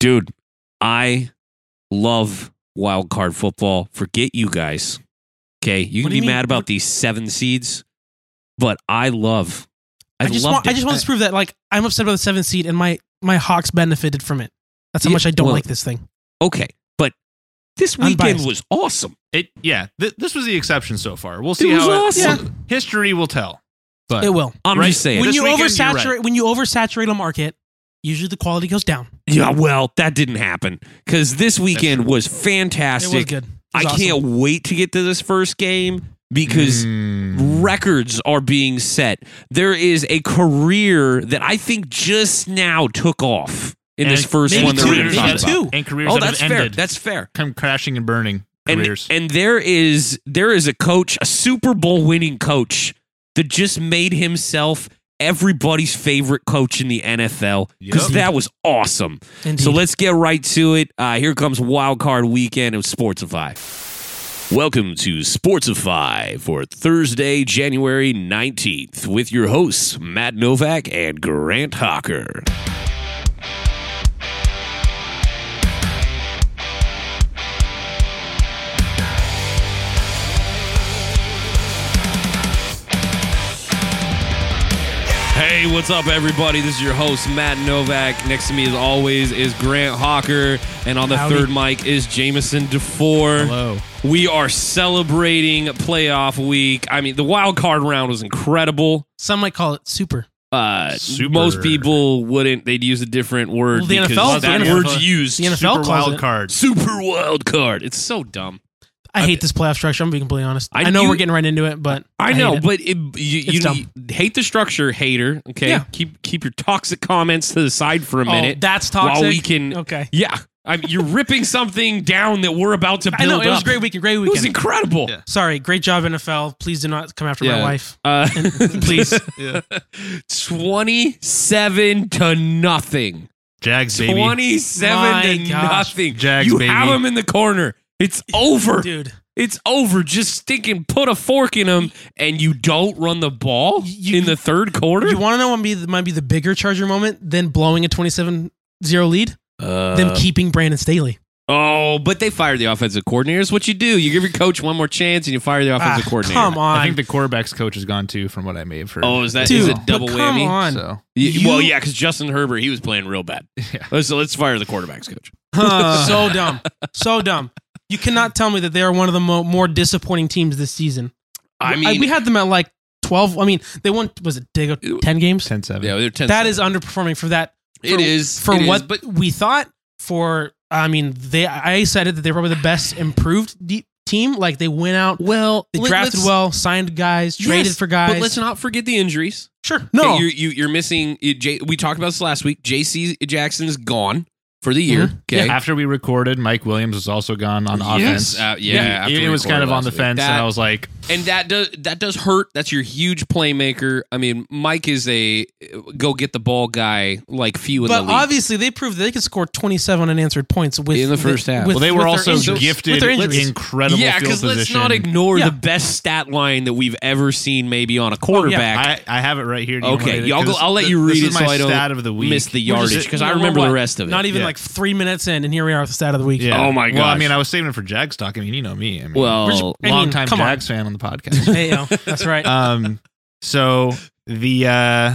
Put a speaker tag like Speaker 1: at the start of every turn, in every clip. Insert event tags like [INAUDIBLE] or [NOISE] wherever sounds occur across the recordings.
Speaker 1: dude, I love wild card football. Forget you guys. Okay, you
Speaker 2: What
Speaker 1: can
Speaker 2: do you
Speaker 1: be
Speaker 2: mean?
Speaker 1: mad about these seven seeds, but I love. I,
Speaker 2: I just
Speaker 1: loved
Speaker 2: want,
Speaker 1: it.
Speaker 2: I just want to prove that like I'm upset about the seventh seed and my my Hawks benefited from it. That's how
Speaker 1: Yeah,
Speaker 2: much I don't
Speaker 1: well-
Speaker 2: like this thing.
Speaker 1: okay, but this
Speaker 2: I'm
Speaker 1: weekend
Speaker 2: biased.
Speaker 1: was awesome.
Speaker 3: It yeah. Th- this was the exception so far. We'll see
Speaker 1: It was
Speaker 3: how
Speaker 1: awesome.
Speaker 3: history will tell. But
Speaker 2: It will.
Speaker 1: I'm
Speaker 3: Right.
Speaker 1: just saying.
Speaker 2: When
Speaker 3: this
Speaker 2: you
Speaker 3: weekend, you're
Speaker 2: oversaturate
Speaker 3: right.
Speaker 2: when you oversaturate a market, usually the quality goes down.
Speaker 1: Yeah, well, that didn't happen because this weekend was
Speaker 2: It
Speaker 1: fantastic.
Speaker 2: was good. It was
Speaker 1: I
Speaker 2: awesome.
Speaker 1: can't wait to get to this first game because Hmm.
Speaker 3: Mm.
Speaker 1: records are being set. There is a career that I think just now took off in
Speaker 3: And
Speaker 1: this first
Speaker 2: maybe
Speaker 1: one that
Speaker 2: two,
Speaker 1: we're going to
Speaker 2: maybe
Speaker 1: talk
Speaker 2: two.
Speaker 1: about.
Speaker 3: and careers
Speaker 1: Oh,
Speaker 3: that
Speaker 1: that's
Speaker 3: have
Speaker 1: fair.
Speaker 3: ended
Speaker 1: That's fair.
Speaker 3: come crashing and burning
Speaker 1: And,
Speaker 3: careers.
Speaker 1: and there is there is a coach, a Super Bowl winning coach, that just made himself everybody's favorite coach in the NFL because
Speaker 3: Yep.
Speaker 1: that was awesome.
Speaker 2: Indeed.
Speaker 1: So let's get right to it. Uh, here comes Wild Card Weekend of Sportsify. Welcome to Sportsify for Thursday, January 19th, with your hosts, Matt Novak and Grant Hocker. Hey, what's up, everybody? This is your host, Matt Novak. Next to me, as always, is Grant Hawker. And on the
Speaker 2: Howdy.
Speaker 1: third mic is Jameson DeFore.
Speaker 3: Hello.
Speaker 1: We are celebrating playoff week. I mean, the wild card round was incredible.
Speaker 2: Some might call it super.
Speaker 1: Uh,
Speaker 3: Super.
Speaker 1: most people wouldn't. They'd use a different word.
Speaker 2: Well, the
Speaker 1: because
Speaker 2: NFL
Speaker 1: that
Speaker 3: the
Speaker 1: word's
Speaker 3: NFL
Speaker 1: used.
Speaker 2: The NFL
Speaker 3: Super
Speaker 2: calls
Speaker 3: wild
Speaker 2: it.
Speaker 1: [LAUGHS]
Speaker 3: card.
Speaker 1: Super wild card. It's so dumb.
Speaker 2: I hate this playoff structure. I'm being completely honest.
Speaker 1: I-
Speaker 2: I, know
Speaker 1: you-
Speaker 2: we're getting right into it, but
Speaker 1: I,
Speaker 2: hate
Speaker 1: know,
Speaker 2: it.
Speaker 1: but it, you, you,
Speaker 2: dumb.
Speaker 1: hate the structure, hater. Okay,
Speaker 2: Yeah.
Speaker 1: keep keep your toxic comments to the side for a
Speaker 2: Oh,
Speaker 1: minute.
Speaker 2: that's toxic.
Speaker 1: While we can,
Speaker 2: okay.
Speaker 1: yeah, I mean, you're ripping something down that we're about to build
Speaker 2: I know it was
Speaker 1: up.
Speaker 2: a great weekend. Great
Speaker 1: It was
Speaker 2: weekend.
Speaker 1: incredible.
Speaker 3: Yeah.
Speaker 2: Sorry, great job NFL. Please do not come after
Speaker 1: Yeah.
Speaker 2: my wife.
Speaker 1: Uh,
Speaker 2: [LAUGHS] Please.
Speaker 3: Yeah.
Speaker 1: 27 to nothing.
Speaker 3: Jags baby.
Speaker 1: 27
Speaker 2: My
Speaker 1: to
Speaker 2: gosh.
Speaker 1: nothing.
Speaker 3: Jags,
Speaker 1: you
Speaker 3: baby.
Speaker 1: have him in the corner. It's over.
Speaker 2: [LAUGHS] Dude,
Speaker 1: It's over. Just stick and put a fork in him, and you don't run the ball
Speaker 2: You-
Speaker 1: in the third quarter.
Speaker 2: you want to know what might be- might be the bigger Charger moment than blowing a 27 0 lead?
Speaker 1: Uh,
Speaker 2: Them keeping Brandon Staley.
Speaker 1: oh, but they fired the offensive coordinator. It's what you do. You give your coach one more chance, and you fire the offensive
Speaker 2: Ah,
Speaker 1: coordinator.
Speaker 2: Come on.
Speaker 3: I think the quarterbacks coach has gone too, from what I may have heard.
Speaker 1: Oh, is that
Speaker 2: Dude,
Speaker 1: is it
Speaker 2: but
Speaker 1: double
Speaker 2: come
Speaker 1: whammy?
Speaker 2: on.
Speaker 3: So
Speaker 1: Y-
Speaker 2: You-
Speaker 1: well, yeah, because Justin Herbert he was playing real
Speaker 2: [LAUGHS]
Speaker 1: bad.
Speaker 3: yeah.
Speaker 1: Let's let's fire the quarterbacks coach.
Speaker 2: so dumb. So dumb. You cannot tell me that they are one of the mo- more disappointing teams this season.
Speaker 1: I mean,
Speaker 2: we had them at like 12. I mean, they won, was it they go 10 games?
Speaker 3: 10-7.
Speaker 1: yeah, they're ten.
Speaker 2: That is underperforming for that
Speaker 1: it is
Speaker 2: for
Speaker 1: it is,
Speaker 2: what
Speaker 1: but
Speaker 2: we thought for I mean they I said it that they were probably the best improved deep team like they went out
Speaker 1: well,
Speaker 2: they
Speaker 1: let-
Speaker 2: drafted
Speaker 1: let's-
Speaker 2: well signed guys traded
Speaker 1: Yes,
Speaker 2: for guys
Speaker 1: But let's not forget the injuries.
Speaker 2: sure
Speaker 1: No,
Speaker 2: no
Speaker 1: you're, you, you're missing. you- J, we talked about this last week. J.C. Jackson's gone for the year.
Speaker 2: Mhm.
Speaker 1: Okay.
Speaker 3: After we recorded, Mike Williams was also gone on
Speaker 1: Yes.
Speaker 3: offense.
Speaker 1: Uh, yeah, after
Speaker 3: It,
Speaker 1: we
Speaker 3: it was kind
Speaker 1: recorded
Speaker 3: of on
Speaker 1: last
Speaker 3: the
Speaker 1: week.
Speaker 3: fence, and
Speaker 1: That-
Speaker 3: I was like,
Speaker 1: and that does that does hurt. That's your huge playmaker. I mean, Mike is a go get the ball guy like few in the
Speaker 2: but
Speaker 1: league.
Speaker 2: obviously they proved that they could score 27 unanswered points with
Speaker 1: In the first half.
Speaker 2: with-
Speaker 3: well, they were
Speaker 2: with their
Speaker 3: also
Speaker 2: injuries- with
Speaker 3: gifted
Speaker 2: their injuries.
Speaker 3: incredible
Speaker 1: yeah,
Speaker 3: field
Speaker 1: because
Speaker 3: position.
Speaker 1: let's not ignore
Speaker 2: Yeah.
Speaker 1: the best stat line that we've ever seen, maybe on a quarterback.
Speaker 3: I, I have it right here. Do you want
Speaker 1: okay,
Speaker 3: me to-
Speaker 1: y'all go,
Speaker 3: 'cause
Speaker 1: I'll let
Speaker 3: this-
Speaker 1: you read
Speaker 3: this
Speaker 1: it
Speaker 3: is
Speaker 1: so
Speaker 3: my
Speaker 1: I don't
Speaker 3: stat of the week.
Speaker 1: miss the
Speaker 2: Oh, We're just-
Speaker 1: yardage because I
Speaker 2: you know
Speaker 1: remember the
Speaker 2: what?
Speaker 1: rest of it.
Speaker 2: not even
Speaker 3: Yeah.
Speaker 2: like three minutes in and here we are with the stat of the week
Speaker 3: Yeah.
Speaker 1: Oh my
Speaker 3: Well, I
Speaker 1: gosh.
Speaker 3: mean, I was saving it for Jags talk. I mean, you know me. I mean,
Speaker 1: well,
Speaker 2: We're just- I mean,
Speaker 3: long time
Speaker 2: come on.
Speaker 3: Jags fan on the
Speaker 1: [LAUGHS]
Speaker 3: podcast.
Speaker 2: Hey, yo, that's
Speaker 3: [LAUGHS]
Speaker 2: right
Speaker 3: um, so the uh,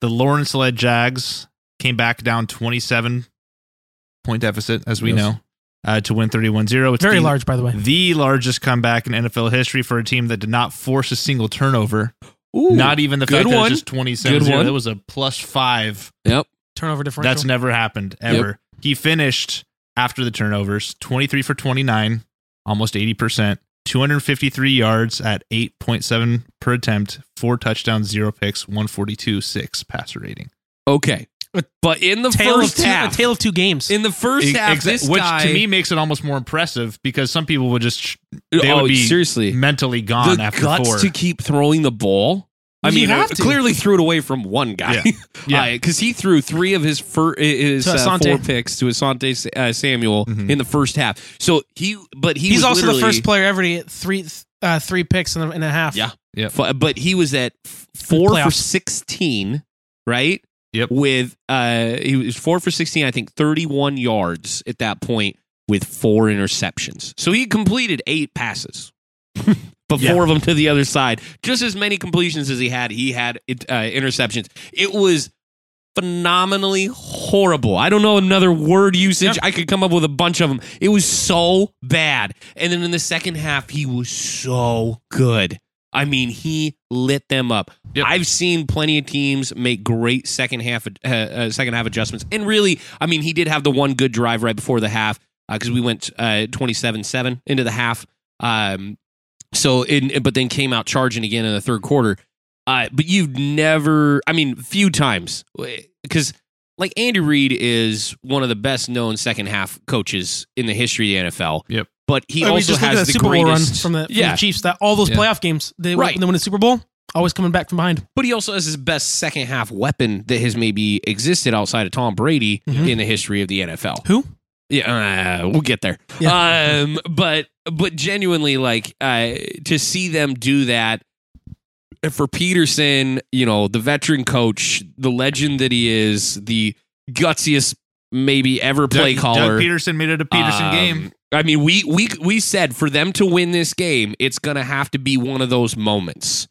Speaker 3: the Lawrence led Jags came back down 27 point deficit, as we
Speaker 1: Yes.
Speaker 3: know, uh, to win 31-0. It's
Speaker 2: very
Speaker 3: the,
Speaker 2: large by the way
Speaker 3: The largest comeback in NFL history for a team that did not force a single turnover.
Speaker 1: Ooh.
Speaker 3: not even the
Speaker 1: good
Speaker 3: fact that it
Speaker 1: one.
Speaker 3: was just 27
Speaker 1: Good one.
Speaker 3: That was a plus five.
Speaker 2: turnover differential
Speaker 3: That's never happened ever. He finished after the turnovers 23 for 29, almost 80%, 253 yards at 8.7 per attempt, four touchdowns, zero picks, 142, six passer rating.
Speaker 1: okay. But in the
Speaker 2: tale of
Speaker 1: first
Speaker 2: two,
Speaker 1: half,
Speaker 2: a tale of two games
Speaker 1: in the first half,
Speaker 3: Exa-
Speaker 1: this
Speaker 3: E, which
Speaker 1: guy,
Speaker 3: to me makes it almost more impressive because some people would just sh- they
Speaker 1: oh,
Speaker 3: would be
Speaker 1: seriously,
Speaker 3: mentally gone
Speaker 1: the
Speaker 3: after
Speaker 1: guts
Speaker 3: four.
Speaker 1: to keep throwing the ball. I
Speaker 2: You
Speaker 1: mean,
Speaker 2: have
Speaker 1: uh,
Speaker 2: to.
Speaker 1: clearly threw it away from one guy. [LAUGHS]
Speaker 3: Yeah.
Speaker 1: because he threw three of his fir- his
Speaker 2: To
Speaker 1: uh,
Speaker 2: Asante. Mm-hmm.
Speaker 1: four picks to Asante uh, Samuel
Speaker 3: Mhm.
Speaker 1: in the first half. So he, but he
Speaker 2: he's
Speaker 1: was
Speaker 2: also the
Speaker 1: literally-
Speaker 2: first player ever to get three th- uh, three picks and a, and a half
Speaker 1: Yeah. F- but he was at f- four for
Speaker 2: Playoffs.
Speaker 1: sixteen, right?
Speaker 3: Yep.
Speaker 1: With uh, he was four for sixteen. I think thirty-one yards at that point with four interceptions. So he completed eight passes, [LAUGHS] but
Speaker 3: Yeah.
Speaker 1: four of them to the other side. Just as many completions as he had, he had uh, interceptions. It was phenomenally horrible. I don't know another word usage. I could come up with a bunch of them. It was so bad. And then in the second half, he was so good. I mean, he lit them up.
Speaker 3: Yep.
Speaker 1: I've seen plenty of teams make great second half uh, uh, second half adjustments, and really, I mean, he did have the one good drive right before the half because we went twenty seven seven into the half. Um, so, in, but then came out charging again in the third quarter. Uh, but you've never, I mean, few times, because like Andy Reid is one of the best known second half coaches in the history of the NFL.
Speaker 3: Yep.
Speaker 1: But he
Speaker 2: I mean,
Speaker 1: also
Speaker 2: just look at
Speaker 1: has
Speaker 2: that
Speaker 1: the
Speaker 2: Super Bowl run
Speaker 1: greatest
Speaker 2: from the, from the
Speaker 1: yeah.
Speaker 2: Chiefs. That all those
Speaker 3: Yeah.
Speaker 2: playoff games, they
Speaker 1: Right.
Speaker 2: when they win a Super Bowl, always coming back from behind.
Speaker 1: But he also has his best second half weapon that has maybe existed outside of Tom Brady
Speaker 2: Mhm.
Speaker 1: in the history of the NFL.
Speaker 2: Who?
Speaker 1: Yeah, uh, we'll get there. Um, but but genuinely, like uh, to see them do that and for Peterson, you know, the veteran coach, the legend that he is, the gutsiest maybe ever play
Speaker 3: Doug,
Speaker 1: caller.
Speaker 3: Doug Peterson made it a Peterson
Speaker 1: Um,
Speaker 3: game.
Speaker 1: I mean, we we we said for them to win this game, it's gonna have to be one of those moments.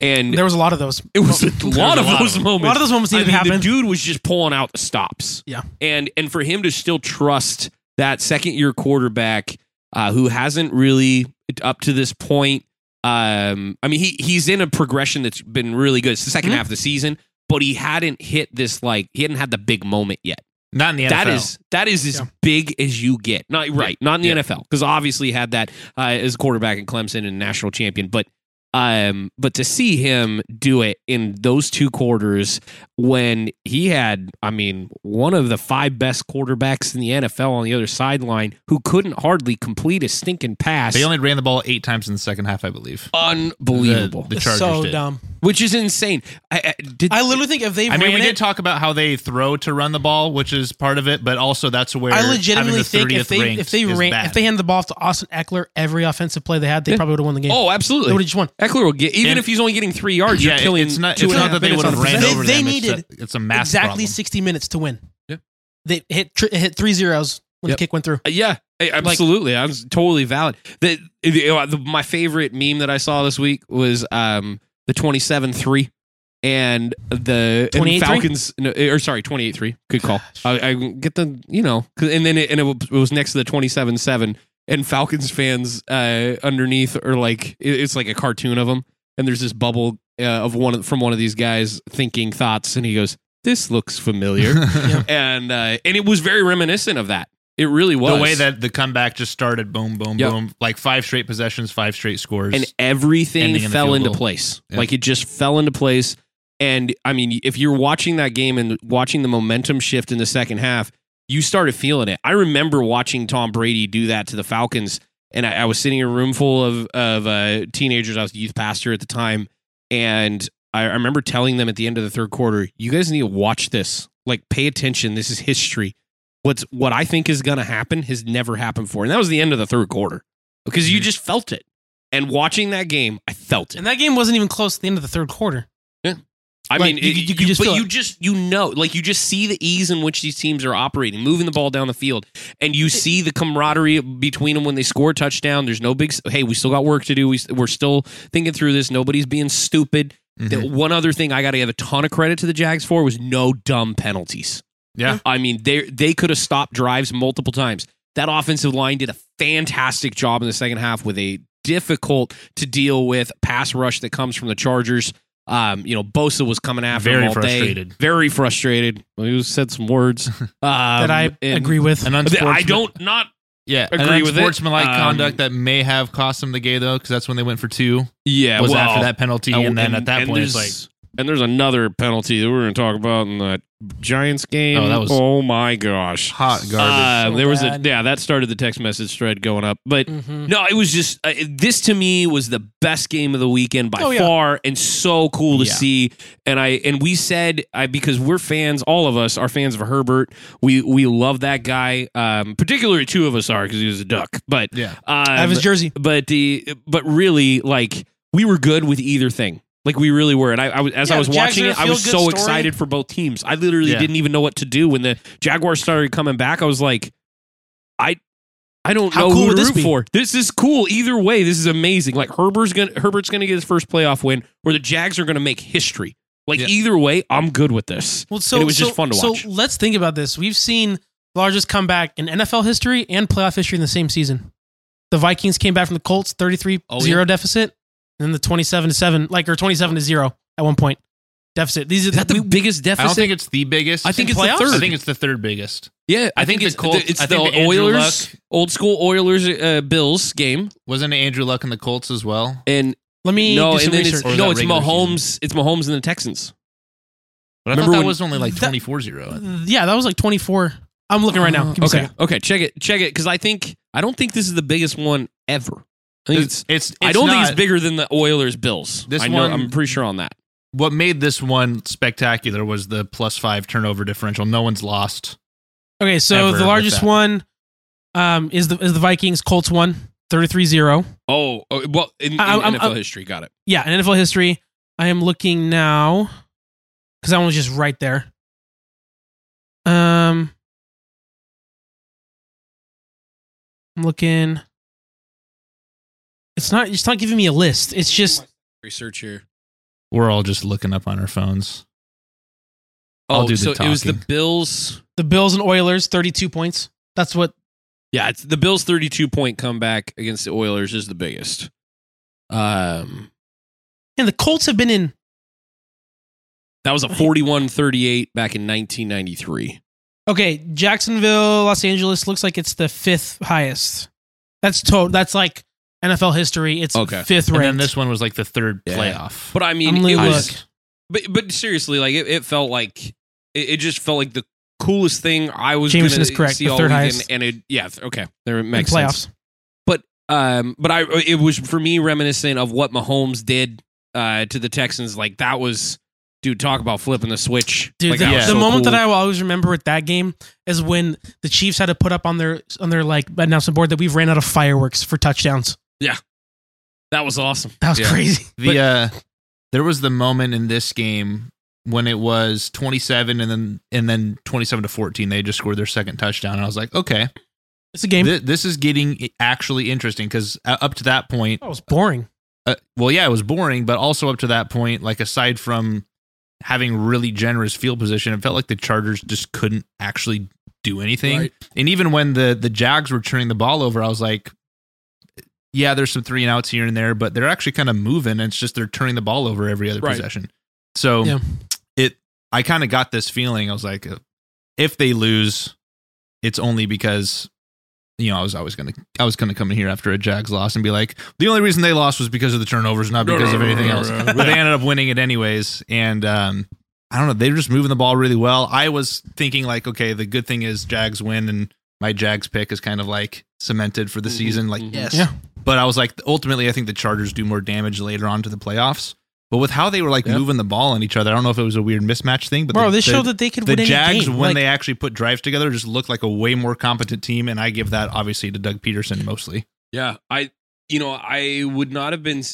Speaker 1: And
Speaker 2: There was a lot of those.
Speaker 1: it was a
Speaker 3: was
Speaker 1: lot
Speaker 3: a
Speaker 1: of
Speaker 3: lot
Speaker 1: those
Speaker 3: of
Speaker 2: a
Speaker 1: moments.
Speaker 2: lot of those moments
Speaker 1: I
Speaker 2: needed to
Speaker 1: mean, the
Speaker 2: happen.
Speaker 1: dude was just pulling out the stops.
Speaker 2: Yeah.
Speaker 1: and and for him to still trust that second year quarterback uh, who hasn't really up to this point. Um, I mean, he he's in a progression that's been really good. It's the 2nd
Speaker 2: Mhm.
Speaker 1: half of the season, but he hadn't hit this like he hadn't had the big moment yet.
Speaker 3: Not in the NFL.
Speaker 1: That is that is as
Speaker 2: Yeah.
Speaker 1: big as you get. Not right, not in the
Speaker 3: Yeah.
Speaker 1: NFL because obviously he had that uh, as a quarterback in Clemson and national champion. But um, but to see him do it in those two quarters when he had, I mean, one of the five best quarterbacks in the NFL on the other sideline who couldn't hardly complete a stinking pass.
Speaker 3: They only ran the ball eight times in the second half, I believe.
Speaker 1: Unbelievable,
Speaker 3: The Chargers
Speaker 2: so
Speaker 3: did.
Speaker 2: dumb.
Speaker 1: [LAUGHS] which is insane. I, I, did,
Speaker 2: I literally think if they
Speaker 3: I
Speaker 2: ran
Speaker 3: mean, we
Speaker 2: it,
Speaker 3: did talk about how they throw to run the ball, which is part of it, but also that's where
Speaker 2: I legitimately
Speaker 3: having
Speaker 2: think
Speaker 3: the 30th
Speaker 2: if they
Speaker 3: ranked
Speaker 2: if they
Speaker 3: is
Speaker 2: ran
Speaker 3: bad.
Speaker 2: if they handed the ball off to Austin Eckler every offensive play they had, they probably would have won the game.
Speaker 1: oh,
Speaker 2: they would have
Speaker 1: absolutely.
Speaker 2: just won.
Speaker 1: Eckler will get even
Speaker 3: And-
Speaker 1: if he's only getting three yards. You're
Speaker 3: yeah,
Speaker 1: killing
Speaker 3: it's not,
Speaker 1: two
Speaker 3: it's
Speaker 1: and a
Speaker 3: not
Speaker 1: half
Speaker 3: that they
Speaker 1: minutes
Speaker 3: would have
Speaker 1: on
Speaker 3: ran
Speaker 1: possession.
Speaker 2: possession.
Speaker 3: over
Speaker 2: They- they
Speaker 3: them.
Speaker 2: needed
Speaker 3: it's, a, it's a mass
Speaker 2: exactly
Speaker 3: problem.
Speaker 2: 60 minutes to win.
Speaker 1: Yeah.
Speaker 2: They hit tr- hit three zeros when
Speaker 1: Yep.
Speaker 2: the kick went through.
Speaker 1: Uh, Yeah, I- absolutely. I'm s- totally valid. The, the- uh, the- my favorite meme that I saw this week was um, the 27 3 and the and
Speaker 2: 28-3?
Speaker 1: Falcons, no, eh, or sorry, 28 3. Good call. I, I get the, you know, 'cause- and then it, and it wa- it was next to the 27 7. And Falcons fans uh, underneath are like, it- it's like a cartoon of them. And there's this bubble uh, of one of, from one of these guys thinking thoughts. And he goes, This looks familiar.
Speaker 3: [LAUGHS]
Speaker 1: and uh, and it was very reminiscent of that. It really was.
Speaker 3: The way that the comeback just started, boom, boom,
Speaker 1: Yep.
Speaker 3: boom, like five straight possessions, five straight scores.
Speaker 1: and everything
Speaker 3: ending in the
Speaker 1: fell
Speaker 3: field
Speaker 1: into
Speaker 3: goal.
Speaker 1: place.
Speaker 3: Yeah.
Speaker 1: Like it just fell into place. And I mean, if you're watching that game and watching the momentum shift in the second half, you started feeling it. I remember watching Tom Brady do that to the Falcons, and I, I was sitting in a room full of of uh, teenagers. I was a youth pastor at the time, and I, I remember telling them at the end of the third quarter, "You guys need to watch this. Like, pay attention. This is history. What's what I think is going to happen has never happened before." And that was the end of the third quarter because
Speaker 2: Mm-hmm.
Speaker 1: you just felt it. And watching that game, I felt it.
Speaker 2: And that game wasn't even close to the end of the third quarter.
Speaker 1: I
Speaker 2: Like,
Speaker 1: mean,
Speaker 2: you
Speaker 1: it-
Speaker 2: could- you could just
Speaker 1: but
Speaker 2: feel
Speaker 1: you
Speaker 2: it.
Speaker 1: just you know, like you just see the ease in which these teams are operating, moving the ball down the field, and you see the camaraderie between them when they score a touchdown. There's no big, s- hey, we still got work to do. We, s- we're still thinking through this. Nobody's being stupid.
Speaker 3: Mm-hmm.
Speaker 1: The one other thing I got to give a ton of credit to the Jags for was no dumb penalties.
Speaker 3: Yeah.
Speaker 2: Mm-hmm.
Speaker 1: I mean, they they could have stopped drives multiple times. That offensive line did a fantastic job in the second half with a difficult to deal with pass rush that comes from the Chargers. Um, you know, Bosa was coming after
Speaker 3: Very
Speaker 1: him all
Speaker 3: frustrated.
Speaker 1: day, very frustrated. Well, he said some
Speaker 3: [LAUGHS]
Speaker 1: words um,
Speaker 2: That I
Speaker 1: and-
Speaker 2: agree with.
Speaker 3: An
Speaker 1: that
Speaker 3: unsportsman-
Speaker 1: I don't not
Speaker 3: yeah, an
Speaker 1: agree with it.
Speaker 3: unsportsmanlike
Speaker 1: Um,
Speaker 3: conduct that may have cost them the game though, because that's when they went for two.
Speaker 1: yeah
Speaker 3: was
Speaker 1: well,
Speaker 3: after that penalty, and, then at that
Speaker 1: Oh, and
Speaker 3: point, it's like
Speaker 1: there's- and there's another penalty that we're going to talk about in the Giants game.
Speaker 3: Oh, that was-
Speaker 1: oh my gosh.
Speaker 3: hot garbage.
Speaker 1: Uh,
Speaker 2: So
Speaker 1: there was a
Speaker 2: bad.
Speaker 1: yeah that started the text message thread going up, but
Speaker 2: Mhm.
Speaker 1: no, it was just uh, this to me was the best game of the weekend by
Speaker 2: Oh, yeah.
Speaker 1: far, and so cool to
Speaker 3: Yeah.
Speaker 1: see. And I and we said I, because we're fans, all of us are fans of Herbert. We we love that guy. Um, particularly two of us are because he was a duck. But
Speaker 3: uh, yeah,
Speaker 1: um,
Speaker 2: I have his jersey.
Speaker 1: but the but really like we were good with either thing. Like we really were, and I, I was as I
Speaker 2: Yeah,
Speaker 1: was
Speaker 2: Jags
Speaker 1: watching
Speaker 2: are a
Speaker 1: it, I was so
Speaker 2: feel-good story.
Speaker 1: excited for both teams. I literally
Speaker 3: Yeah.
Speaker 1: didn't even know what to do when the Jaguars started coming back. I was like, I, I don't know
Speaker 2: How cool
Speaker 1: who to
Speaker 2: would this
Speaker 1: root
Speaker 2: be?
Speaker 1: for. This is cool either way. This is amazing. Like Herbert's gonna Herbert's gonna get his first playoff win, or the Jags are gonna make history. Like
Speaker 3: Yeah.
Speaker 1: either way, I'm good with this.
Speaker 2: Well, so
Speaker 1: And it was
Speaker 2: so-
Speaker 1: just fun to watch.
Speaker 2: So let's think about this. We've seen largest comeback in NFL history and playoff history in the same season. The Vikings came back from the Colts 33
Speaker 3: Oh,
Speaker 2: 0 deficit, and then the 27 to 7, like, or 27 to 0 at one point deficit. These are
Speaker 1: Is that the
Speaker 2: we-
Speaker 1: biggest
Speaker 3: I don't
Speaker 1: deficit?
Speaker 3: think it's the biggest.
Speaker 1: I think it's the
Speaker 2: playoffs?
Speaker 1: third.
Speaker 3: I think it's the third biggest.
Speaker 1: yeah,
Speaker 3: I think the
Speaker 1: it's
Speaker 3: Colts-
Speaker 1: it's
Speaker 3: I
Speaker 1: the
Speaker 3: think the Andrew
Speaker 1: Oilers,
Speaker 3: Luck-
Speaker 1: old school Oilers uh, Bills game,
Speaker 3: Wasn't it Andrew Luck and the Colts as well?
Speaker 1: and
Speaker 2: let me
Speaker 1: no,
Speaker 2: do some
Speaker 1: and then
Speaker 2: research.
Speaker 1: it's
Speaker 3: Or is
Speaker 1: no,
Speaker 3: that
Speaker 1: it's
Speaker 3: regular
Speaker 1: Mahomes. It's Mahomes and the Texans.
Speaker 3: But I
Speaker 1: Remember
Speaker 3: thought that
Speaker 1: when-
Speaker 3: was only like
Speaker 2: That-
Speaker 3: 24 0.
Speaker 2: yeah, that was like 24. I'm looking right now. Give me
Speaker 1: Uh-huh.
Speaker 2: a
Speaker 1: okay,
Speaker 2: second.
Speaker 1: okay, check it, check it, because I think I don't think this is the biggest one ever. I think it's.
Speaker 3: it's,
Speaker 1: I don't think
Speaker 3: not-
Speaker 1: it's bigger than the Oilers Bills.
Speaker 3: This
Speaker 1: I know,
Speaker 3: one-
Speaker 1: I'm pretty sure on that.
Speaker 3: What made this one spectacular was the plus five turnover differential. No one's lost.
Speaker 2: Okay,
Speaker 3: Ever
Speaker 2: so
Speaker 3: with
Speaker 2: the largest
Speaker 3: that.
Speaker 2: one um, is the is the Vikings Colts one 33 0.
Speaker 1: Oh, oh, well, in, in
Speaker 2: I- I'm-
Speaker 1: NFL
Speaker 2: I'm-
Speaker 1: history, got it.
Speaker 2: Yeah, in NFL history, I am looking now because that one was just right there. Um, I'm looking. It's not. It's not giving me a list. It's just.
Speaker 1: Research here.
Speaker 3: We're all just looking up on our phones.
Speaker 1: Oh,
Speaker 3: I'll do the
Speaker 1: so it was the
Speaker 3: talking.
Speaker 1: Bills.
Speaker 2: The Bills and Oilers, 32 points. That's what.
Speaker 1: Yeah, it's the Bills' 32 point comeback against the Oilers is the biggest. Um,
Speaker 2: And the Colts have been in.
Speaker 1: that was a 41 38 back in 1993.
Speaker 2: Okay, Jacksonville, Los Angeles looks like it's the fifth highest. That's total. That's like NFL history. It's
Speaker 1: Okay.
Speaker 2: fifth
Speaker 3: And
Speaker 2: ranked.
Speaker 3: then this one was like the third
Speaker 1: Yeah.
Speaker 3: playoff.
Speaker 1: But I mean,
Speaker 2: I'm
Speaker 1: it
Speaker 2: gonna
Speaker 1: was,
Speaker 2: look.
Speaker 1: But but seriously, like it, it felt like it, it just felt like the coolest thing I was
Speaker 2: Jameson
Speaker 1: gonna
Speaker 2: is correct,
Speaker 1: see
Speaker 2: the
Speaker 1: all
Speaker 2: third
Speaker 1: weekend,
Speaker 2: highest.
Speaker 1: and it yeah th- okay there it
Speaker 2: in
Speaker 1: makes
Speaker 2: playoffs.
Speaker 1: sense. Um, but I it was for me reminiscent of what Mahomes did uh to the Texans. Like that was dude, talk about flipping the switch.
Speaker 2: Dude,
Speaker 1: like,
Speaker 2: the,
Speaker 1: that
Speaker 3: yeah.
Speaker 1: was
Speaker 2: the
Speaker 1: so
Speaker 2: moment
Speaker 1: cool.
Speaker 2: that I will always remember with that game is when the Chiefs had to put up on their on their like announcement board that we've ran out of fireworks for touchdowns.
Speaker 1: that was awesome.
Speaker 2: That was
Speaker 1: Yeah.
Speaker 2: crazy.
Speaker 3: The uh, there was the moment in this game when it was 27 and then and then 27 to 14 they just scored their second touchdown and I was like, okay,
Speaker 2: It's a game.
Speaker 3: thi- this is getting i- actually interesting cuz up to that point,
Speaker 2: That was boring.
Speaker 3: uh, well yeah, it was boring, but also up to that point like aside from having really generous field position, it felt like the Chargers just couldn't actually do anything.
Speaker 1: Right.
Speaker 3: And even when the the Jags were turning the ball over, I was like yeah, there's some three and outs here and there, but they're actually kind of moving. And it's just they're turning the ball over every other
Speaker 1: Right.
Speaker 3: possession. So
Speaker 2: Yeah.
Speaker 3: it, I kind of got this feeling. I was like, uh, if they lose, it's only because you know I was always gonna, I was gonna come in here after a Jags loss and be like, the only reason they lost was because of the turnovers, not because of anything else. But they ended up winning it anyways, and um, I don't know. They were just moving the ball really well. I was thinking like, okay, the good thing is Jags win, and my Jags pick is kind of like cemented for the
Speaker 1: Mhm,
Speaker 3: season. Like,
Speaker 1: mhm.
Speaker 3: yes,
Speaker 2: Yeah.
Speaker 3: but I was like, ultimately, I think the Chargers do more damage later on to the playoffs. But with how they were like
Speaker 1: Yeah.
Speaker 3: moving the ball on each other, I don't know if it was a weird mismatch thing. But
Speaker 2: Bro,
Speaker 3: the,
Speaker 2: they
Speaker 3: the,
Speaker 2: showed that they could
Speaker 3: the
Speaker 2: win any
Speaker 3: Jags,
Speaker 2: game.
Speaker 3: when
Speaker 2: Like,
Speaker 3: they actually put drives together, just looked like a way more competent team. And I give that obviously to Doug Peterson mostly.
Speaker 1: Yeah, I you know I would not have been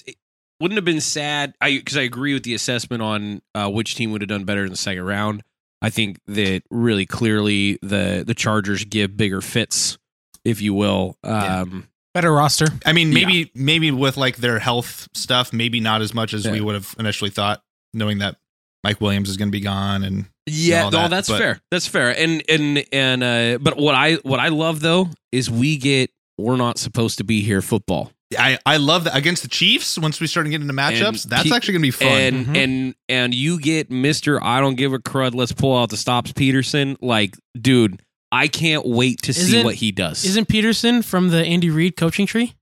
Speaker 1: wouldn't have been sad. I because I agree with the assessment on uh, which team would have done better in the second round. I think that really clearly the the Chargers give bigger fits, if you will. Um,
Speaker 2: better roster.
Speaker 3: I mean, maybe maybe with like their health stuff, maybe not as much as
Speaker 1: Yeah.
Speaker 3: we would have initially thought, knowing that Mike Williams is going to be gone. And
Speaker 1: Yeah,
Speaker 3: all
Speaker 1: no,
Speaker 3: that,
Speaker 1: that's
Speaker 3: but-
Speaker 1: fair. That's fair. And and and uh, but what I what I love though is we get we're not supposed to be here football.
Speaker 3: I I love that against the Chiefs. Once we start getting into matchups, that's
Speaker 1: Pe-
Speaker 3: actually going to be fun.
Speaker 1: and
Speaker 2: Mhm.
Speaker 1: and and you get Mister I don't give a crud. Let's pull out the stops, Peterson. Like, dude, I can't wait to see
Speaker 2: Isn't-
Speaker 1: what he does.
Speaker 2: Isn't Peterson from the Andy Reid coaching tree?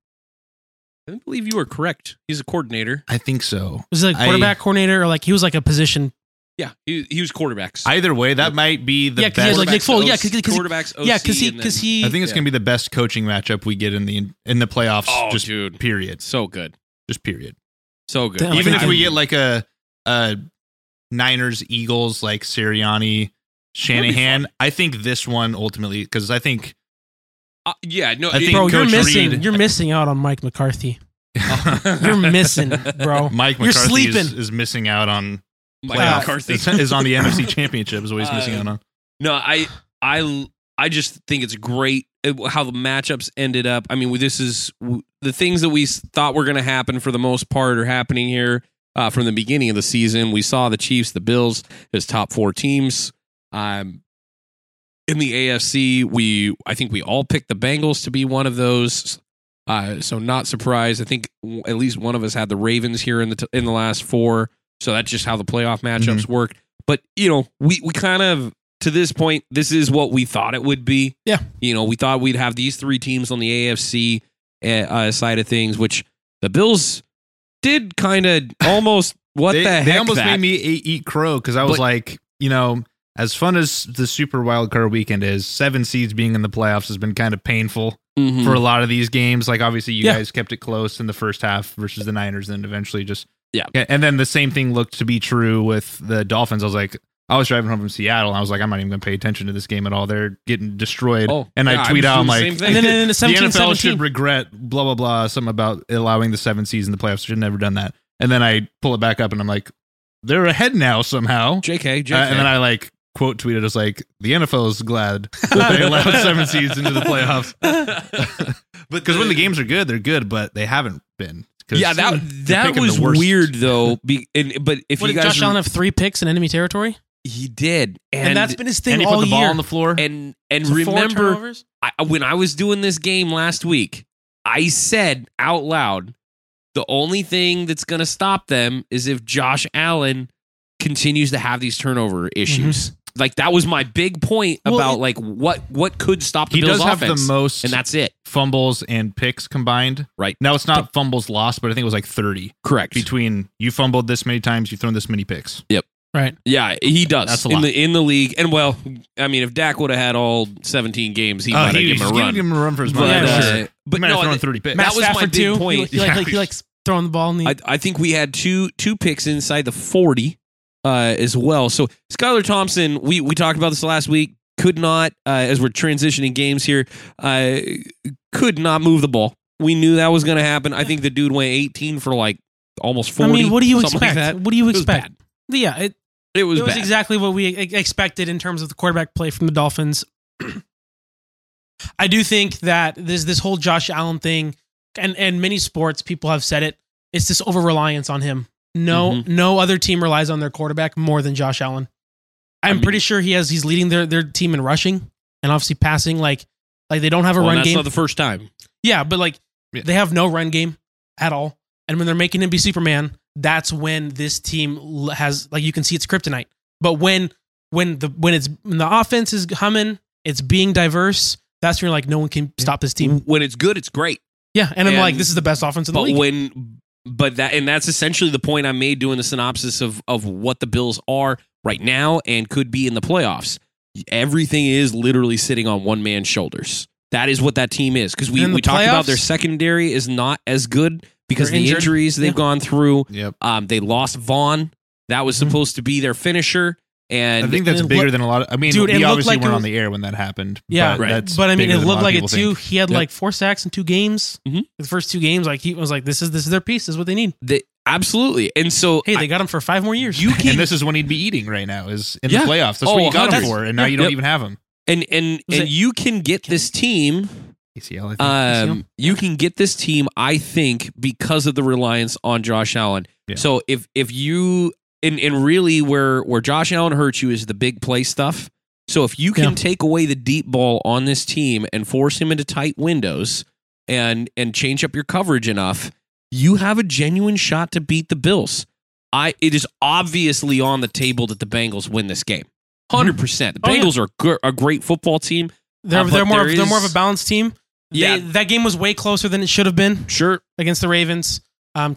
Speaker 1: I don't believe you are correct. He's a coordinator.
Speaker 3: I think so.
Speaker 2: Was he like
Speaker 3: I-
Speaker 2: quarterback coordinator or like he was like a position?
Speaker 1: Yeah, he, he was quarterbacks.
Speaker 3: Either way, that might be the
Speaker 2: Yeah, 'cause he
Speaker 3: best.
Speaker 2: has, like, Nick Foles, yeah, 'cause- 'cause he-
Speaker 1: quarterbacks. OC,
Speaker 2: yeah, because he
Speaker 1: and then-
Speaker 2: because he.
Speaker 3: I think it's
Speaker 1: Yeah.
Speaker 3: gonna be the best coaching matchup we get in the in the playoffs.
Speaker 1: Oh,
Speaker 3: just
Speaker 1: dude,
Speaker 3: period.
Speaker 1: so good,
Speaker 3: Just period.
Speaker 1: so good.
Speaker 2: Damn, Oh,
Speaker 3: Even
Speaker 2: yeah.
Speaker 3: if we
Speaker 2: I-
Speaker 3: get like a a Niners Eagles like Sirianni Shanahan, I think this one ultimately
Speaker 2: [LAUGHS]
Speaker 3: because I think
Speaker 1: uh, yeah, no,
Speaker 3: I
Speaker 1: it- [LAUGHS]
Speaker 3: think
Speaker 2: Bro, you're [LAUGHS]
Speaker 3: Coach
Speaker 2: missing.
Speaker 3: Reid-
Speaker 2: You're missing out on Mike McCarthy.
Speaker 3: [LAUGHS]
Speaker 2: You're missing, bro.
Speaker 3: Mike
Speaker 2: You're
Speaker 3: McCarthy is,
Speaker 2: sleeping.
Speaker 3: is missing out on
Speaker 1: Mike
Speaker 2: Wow.
Speaker 1: McCarthy.
Speaker 3: is, is on the NFC Championship is what he's
Speaker 1: [LAUGHS] Uh,
Speaker 3: missing out on.
Speaker 1: No, I I I just think it's great uh, how the matchups ended up. I mean, this is the things that we thought were going to happen for the most part are happening here uh, from the beginning of the season. We saw the Chiefs, the Bills as top four teams. Um, in the AFC, we I think we all picked the Bengals to be one of those. Uh, so not surprised. I think w- at least one of us had the Ravens here in the t- in the last four. So that's just how the playoff matchups work. But you know, we we kind of to this point, this is what we thought it would be.
Speaker 2: Yeah.
Speaker 1: You know, we thought we'd have these three teams on the AFC uh, uh, side of things, which the Bills did kind
Speaker 3: [LAUGHS]
Speaker 1: of almost what
Speaker 3: they,
Speaker 1: the heck
Speaker 3: they almost
Speaker 1: that?
Speaker 3: made me eat, eat crow because I was
Speaker 1: But-
Speaker 3: like, you know, as fun as the Super Wild Card Weekend is, seven seeds being in the playoffs has been kind of painful
Speaker 1: Mhm.
Speaker 3: for a lot of these games. Like obviously, you
Speaker 2: Yeah.
Speaker 3: guys kept it close in the first half versus the Niners, and eventually just
Speaker 1: Yeah.
Speaker 3: And then the same thing looked to be true with the Dolphins. I was like. I was driving home from Seattle and I was like, I'm not even gonna pay attention to this game at all. They're getting destroyed.
Speaker 1: Oh,
Speaker 3: and
Speaker 1: yeah,
Speaker 3: I
Speaker 1: I
Speaker 3: tweet
Speaker 1: was
Speaker 3: out
Speaker 1: doing
Speaker 3: I'm
Speaker 1: the
Speaker 3: like
Speaker 1: same thing.
Speaker 2: And then in the
Speaker 3: [LAUGHS] the
Speaker 2: 17
Speaker 3: NFL should regret blah blah blah something about allowing the seven seeds in the playoffs. Should have never done that. And then I pull it back up and I'm like, they're ahead now somehow.
Speaker 1: JK, JK.
Speaker 3: Uh, and then
Speaker 1: [LAUGHS]
Speaker 3: I like quote tweeted us like the NFL is glad that they allowed seven seeds into the playoffs
Speaker 1: but
Speaker 3: because when the games are good, they're good, but they haven't been. 'Cause
Speaker 1: yeah, that
Speaker 3: [LAUGHS] they're
Speaker 1: that
Speaker 3: picking
Speaker 1: was
Speaker 3: the worst.
Speaker 1: weird though. Be, and, but if
Speaker 2: What
Speaker 1: you
Speaker 2: did
Speaker 1: guys,
Speaker 2: Josh
Speaker 1: are-
Speaker 2: Allen have three picks in enemy territory?
Speaker 1: he did, and,
Speaker 2: And, that's been his thing
Speaker 3: and he
Speaker 2: all
Speaker 3: put the
Speaker 2: year.
Speaker 3: ball on the floor.
Speaker 1: and and
Speaker 2: So four
Speaker 1: remember
Speaker 2: turnovers?
Speaker 1: I, when I was doing this game last week, I said out loud, the only thing that's going to stop them is if Josh Allen continues to have these turnover issues. Like that was my big point
Speaker 2: Well,
Speaker 1: about
Speaker 2: it-
Speaker 1: like what what could stop the
Speaker 3: he
Speaker 1: Bills
Speaker 3: does have the
Speaker 1: offense,
Speaker 3: most
Speaker 1: and that's it.
Speaker 3: fumbles and picks combined.
Speaker 1: Right.
Speaker 3: now, it's not fumbles lost, but I think it was like 30
Speaker 1: Correct.
Speaker 3: between you fumbled this many times, you've thrown this many picks.
Speaker 2: right.
Speaker 1: yeah, he does
Speaker 3: That's a
Speaker 1: in
Speaker 3: lot.
Speaker 1: the in the league. And well, I mean, if Dak would have had all seventeen games,
Speaker 3: Uh, Oh,
Speaker 1: he might have given him a run.
Speaker 3: him a run for his
Speaker 1: but
Speaker 3: money.
Speaker 2: Yeah,
Speaker 1: uh,
Speaker 2: sure.
Speaker 1: but no, I-
Speaker 3: 30 picks.
Speaker 1: Matt
Speaker 2: Matt
Speaker 1: was my
Speaker 2: Stafford
Speaker 1: big
Speaker 2: too.
Speaker 1: point.
Speaker 2: He, like- he, like, he likes throwing the ball in the.
Speaker 1: I, I think we had two two picks inside the forty uh, as well. So Skylar Thompson, we we talked about this last week. Could not, uh, as we're transitioning games here, uh, could not move the ball. We knew that was going to happen. I think the dude went 18 for like almost 40.
Speaker 2: I mean, what do you
Speaker 1: something
Speaker 2: expect?
Speaker 1: Like that.
Speaker 2: What do you
Speaker 1: It was
Speaker 2: expect?
Speaker 1: bad.
Speaker 2: Yeah, it,
Speaker 1: It was,
Speaker 2: it was
Speaker 1: bad.
Speaker 2: exactly what we e- expected in terms of the quarterback play from the Dolphins. [CLEARS THROAT] I do think that this this whole Josh Allen thing, and and many sports people have said it, it's this over reliance on him. No,
Speaker 1: Mm-hmm.
Speaker 2: no other team relies on their quarterback more than Josh Allen. I'm
Speaker 1: I mean-
Speaker 2: pretty sure he has he's leading their their team in rushing and obviously passing. Like like they don't have a
Speaker 1: Well, and
Speaker 2: run
Speaker 1: that's
Speaker 2: game.
Speaker 1: not the first time.
Speaker 2: Yeah, but like
Speaker 3: Yeah.
Speaker 2: they have no run game at all. And when they're making him be Superman, that's when this team l- has like you can see it's kryptonite. But when when the when it's when the offense is humming, it's being diverse. That's when you're like no one can stop this team.
Speaker 1: When it's good, it's great.
Speaker 2: Yeah, and I'm
Speaker 1: And-
Speaker 2: like this is the best offense in the
Speaker 1: but
Speaker 2: league.
Speaker 1: when but that and that's essentially the point i made doing the synopsis of of what the bills are right now and could be in the playoffs everything is literally sitting on one man's shoulders that is what that team is because we,
Speaker 2: And the
Speaker 1: we talked about
Speaker 2: playoffs-
Speaker 1: their secondary is not as good because
Speaker 2: They're
Speaker 1: the
Speaker 2: injured.
Speaker 1: injuries they've
Speaker 2: Yeah.
Speaker 1: gone through
Speaker 3: Yep.
Speaker 1: um, they lost vaughn that was
Speaker 2: Mhm.
Speaker 1: supposed to be their finisher and
Speaker 3: I think that's
Speaker 2: and
Speaker 3: bigger
Speaker 2: look-
Speaker 3: than a lot of. I mean,
Speaker 2: Dude, it
Speaker 3: we
Speaker 2: looked
Speaker 3: obviously
Speaker 2: like it
Speaker 3: weren't on
Speaker 2: was-
Speaker 3: the air when that happened.
Speaker 2: Yeah,
Speaker 3: but
Speaker 1: right.
Speaker 3: That's
Speaker 2: but I mean,
Speaker 3: bigger
Speaker 2: it
Speaker 3: than a
Speaker 2: looked
Speaker 3: lot of
Speaker 2: like it
Speaker 3: people
Speaker 2: too.
Speaker 3: think. Mm-hmm.
Speaker 2: He had
Speaker 3: Yep.
Speaker 2: like four sacks in two games.
Speaker 1: Mhm.
Speaker 2: The first two games, like he was like, "This is this is their piece. This is what they need."
Speaker 1: they, absolutely and so
Speaker 2: Hey,
Speaker 1: I-
Speaker 2: they got him for five more years. [LAUGHS]
Speaker 1: you can
Speaker 3: And this is when he'd be eating right now is in
Speaker 1: Yeah.
Speaker 3: the playoffs. That's
Speaker 1: Oh,
Speaker 3: what you got him
Speaker 1: 100.
Speaker 3: for, and now you don't
Speaker 1: Yep.
Speaker 3: even have him.
Speaker 1: and and
Speaker 2: Was
Speaker 1: and
Speaker 2: it-
Speaker 1: you can get this team
Speaker 3: ACL, I think.
Speaker 1: Um, you can get this team, I think, because of the reliance on Josh Allen.
Speaker 3: Yeah.
Speaker 1: So if if you and and really where where Josh Allen hurts you is the big play stuff. So if you can
Speaker 2: Yeah.
Speaker 1: take away the deep ball on this team and force him into tight windows and and change up your coverage enough, you have a genuine shot to beat the Bills. I it is obviously on the table that the Bengals win this game. 100%. The
Speaker 2: Oh, yeah.
Speaker 1: Bengals are gr- a great football team.
Speaker 2: they're
Speaker 1: uh, but
Speaker 2: they're more
Speaker 1: there
Speaker 2: of, they're more of
Speaker 1: is-
Speaker 2: a balanced team.
Speaker 1: Yeah.
Speaker 2: Yeah, that game was way closer than it should have been.
Speaker 1: Sure.
Speaker 2: against the Ravens. Um,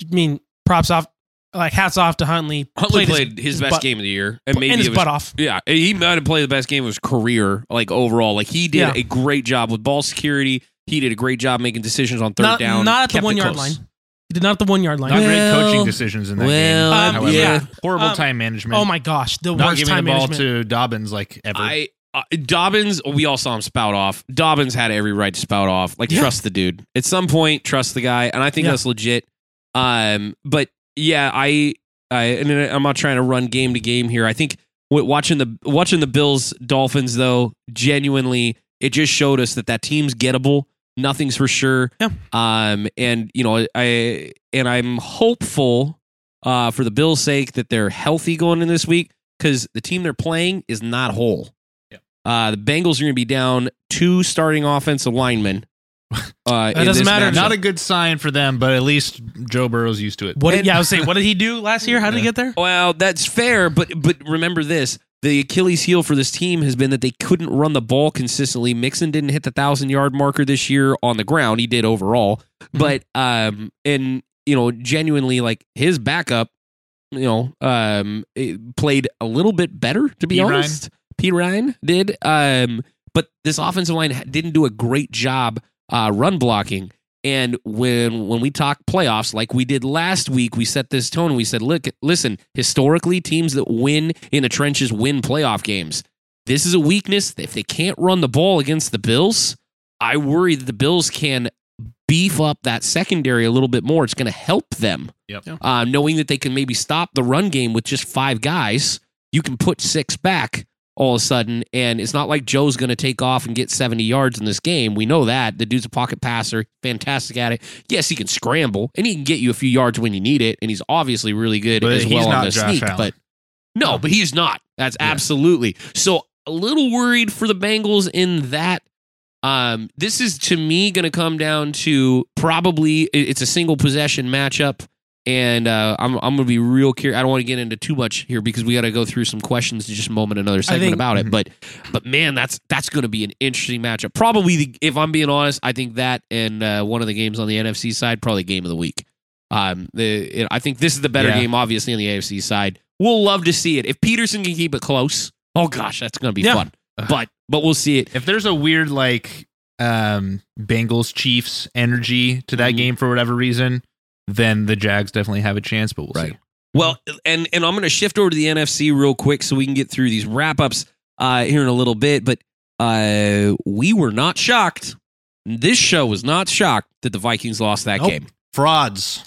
Speaker 2: I mean, props off, like hats off to Huntley.
Speaker 1: Huntley played, his, best
Speaker 2: butt-
Speaker 1: game of the year and maybe
Speaker 2: and his
Speaker 1: it was
Speaker 2: butt off.
Speaker 1: Yeah, he might have played the best game of his career, like overall. Like he did
Speaker 2: Yeah.
Speaker 1: a great job with ball security. He did a great job making decisions on third
Speaker 2: Not,
Speaker 1: down.
Speaker 2: not at the
Speaker 1: kept it
Speaker 2: one yard line.
Speaker 1: close.
Speaker 2: He did not at the one yard line.
Speaker 3: Not great
Speaker 1: well,
Speaker 3: coaching decisions in that
Speaker 1: well,
Speaker 3: game.
Speaker 2: Um,
Speaker 3: however,
Speaker 2: yeah.
Speaker 3: horrible
Speaker 2: Um,
Speaker 3: time management.
Speaker 2: Oh my gosh, the
Speaker 3: Not
Speaker 2: worst
Speaker 3: giving the
Speaker 2: time
Speaker 3: ball
Speaker 2: management.
Speaker 3: to Dobbins like ever.
Speaker 1: I uh, Dobbins, we all saw him spout off. Dobbins had every right to spout off. Like,
Speaker 2: Yeah.
Speaker 1: trust the dude. At some point, trust the guy, and I think
Speaker 2: Yeah.
Speaker 1: that's legit. Um, but yeah, I, I, and then I'm not trying to run game to game here. I think wa- watching the watching the Bills Dolphins though, genuinely, it just showed us that that team's gettable. Nothing's for sure.
Speaker 2: Yeah.
Speaker 1: Um, and you know, I and I'm hopeful, uh, for the Bills' sake that they're healthy going in this week because the team they're playing is not whole. Uh, the Bengals are going to be down two starting offensive
Speaker 2: [LAUGHS]
Speaker 1: linemen. Uh, in
Speaker 2: doesn't
Speaker 1: this
Speaker 2: matter.
Speaker 1: matchup.
Speaker 3: Not a good sign for them, but at least Joe Burrow's used to it.
Speaker 2: What?
Speaker 1: And-
Speaker 2: Did, yeah, I was saying, what did he do last year? How did he get there?
Speaker 1: Well, that's fair, but but remember this: the Achilles heel for this team has been that they couldn't run the ball consistently. Mixon didn't hit the thousand yard marker this year on the ground; he did overall, but um, and you know, genuinely, like his backup, you know, um, it played a little bit better to be
Speaker 3: P. Ryan.
Speaker 1: honest. P Ryan did, um, but this offensive line ha- didn't do a great job uh, run blocking. And when when we talk playoffs, like we did last week, we set this tone. We said, look, listen, historically, teams that win in the trenches win playoff games. This is a weakness. If they can't run the ball against the Bills, I worry that the Bills can beef up that secondary a little bit more. It's going to help them.
Speaker 3: Yep.
Speaker 2: Yeah.
Speaker 1: Uh, knowing that they can maybe stop the run game with just five guys, you can put six back all of a sudden. And it's not like Joe's going to take off and get 70 yards in this game. We know that. The dude's a pocket passer, fantastic at it. Yes, he can scramble and he can get you a few yards when you need it. And he's obviously really good
Speaker 3: But
Speaker 1: as
Speaker 3: he's
Speaker 1: well on
Speaker 3: not
Speaker 1: the
Speaker 3: Josh
Speaker 1: sneak.
Speaker 3: Allen.
Speaker 1: But no, but he's not. That's
Speaker 3: Yeah.
Speaker 1: absolutely. So a little worried for the Bengals in that. Um, this is to me going to come down to probably it- it's a single possession matchup, and uh, I'm I'm going to be real curious. I don't want to get into too much here because we got to go through some questions in just a moment, another segment
Speaker 2: think-
Speaker 1: about it.
Speaker 3: Mhm.
Speaker 1: But but man, that's that's going to be an interesting matchup. Probably, the, if I'm being honest, I think that and uh, one of the games on the NFC side, probably game of the week. Um, the I think this is the better
Speaker 3: Yeah.
Speaker 1: game, obviously, on the AFC side. We'll love to see it if Peterson can keep it close. Oh gosh, that's going to be
Speaker 2: Yeah.
Speaker 1: fun. But but we'll see it.
Speaker 3: If there's a weird like um Bengals Chiefs energy to that
Speaker 1: Mhm.
Speaker 3: game for whatever reason, then the Jags definitely have a chance, but we'll
Speaker 1: Right.
Speaker 3: see.
Speaker 1: Well, and and I'm going to shift over to the NFC real quick so we can get through these wrap ups uh, here in a little bit. But uh, we were not shocked. This show was not shocked that the Vikings lost that
Speaker 3: Nope.
Speaker 1: game.
Speaker 3: Frauds.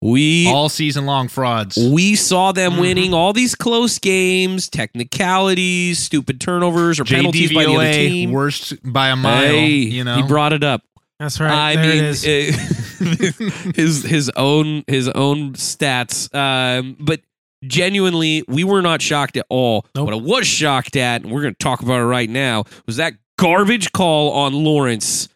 Speaker 1: We
Speaker 3: All Mm-hmm. season long frauds.
Speaker 1: we saw them
Speaker 2: Mhm.
Speaker 1: winning all these close games, technicalities, stupid turnovers or penalties by the other
Speaker 3: JDVOA,
Speaker 1: team.
Speaker 3: worst by a mile,
Speaker 1: Hey,
Speaker 3: you know.
Speaker 1: he brought it up.
Speaker 2: That's right.
Speaker 1: I
Speaker 2: there
Speaker 1: mean,
Speaker 2: it is.
Speaker 1: uh, [LAUGHS] his his own his own stats. Um, but genuinely, we were not shocked at all.
Speaker 2: Nope.
Speaker 1: What I was shocked at, and we're going to talk about it right now, was that garbage call on Lawrence.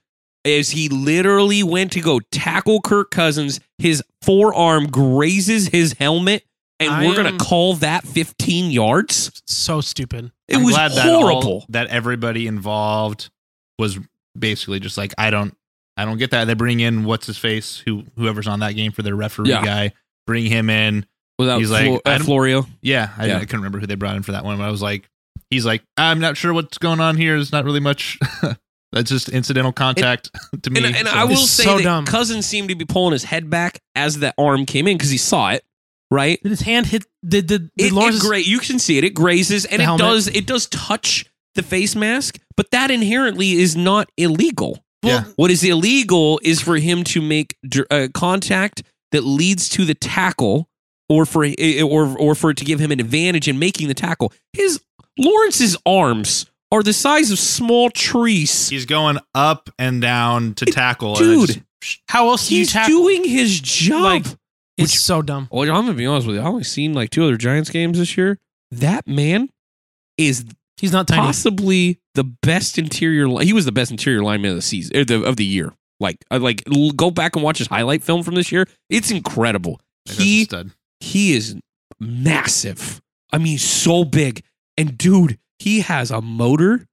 Speaker 1: As he literally went to go tackle Kirk Cousins, his forearm grazes his helmet, and
Speaker 2: I
Speaker 1: we're going
Speaker 2: am-
Speaker 1: to call that 15 yards.
Speaker 2: so stupid.
Speaker 1: It
Speaker 3: I'm
Speaker 1: was
Speaker 3: glad that all-
Speaker 1: horrible.
Speaker 3: That, everybody involved was basically just like, I don't, I don't get that. They bring in what's his face, who whoever's on that game for their referee
Speaker 1: Yeah.
Speaker 3: guy, bring him in.
Speaker 1: Without
Speaker 3: He's like,
Speaker 1: Flo-
Speaker 3: I
Speaker 1: uh,
Speaker 3: don't-
Speaker 1: Florio,
Speaker 3: Yeah, I,
Speaker 1: Yeah.
Speaker 3: I couldn't remember who they brought in for that one, but I was like, he's like, I'm not sure what's going on here. It's not really much. [LAUGHS] That's just incidental contact [LAUGHS] to me.
Speaker 1: and, and
Speaker 3: so-
Speaker 1: I will
Speaker 2: It's
Speaker 1: say
Speaker 2: so
Speaker 1: that
Speaker 2: dumb.
Speaker 1: Cousins seemed to be pulling his head back as that arm came in because he saw it, right?
Speaker 2: Did his hand hit? Did did,
Speaker 1: It,
Speaker 2: did
Speaker 1: it
Speaker 2: Lawrence's-
Speaker 1: gra- you can see it. It grazes and
Speaker 2: The
Speaker 1: it
Speaker 2: helmet.
Speaker 1: does it does touch the face mask, but that inherently is not illegal.
Speaker 3: Yeah.
Speaker 1: What is illegal is for him to make dr- uh, contact that leads to the tackle, or for eh, or or for it to give him an advantage in making the tackle. His Lawrence's arms are the size of small trees.
Speaker 3: he's going up and down to tackle. and I
Speaker 1: Dude,
Speaker 3: just-
Speaker 2: How else do you
Speaker 1: he's
Speaker 2: tackle?
Speaker 1: doing his job.
Speaker 2: Like, it's
Speaker 1: which-
Speaker 2: so dumb.
Speaker 1: Well, I'm gonna be honest with you. I've only seen like two other Giants games this year. That man is
Speaker 2: He's not tiny.
Speaker 1: possibly the best interior. Li- he was the best interior lineman of the season or the, of the year. Like, I- like l- go back and watch his highlight film from this year. It's incredible.
Speaker 3: that's a
Speaker 1: He
Speaker 3: stud.
Speaker 1: he is massive. I mean, so big. And dude, he has a motor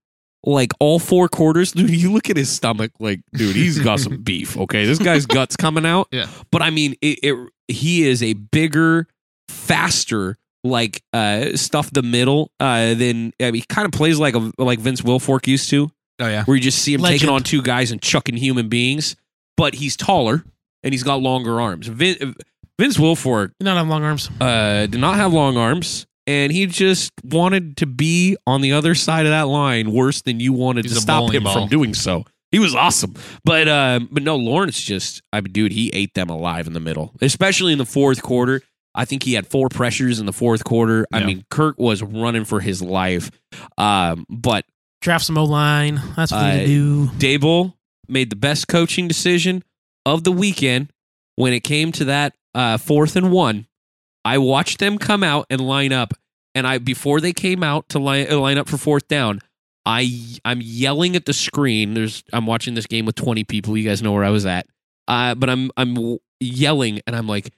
Speaker 1: like all four quarters. [LAUGHS] Dude, you look at his stomach, like, dude, he's got some beef. Okay. This guy's guts coming out.
Speaker 3: Yeah.
Speaker 1: But I mean, it, it he is a bigger, faster, like uh stuff the middle, uh than I mean, he kind of plays like a like Vince Wilfork used to
Speaker 3: Oh yeah.
Speaker 1: where you just see him
Speaker 2: Legend.
Speaker 1: taking on two guys and chucking human beings, but he's taller and he's got longer arms. Vin, uh, Vince Wilfork
Speaker 2: You don't have long arms.
Speaker 1: uh, did not have long arms. and he just wanted to be on the other side of that line worse than you wanted
Speaker 3: He's
Speaker 1: to
Speaker 3: a
Speaker 1: stop
Speaker 3: bowling
Speaker 1: him
Speaker 3: ball.
Speaker 1: from doing so. He was awesome, but uh, but no, Lawrence just I mean, dude, he ate them alive in the middle, especially in the fourth quarter. I think he had four pressures in the fourth quarter. I
Speaker 3: Yeah.
Speaker 1: mean, Kirk was running for his life, um, but
Speaker 2: Draft some O line. That's what
Speaker 1: I-
Speaker 2: they do.
Speaker 1: Dable made the best coaching decision of the weekend when it came to that uh, fourth and one. I watched them come out and line up, and I before they came out to line, uh, line up for fourth down, I I'm yelling at the screen. There's I'm watching this game with 20 people. You guys know where I was at, uh, but I'm I'm w- yelling and I'm like.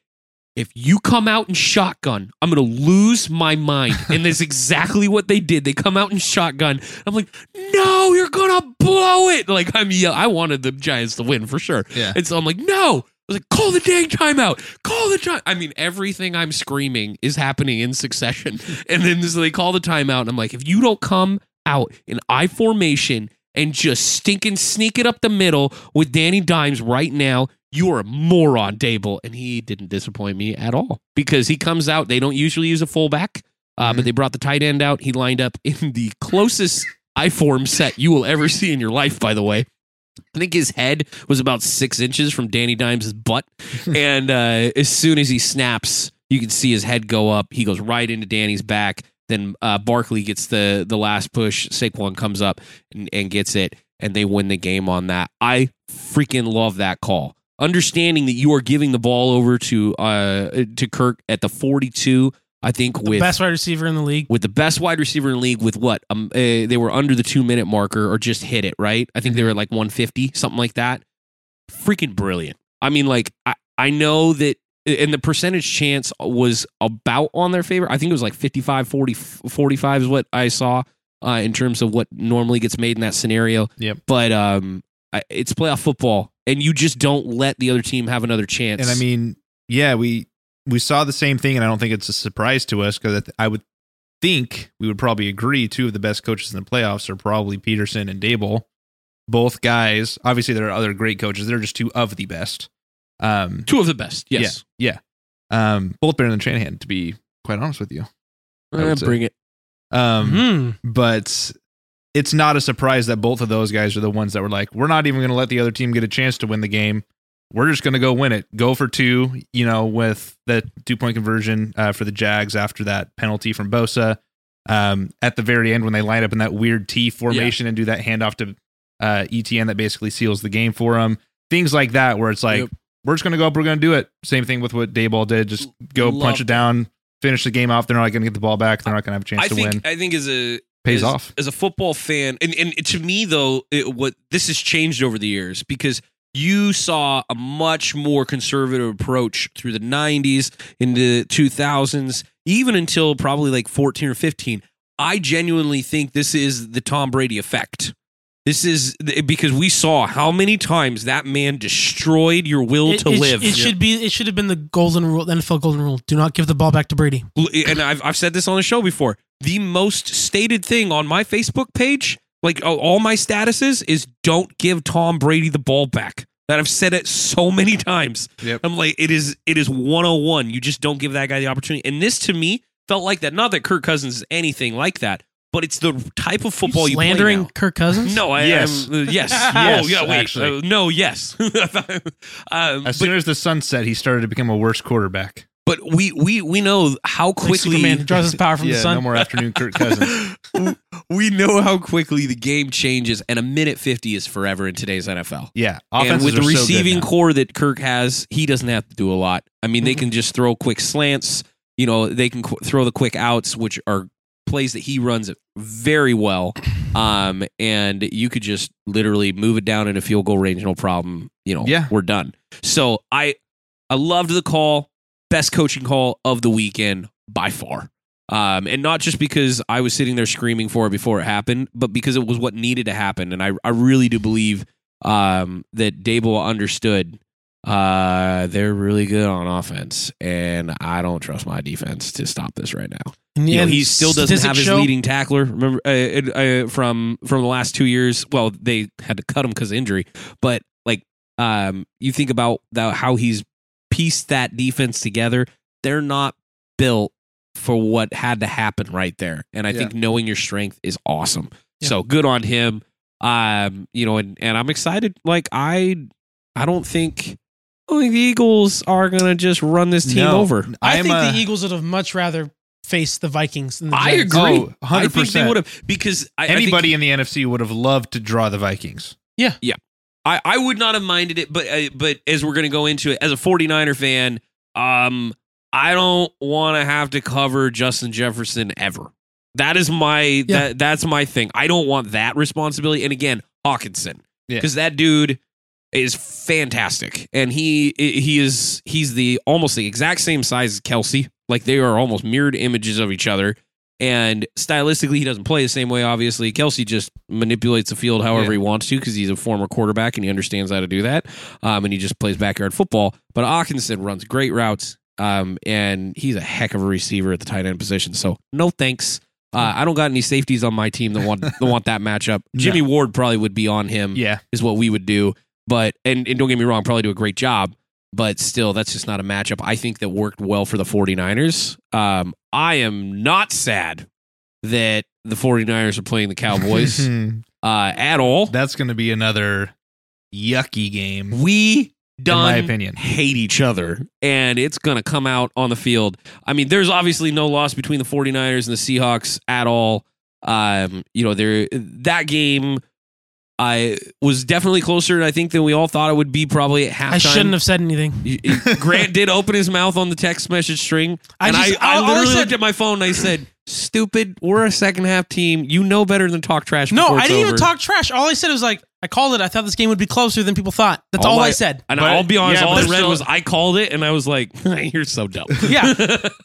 Speaker 1: If you come out in shotgun, I'm gonna lose my mind. And that's exactly what they did. They come out in shotgun. I'm like, no, you're gonna blow it. Like I'm yell- I wanted the Giants to win for sure.
Speaker 3: Yeah.
Speaker 1: And so I'm like, no. I was like, call the dang timeout. Call the time. I mean, everything I'm screaming is happening in succession. [LAUGHS] And then so they call the timeout, and I'm like, if you don't come out in I formation and just stinking sneak it up the middle with Danny Dimes right now, you are a moron, Dable. And he didn't disappoint me at all because he comes out. They don't usually use a fullback, uh,
Speaker 2: Mm-hmm.
Speaker 1: but they brought the tight end out. He lined up in the closest I form set you will ever see in your life, by the way. I think his head was about six inches from Danny Dimes'
Speaker 2: [LAUGHS]
Speaker 1: butt. and uh, as soon as he snaps, you can see his head go up. He goes right into Danny's back. Then uh, Barkley gets the the last push. Saquon comes up and, and gets it, and they win the game on that. I freaking love that call. Understanding that you are giving the ball over to uh, to Kirk at the 42, I think
Speaker 2: The
Speaker 1: with
Speaker 2: best wide receiver in the league.
Speaker 1: with the best wide receiver in the league with what um uh, they were under the two minute marker or just hit it right i think
Speaker 3: Mm-hmm.
Speaker 1: they were at like 150 something like that freaking brilliant i mean like i, I know that and the percentage chance was about on their favor i think it was like 55 40 45 is what i saw uh, in terms of what normally gets made in that scenario
Speaker 3: Yep.
Speaker 1: but um I, it's playoff football and you just don't let the other team have another chance
Speaker 3: And I mean, yeah, we we saw the same thing, and I don't think it's a surprise to us because I would think we would probably agree two of the best coaches in the playoffs are probably Peterson and Dable. Both guys, obviously, there are other great coaches. They're just two of the best. Um,
Speaker 1: two of the best yes
Speaker 3: yeah, yeah. Um, both better than Shanahan, to be quite honest with you. I would
Speaker 1: Uh,
Speaker 3: say.
Speaker 1: bring it
Speaker 3: Um,
Speaker 2: Hmm.
Speaker 3: but it's not a surprise that both of those guys are the ones that were like, we're not even going to let the other team get a chance to win the game. We're just going to go win it. Go for two, you know, with the two point conversion uh, for the Jags after that penalty from Bosa. Um, at the very end, when they line up in that weird T formation and do that handoff to uh, ETN that basically seals the game for them. Things like that, where it's like,
Speaker 1: Yep.
Speaker 3: we're just going to go up, we're going to do it. Same thing with what Dayball did. Just go
Speaker 1: Love
Speaker 3: punch it down, finish the game off. They're not going to get the ball back. They're not going to have a chance
Speaker 1: i
Speaker 3: to
Speaker 1: think
Speaker 3: win.
Speaker 1: i think is a
Speaker 3: Pays
Speaker 1: as,
Speaker 3: off.
Speaker 1: as a football fan and, and to me though it, what this has changed over the years because you saw a much more conservative approach through the 90s into 2000s even until probably like 14 or 15 i genuinely think this is the tom brady effect this is because we saw how many times that man destroyed your will
Speaker 2: It,
Speaker 1: to
Speaker 2: it-
Speaker 1: live
Speaker 2: it should be. It should have been the golden rule, the NFL golden rule. Do not give the ball back to Brady.
Speaker 1: and I've, I've said this on the show before the most stated thing on my facebook page like all- all my statuses is don't give tom brady the ball back that i've said it so many times
Speaker 3: Yep.
Speaker 1: i'm like it is it is 101 you just don't give that guy the opportunity and this to me felt like that not that kirk cousins is anything like that but it's the type of football Oh, you, play
Speaker 2: slandering
Speaker 1: now.
Speaker 2: Kirk Cousins.
Speaker 1: no i
Speaker 3: Yes.
Speaker 1: am uh,
Speaker 2: [LAUGHS]
Speaker 1: yes
Speaker 3: Yes,
Speaker 1: oh yeah wait
Speaker 3: actually.
Speaker 1: Uh, no yes [LAUGHS] um,
Speaker 3: As
Speaker 1: but,
Speaker 3: soon as the sun set, he started to become a worse quarterback.
Speaker 1: but we we we know how
Speaker 2: Like
Speaker 1: quickly
Speaker 2: Superman draws his power from
Speaker 3: yeah,
Speaker 2: the sun.
Speaker 3: no more afternoon Kirk Cousins.
Speaker 1: [LAUGHS] we know how quickly the game changes, and a minute fifty is forever in today's NFL.
Speaker 3: Yeah,
Speaker 1: And
Speaker 3: offenses
Speaker 1: with the
Speaker 3: are so good
Speaker 1: receiving
Speaker 3: now. Mm-hmm.
Speaker 1: core that Kirk has, he doesn't have to do a lot. I mean, they
Speaker 2: Mhm.
Speaker 1: can just throw quick slants. You know, they can qu- throw the quick outs, which are plays that he runs very well. Um, and you could just literally move it down into field goal range, no problem. You know,
Speaker 3: Yeah.
Speaker 1: we're done. So I, I loved the call, best coaching call of the weekend by far. Um, and not just because I was sitting there screaming for it before it happened, but because it was what needed to happen. And I, I really do believe um, that Dable understood uh, they're really good on offense, and I don't trust my defense to stop this right now.
Speaker 2: And
Speaker 1: You know,
Speaker 2: yeah,
Speaker 1: he still doesn't
Speaker 2: statistics
Speaker 1: have his
Speaker 2: show-
Speaker 1: leading tackler. Remember uh, uh, from from the last two years. Well, they had to cut him because of injury, but like um, you think about the, how he's pieced that defense together. They're not built for what had to happen right there. And I
Speaker 4: Yeah.
Speaker 1: think knowing your strength is awesome.
Speaker 2: Yeah.
Speaker 1: So good on him. Um, you know, and, and I'm excited. Like I I don't think I don't think the Eagles are gonna just run this team
Speaker 3: No.
Speaker 1: over.
Speaker 2: I
Speaker 3: am
Speaker 2: think
Speaker 3: a-
Speaker 2: the Eagles would have much rather faced the Vikings than the
Speaker 1: I
Speaker 2: Giants.
Speaker 1: agree.
Speaker 3: Oh, 100%.
Speaker 1: I think they would have because I, I think-
Speaker 3: Anybody in the NFC would have loved to draw the Vikings.
Speaker 1: I, I would not have minded it, but uh, but as we're going to go into it, as a 49er fan, um, I don't want to have to cover Justin Jefferson ever. That is my that that's my thing. I don't want that responsibility. And again, Hawkinson,
Speaker 3: Yeah.
Speaker 1: because that dude is fantastic, and he he is he's the almost the exact same size as Kelsey. Like they are almost mirrored images of each other. And stylistically, he doesn't play the same way. Obviously, Kelsey just manipulates the field however
Speaker 3: Yeah.
Speaker 1: he wants to because he's a former quarterback and he understands how to do that. Um, and he just plays backyard football. But Hawkinson runs great routes, um, and he's a heck of a receiver at the tight end position. So no thanks. Uh, I don't got any safeties on my team that want that want that matchup.
Speaker 3: [LAUGHS] No.
Speaker 1: Jimmy Ward probably would be on him
Speaker 3: Yeah.
Speaker 1: is what we would do. But and, and don't get me wrong, probably do a great job. But still, that's just not a matchup I think that worked well for the 49ers. Um, I am not sad that the 49ers are playing the Cowboys uh, at all.
Speaker 3: [LAUGHS] That's going to be another yucky game,
Speaker 1: We
Speaker 3: in my
Speaker 1: done
Speaker 3: opinion.
Speaker 1: hate each other and it's going to come out on the field. I mean, there's obviously no loss between the 49ers and the Seahawks at all. Um, you know, there that game I was definitely closer I think than we all thought it would be probably at halftime.
Speaker 2: I
Speaker 1: [LAUGHS]
Speaker 2: shouldn't have said anything.
Speaker 1: You- you- Grant did open his mouth on the text message string,
Speaker 2: I
Speaker 1: and I,
Speaker 2: just-
Speaker 1: I,
Speaker 2: all- all I
Speaker 1: literally
Speaker 2: said-
Speaker 1: looked at my phone and I said, "Stupid, we're a second half team. You know better than talk trash."
Speaker 2: No,
Speaker 1: before
Speaker 2: I
Speaker 1: it's
Speaker 2: didn't
Speaker 1: over."
Speaker 2: even talk trash. All I said was like, I called it. I thought this game would be closer than people thought. That's all,
Speaker 1: All
Speaker 2: I,
Speaker 1: I- [LAUGHS]
Speaker 2: said.
Speaker 1: And
Speaker 3: But-
Speaker 1: I'll be honest,
Speaker 3: yeah,
Speaker 1: all
Speaker 3: but
Speaker 1: I
Speaker 3: there's
Speaker 1: read
Speaker 3: still-
Speaker 1: was I called it, and I was like, [LAUGHS] "You're so dumb."
Speaker 2: Yeah,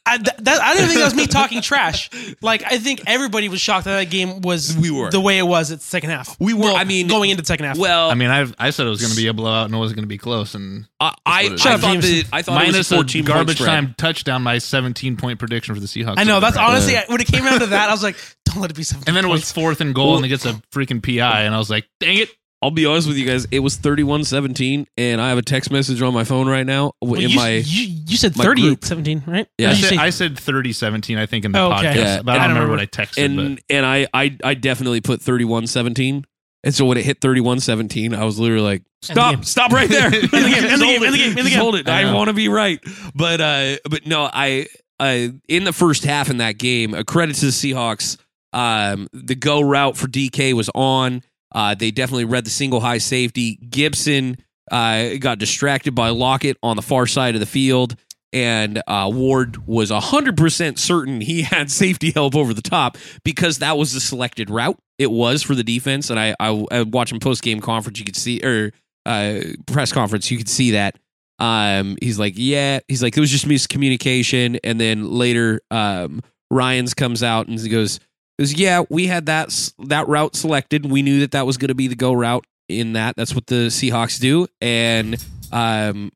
Speaker 2: I, th- that, I didn't think that was me talking trash. Like I think everybody was shocked that that game was
Speaker 1: We were.
Speaker 2: the way it was at the second half.
Speaker 1: We were.
Speaker 2: Well,
Speaker 1: I mean,
Speaker 2: going into the second half.
Speaker 1: well,
Speaker 3: I mean, I've, I said it was going to be a blowout and it wasn't going to be close. And
Speaker 1: I, I, I
Speaker 3: That's what it is.
Speaker 1: thought that
Speaker 2: Shut up, Jameson.
Speaker 1: I thought it
Speaker 3: minus
Speaker 1: was
Speaker 3: a
Speaker 1: 14 point
Speaker 3: garbage
Speaker 1: spread.
Speaker 3: time touchdown, my 17 point prediction for the Seahawks.
Speaker 2: I know that's
Speaker 3: Right.
Speaker 2: honestly when it came down to that, I was like, don't let it be something.
Speaker 3: And then it was fourth and goal,
Speaker 1: Well-
Speaker 3: and it gets a freaking PI, and I was like, "Dang it!"
Speaker 1: I'll be honest with you guys, it was 31-17, and I have a text message on my phone right now w- in
Speaker 2: you,
Speaker 1: my.
Speaker 2: you, you said
Speaker 1: my
Speaker 2: 38,
Speaker 1: group.
Speaker 2: 17, right?
Speaker 1: Yeah.
Speaker 2: Or
Speaker 3: I
Speaker 2: did you
Speaker 3: said,
Speaker 2: say-
Speaker 3: I said 30-17, I think, in the
Speaker 2: Oh, okay.
Speaker 3: podcast,
Speaker 1: Yeah.
Speaker 3: but
Speaker 2: And-
Speaker 3: I don't remember what I texted.
Speaker 1: and and I, I I definitely put 31-17. And so when it hit 31-17, I was literally like,
Speaker 2: the game.
Speaker 1: "Stop! Stop right there!
Speaker 3: In the
Speaker 1: [LAUGHS]
Speaker 2: game, in
Speaker 1: Just hold
Speaker 2: the game, in
Speaker 1: it.
Speaker 2: the game, in the
Speaker 1: Just
Speaker 2: game.
Speaker 1: Hold it!
Speaker 3: I
Speaker 1: I,
Speaker 3: know.
Speaker 1: want to be right." But uh, but no, I uh, in the first half in that game, a credit to the Seahawks. Um, the go route for DK was on. Uh, they definitely read the single high safety. Gibson uh, got distracted by Lockett on the far side of the field, and uh, Ward was 100% certain he [LAUGHS] had safety help over the top because that was the selected route. It was for the defense. And I, I, I watching post game conference, you could see, or uh, press conference, you could see that. Um, he's like, yeah, he's like, it was just miscommunication. And then later, um, Ryan's comes out and he goes, goes, yeah, we had that s- that route selected. We knew that that was going to be the go route in that. That's what the Seahawks do, and um,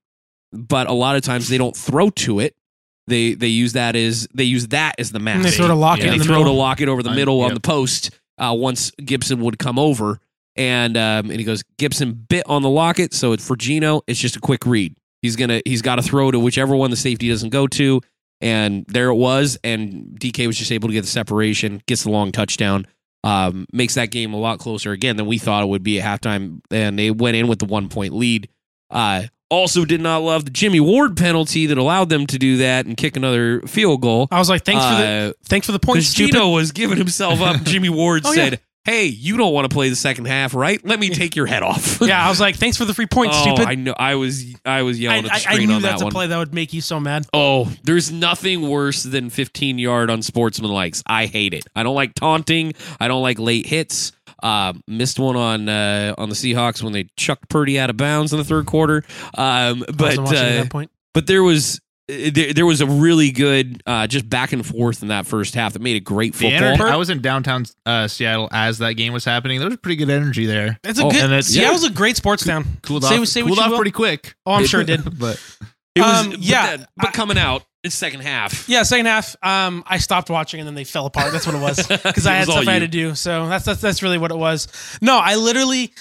Speaker 1: but a lot of times they don't throw to it. They they use that as they use that as the
Speaker 2: And
Speaker 1: mask.
Speaker 2: they sort of lock
Speaker 3: Yeah.
Speaker 2: it in
Speaker 1: they
Speaker 2: the
Speaker 1: throw to
Speaker 2: middle.
Speaker 1: lock it over the
Speaker 3: I-
Speaker 1: middle on
Speaker 3: yep.
Speaker 1: the post. Uh, once Gibson would come over, and um, and he goes Gibson bit on the locket, so it's for Gino. It's just a quick read. He's gonna he's got to throw to whichever one the safety doesn't go to, and there it was. And DK was just able to get the separation, gets the long touchdown, um, makes that game a lot closer again than we thought it would be at halftime. And they went in with the one point lead. Uh, also, did not love the Jimmy Ward penalty that allowed them to do that and kick another field goal.
Speaker 2: I was like, thanks for the
Speaker 1: Uh,
Speaker 2: thanks for the point.
Speaker 1: because
Speaker 2: Stupid.
Speaker 1: Gino was giving himself
Speaker 2: [LAUGHS]
Speaker 1: up. Jimmy Ward
Speaker 2: Oh, yeah.
Speaker 1: said, "Hey, you don't want to play the second half, right? Let me take your head off."
Speaker 2: [LAUGHS]
Speaker 1: [LAUGHS]
Speaker 2: yeah, I was like, thanks for the free point.
Speaker 1: oh,
Speaker 2: stupid.
Speaker 1: I know. I was I was
Speaker 2: I,
Speaker 1: yelling at the
Speaker 2: I- I
Speaker 1: screen
Speaker 2: knew
Speaker 1: on that
Speaker 2: that's
Speaker 1: one.
Speaker 2: a play that would make you so mad.
Speaker 1: Oh, there's nothing worse than 15 yard on sportsman likes. I hate it. I don't like taunting. I don't like late hits. Um, missed one on uh, on the Seahawks when they chucked Purdy out of bounds in the third quarter. Um, but
Speaker 2: I wasn't watching at
Speaker 1: uh,
Speaker 2: that point.
Speaker 1: but there was uh, there, there was a really good uh, just back and forth in that first half that made it great
Speaker 3: The
Speaker 1: football.
Speaker 3: energy, I was in downtown uh, Seattle as that game was happening. There was pretty good energy there.
Speaker 2: It's a
Speaker 1: oh,
Speaker 2: good.
Speaker 3: and it-
Speaker 2: Seattle's a great sports town.
Speaker 3: Cooled
Speaker 2: Say-
Speaker 3: off,
Speaker 2: say what
Speaker 3: cooled
Speaker 2: you
Speaker 3: off
Speaker 2: will.
Speaker 3: pretty quick.
Speaker 2: Oh, I'm sure
Speaker 1: [LAUGHS]
Speaker 2: it did.
Speaker 3: but
Speaker 1: It was,
Speaker 2: Um,
Speaker 1: but
Speaker 2: yeah,
Speaker 1: that- but
Speaker 2: I-
Speaker 1: coming out in second
Speaker 2: [LAUGHS]
Speaker 1: half.
Speaker 2: Yeah, second half. Um, I stopped watching and then they fell apart. That's what
Speaker 1: [LAUGHS]
Speaker 2: it was because I
Speaker 1: It
Speaker 2: had
Speaker 1: was all
Speaker 2: stuff I had
Speaker 1: you.
Speaker 2: to do. So that's that's that's really what it was. No, I literally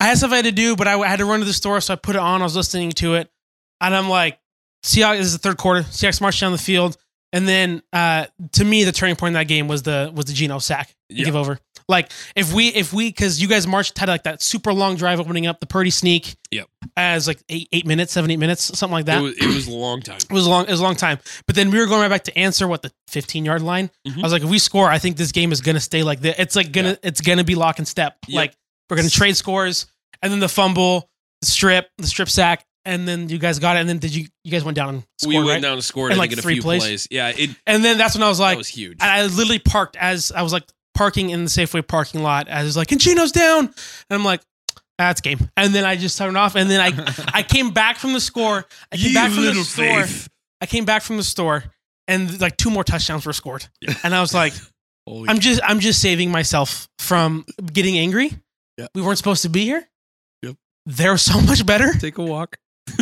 Speaker 2: I had stuff I had to do, but I, I had to run to the store, so I put it on. I was listening to it, and I'm like, Seahawks. This is the third quarter. Seahawks march down the field, And then uh, to me, the turning point in that game was the was the Geno sack
Speaker 1: Yeah.
Speaker 2: give over. Like if we if we because you guys marched had like that super long drive opening up the Purdy sneak.
Speaker 1: Yep.
Speaker 2: As like eight eight minutes, seven eight minutes, something like that.
Speaker 1: it, was, it was a long
Speaker 2: [CLEARS THROAT]
Speaker 1: time.
Speaker 2: It was a long. It was a long time. But then we were going right back to answer what the 15 yard line.
Speaker 1: Mhm.
Speaker 2: I was like, if we score, I think this game is gonna stay like this. It's like gonna it's gonna be lock and step.
Speaker 1: Yep.
Speaker 2: Like we're gonna trade scores, and then the fumble, the strip, the strip sack, and then you guys got it. And then did you you guys went down and scored
Speaker 1: we went
Speaker 2: right?
Speaker 1: down and scored I
Speaker 2: In like
Speaker 1: think, in a
Speaker 2: three
Speaker 1: few plays.
Speaker 2: plays.
Speaker 1: Yeah, it
Speaker 2: And then that's when I was
Speaker 1: that
Speaker 2: like,
Speaker 1: was huge. [LAUGHS]
Speaker 2: and I literally parked as I was like parking in the Safeway parking lot as it's like, and Chino's down. And I'm like, that's game. And then I just turned off. And
Speaker 1: [LAUGHS]
Speaker 2: then I I came back from the score. I came back from the store. I came back from the store and like two more touchdowns were scored. And I
Speaker 1: [LAUGHS]
Speaker 2: was like,
Speaker 1: Holy
Speaker 2: I'm just I'm just saving myself from getting angry.
Speaker 1: Yep.
Speaker 2: We weren't supposed to be here.
Speaker 1: Yep.
Speaker 2: They're so much
Speaker 1: [LAUGHS]
Speaker 2: better.
Speaker 1: take a walk,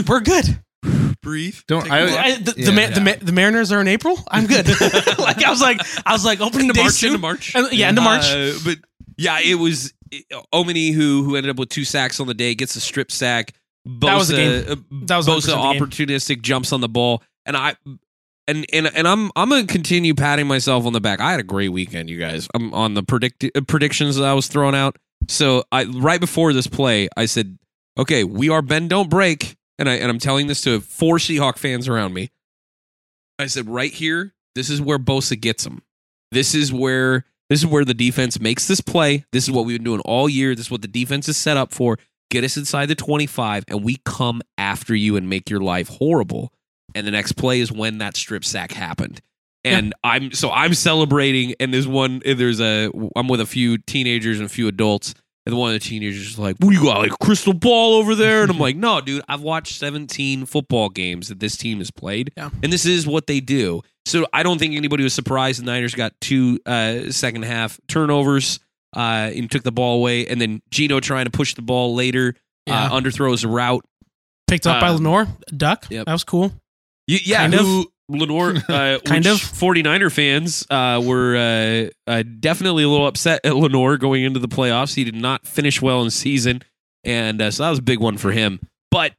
Speaker 2: We're good.
Speaker 1: Oh, breathe.
Speaker 3: Don't-
Speaker 1: take
Speaker 3: I-
Speaker 1: a
Speaker 2: [LAUGHS]
Speaker 1: walk.
Speaker 2: I- the,
Speaker 3: Yeah.
Speaker 2: the, Ma- the, Ma- the Mariners are in April.
Speaker 1: [LAUGHS]
Speaker 2: I'm good. [LAUGHS] like I was like I was like opening
Speaker 1: Into
Speaker 2: day
Speaker 1: March,
Speaker 2: soon.
Speaker 1: into March.
Speaker 2: And- yeah, end of March.
Speaker 1: Uh, but yeah, it was it, Omini who who ended up with two sacks on the day, gets a strip sack. Bosa,
Speaker 2: That was the game.
Speaker 1: uh,
Speaker 2: That was
Speaker 1: Bosa
Speaker 2: 100% the
Speaker 1: opportunistic jumps on the ball, and I and and and I'm I'm gonna continue patting myself on the back. I had a great weekend, you guys. I'm on the predict uh, predictions that I was throwing out. So I right before this play, I said, "Okay, we are bend don't break," and I and I'm telling this to four Seahawk fans around me. I said, "Right here, this is where Bosa gets him. This is where." This is where the defense makes this play. This is what we've been doing all year. This is what the defense is set up for. Get us inside the 25, and we come after you and make your life horrible. And the next play is when that strip sack happened. And I'm so I'm celebrating. And there's one, eh, there's a, I'm with a few teenagers and a few adults. And one of the teenagers is like, What do you got? Like a crystal ball over there? And I'm like, No, dude, I've watched 17 football games that this team has played.
Speaker 2: Yeah.
Speaker 1: And this is what they do. So I don't think anybody was surprised the Niners got two uh, second half turnovers uh, and took the ball away. And then Gino trying to push the ball later,
Speaker 2: Yeah.
Speaker 1: uh, underthrows a route.
Speaker 2: Picked up by
Speaker 1: Um,
Speaker 2: Lenore Duck.
Speaker 1: yep.
Speaker 2: That was cool.
Speaker 1: Y- yeah,
Speaker 2: Kind of.
Speaker 1: who
Speaker 2: [LAUGHS]
Speaker 1: Lenore, uh,
Speaker 2: Kind
Speaker 1: which
Speaker 2: of.
Speaker 1: 49er fans uh, were uh, uh, definitely a little upset at Lenore going into the playoffs. He did not finish well in season, and uh, so that was a big one for him. But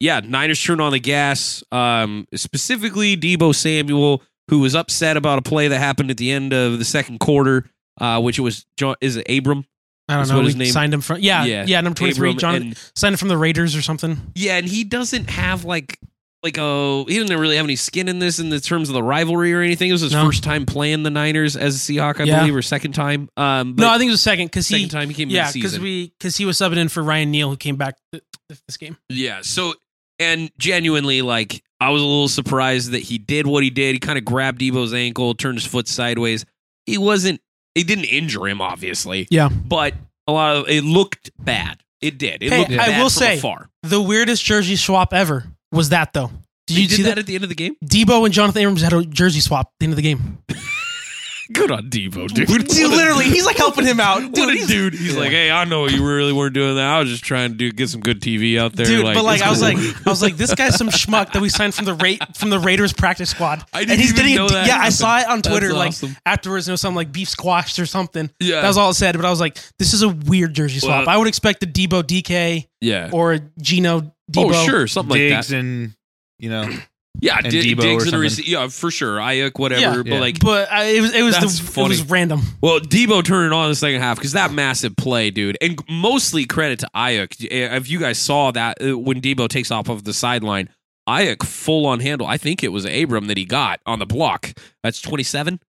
Speaker 1: yeah, Niners turned on the gas. Um, specifically, Debo Samuel, who was upset about a play that happened at the end of the second quarter, uh, which was John, is it Abram?
Speaker 2: I don't
Speaker 1: That's
Speaker 2: know.
Speaker 1: what
Speaker 2: We
Speaker 1: his name-
Speaker 2: signed him from yeah
Speaker 1: Yeah.
Speaker 2: yeah, number twenty three.
Speaker 1: Abram
Speaker 2: John
Speaker 1: and-
Speaker 2: signed him from the Raiders or something.
Speaker 1: Yeah, and he doesn't have like like oh he didn't really have any skin in this in the terms of the rivalry or anything. It was his
Speaker 2: No.
Speaker 1: first time playing the Niners as a Seahawk, I
Speaker 2: Yeah.
Speaker 1: believe, or second time. Um, but
Speaker 2: no, I think it was second because
Speaker 1: second
Speaker 2: he
Speaker 1: time he came
Speaker 2: yeah because
Speaker 1: season.
Speaker 2: we because he was subbing in for Ryan Neal who came back th- th- this game.
Speaker 1: yeah, so and genuinely like I was a little surprised that he did what he did. He kind of grabbed Debo's ankle, turned his foot sideways. He wasn't. It didn't injure him, obviously.
Speaker 2: Yeah.
Speaker 1: but a lot of it looked bad. It did. It
Speaker 2: Hey,
Speaker 1: looked
Speaker 2: I
Speaker 1: bad
Speaker 2: will
Speaker 1: from
Speaker 2: say,
Speaker 1: afar.
Speaker 2: The weirdest jersey swap ever was that though. Did
Speaker 1: They
Speaker 2: you
Speaker 1: did
Speaker 2: see
Speaker 1: that
Speaker 2: that?
Speaker 1: at the end of the game?
Speaker 2: Debo and Jonathan Abrams had a jersey swap at the end of the game.
Speaker 1: Good on Debo, dude.
Speaker 2: Dude, literally, he's like helping him out. Dude,
Speaker 1: What a
Speaker 2: he's-
Speaker 1: dude. He's like, hey, I know you really weren't doing that. I was just trying to do, get some good TV out there.
Speaker 2: Dude, but like
Speaker 1: it's
Speaker 2: I was
Speaker 1: cool. [LAUGHS]
Speaker 2: like I was like this guy's some schmuck that we signed from the Ra- from the Raiders practice squad.
Speaker 1: I didn't
Speaker 2: and he's
Speaker 1: even
Speaker 2: getting a
Speaker 1: know
Speaker 2: D-
Speaker 1: that
Speaker 2: yeah I
Speaker 1: happened.
Speaker 2: saw it on Twitter like
Speaker 1: awesome.
Speaker 2: afterwards you know something like beef squashed or something.
Speaker 1: yeah,
Speaker 2: That was all it said, but I was like this is a weird jersey swap.
Speaker 1: Well-
Speaker 2: I would expect the Debo DK
Speaker 1: yeah.
Speaker 2: or a Gino Debo.
Speaker 1: Oh, sure, something like
Speaker 3: Diggs
Speaker 1: that.
Speaker 3: and you know
Speaker 1: Yeah,
Speaker 3: and
Speaker 1: Di-
Speaker 3: Debo
Speaker 1: Diggs
Speaker 3: or
Speaker 1: and a
Speaker 3: something.
Speaker 1: rece- yeah, for sure. Ayuk, whatever.
Speaker 2: Yeah.
Speaker 1: but
Speaker 3: Yeah.
Speaker 1: like,
Speaker 2: But uh, it was it was
Speaker 1: That's
Speaker 2: the
Speaker 1: funny.
Speaker 2: it was random.
Speaker 1: well, Debo turning on the second half because that massive play, dude, and mostly credit to Ayuk. If you guys saw that uh, when Debo takes off of the sideline, Ayuk full on handle. I think it was Abram that he got on the block. That's twenty seven,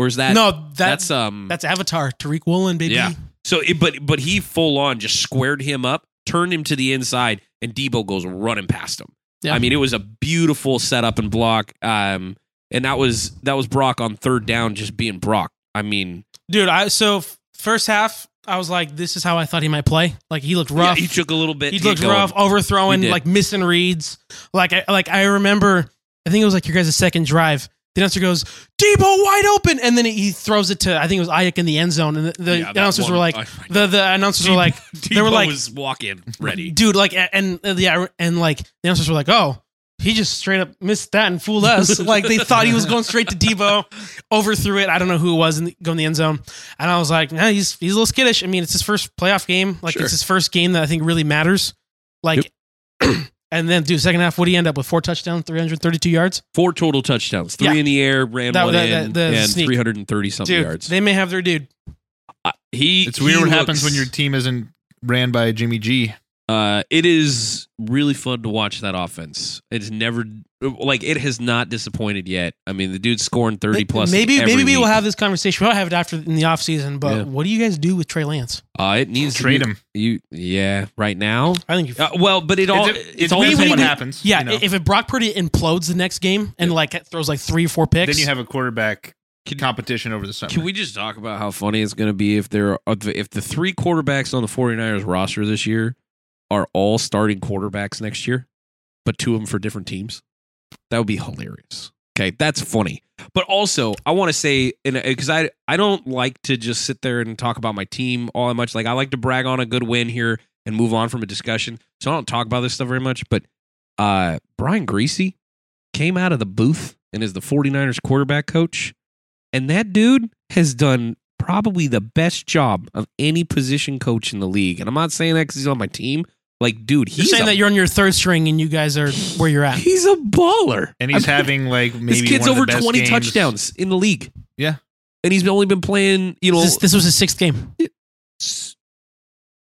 Speaker 1: or is that
Speaker 2: no, that, that's
Speaker 1: that's um
Speaker 2: that's Avatar Tariq Woolen baby.
Speaker 1: Yeah. So, it, but but he full on just squared him up, turned him to the inside, and Debo goes running past him.
Speaker 2: Yeah.
Speaker 1: I mean, it was a beautiful setup and block. Um, and that was that was Brock on third down, just being Brock. I mean,
Speaker 2: dude. I so f- first half I was like this is how I thought he might play. Like he looked rough.
Speaker 1: yeah, he took a little bit.
Speaker 2: he looked
Speaker 1: got going.
Speaker 2: rough, overthrowing,
Speaker 1: He did.
Speaker 2: like missing reads. Like I like I remember, I think it was like your guys' second drive. The announcer goes, Debo wide open, and then he throws it to I think it was Ayuk in the end zone, and the, the
Speaker 1: Yeah, that
Speaker 2: announcers
Speaker 1: one-
Speaker 2: were like,
Speaker 1: I-
Speaker 2: the the announcers
Speaker 1: Debo-
Speaker 2: were
Speaker 3: [LAUGHS]
Speaker 2: like,
Speaker 1: Debo
Speaker 2: they were like-
Speaker 1: was walk in ready.
Speaker 2: dude, like a- and, and yeah, and like the announcers were like, oh. He just straight up missed that and fooled
Speaker 1: [LAUGHS]
Speaker 2: us. like they thought he was going straight to Debo, overthrew it. I don't know who it was in the, going in the end zone, and I was like, nah, he's he's a little skittish. I mean, it's his first playoff game. Like
Speaker 1: Sure.
Speaker 2: it's his first game that I think really matters. Like [CLEARS THROAT] And then, dude, second half, what do you end up with? Four touchdowns, 332 yards?
Speaker 1: Four total touchdowns, three
Speaker 2: Yeah.
Speaker 1: in the air, ran
Speaker 2: That-
Speaker 1: one
Speaker 2: that-
Speaker 1: in,
Speaker 2: that- the
Speaker 1: and
Speaker 2: sneak.
Speaker 1: 330 something
Speaker 2: Dude,
Speaker 1: yards.
Speaker 2: they may have their dude.
Speaker 1: Uh, he
Speaker 3: It's weird
Speaker 1: he
Speaker 3: what happens when
Speaker 1: looks-
Speaker 3: your team isn't ran by Jimmy G.
Speaker 1: Uh, it is really fun to watch that offense. It's never like it has not disappointed yet. I mean, the dude's scoring thirty plus.
Speaker 2: Maybe
Speaker 1: every
Speaker 2: maybe we will
Speaker 1: week.
Speaker 2: have this conversation. We'll have it after in the offseason, but
Speaker 1: Yeah.
Speaker 2: what do you guys do with Trey Lance?
Speaker 1: Uh, it needs to
Speaker 3: Trade
Speaker 1: be-
Speaker 3: him.
Speaker 1: You yeah, right now.
Speaker 2: I think you
Speaker 1: Uh, well, but it all
Speaker 3: It de- it
Speaker 1: it's all
Speaker 3: depends
Speaker 2: we-
Speaker 3: on
Speaker 2: we-
Speaker 3: what
Speaker 2: we-
Speaker 3: happens.
Speaker 2: Yeah,
Speaker 3: you know.
Speaker 2: if if Brock Purdy implodes the next game and like throws like three or four picks,
Speaker 3: then you have a quarterback
Speaker 1: Can-
Speaker 3: competition over the summer.
Speaker 1: Can we just talk about how funny it's going to be if there are, if the three quarterbacks on the 49ers roster this year are all starting quarterbacks next year, but two of them for different teams? That would be hilarious. Okay, that's funny. But also, I want to say and because I I don't like to just sit there and talk about my team all that much. Like I like to brag on a good win here and move on from a discussion. So I don't talk about this stuff very much, but uh Brian Greasy came out of the booth and is the 49ers quarterback coach. And that dude has done probably the best job of any position coach in the league. And I'm not saying that because he's on my team. Like, dude,
Speaker 2: you're
Speaker 1: he's
Speaker 2: saying
Speaker 1: a,
Speaker 2: that you're on your third string and you guys are where you're at.
Speaker 1: he's a baller. [LAUGHS]
Speaker 3: and he's
Speaker 1: I mean,
Speaker 3: having like maybe
Speaker 1: his kid's
Speaker 3: one of the
Speaker 1: over
Speaker 3: best
Speaker 1: 20
Speaker 3: games. [LAUGHS]
Speaker 1: touchdowns in the league.
Speaker 3: Yeah.
Speaker 1: And he's only been playing, you know,
Speaker 2: This, this was his sixth game,
Speaker 1: s-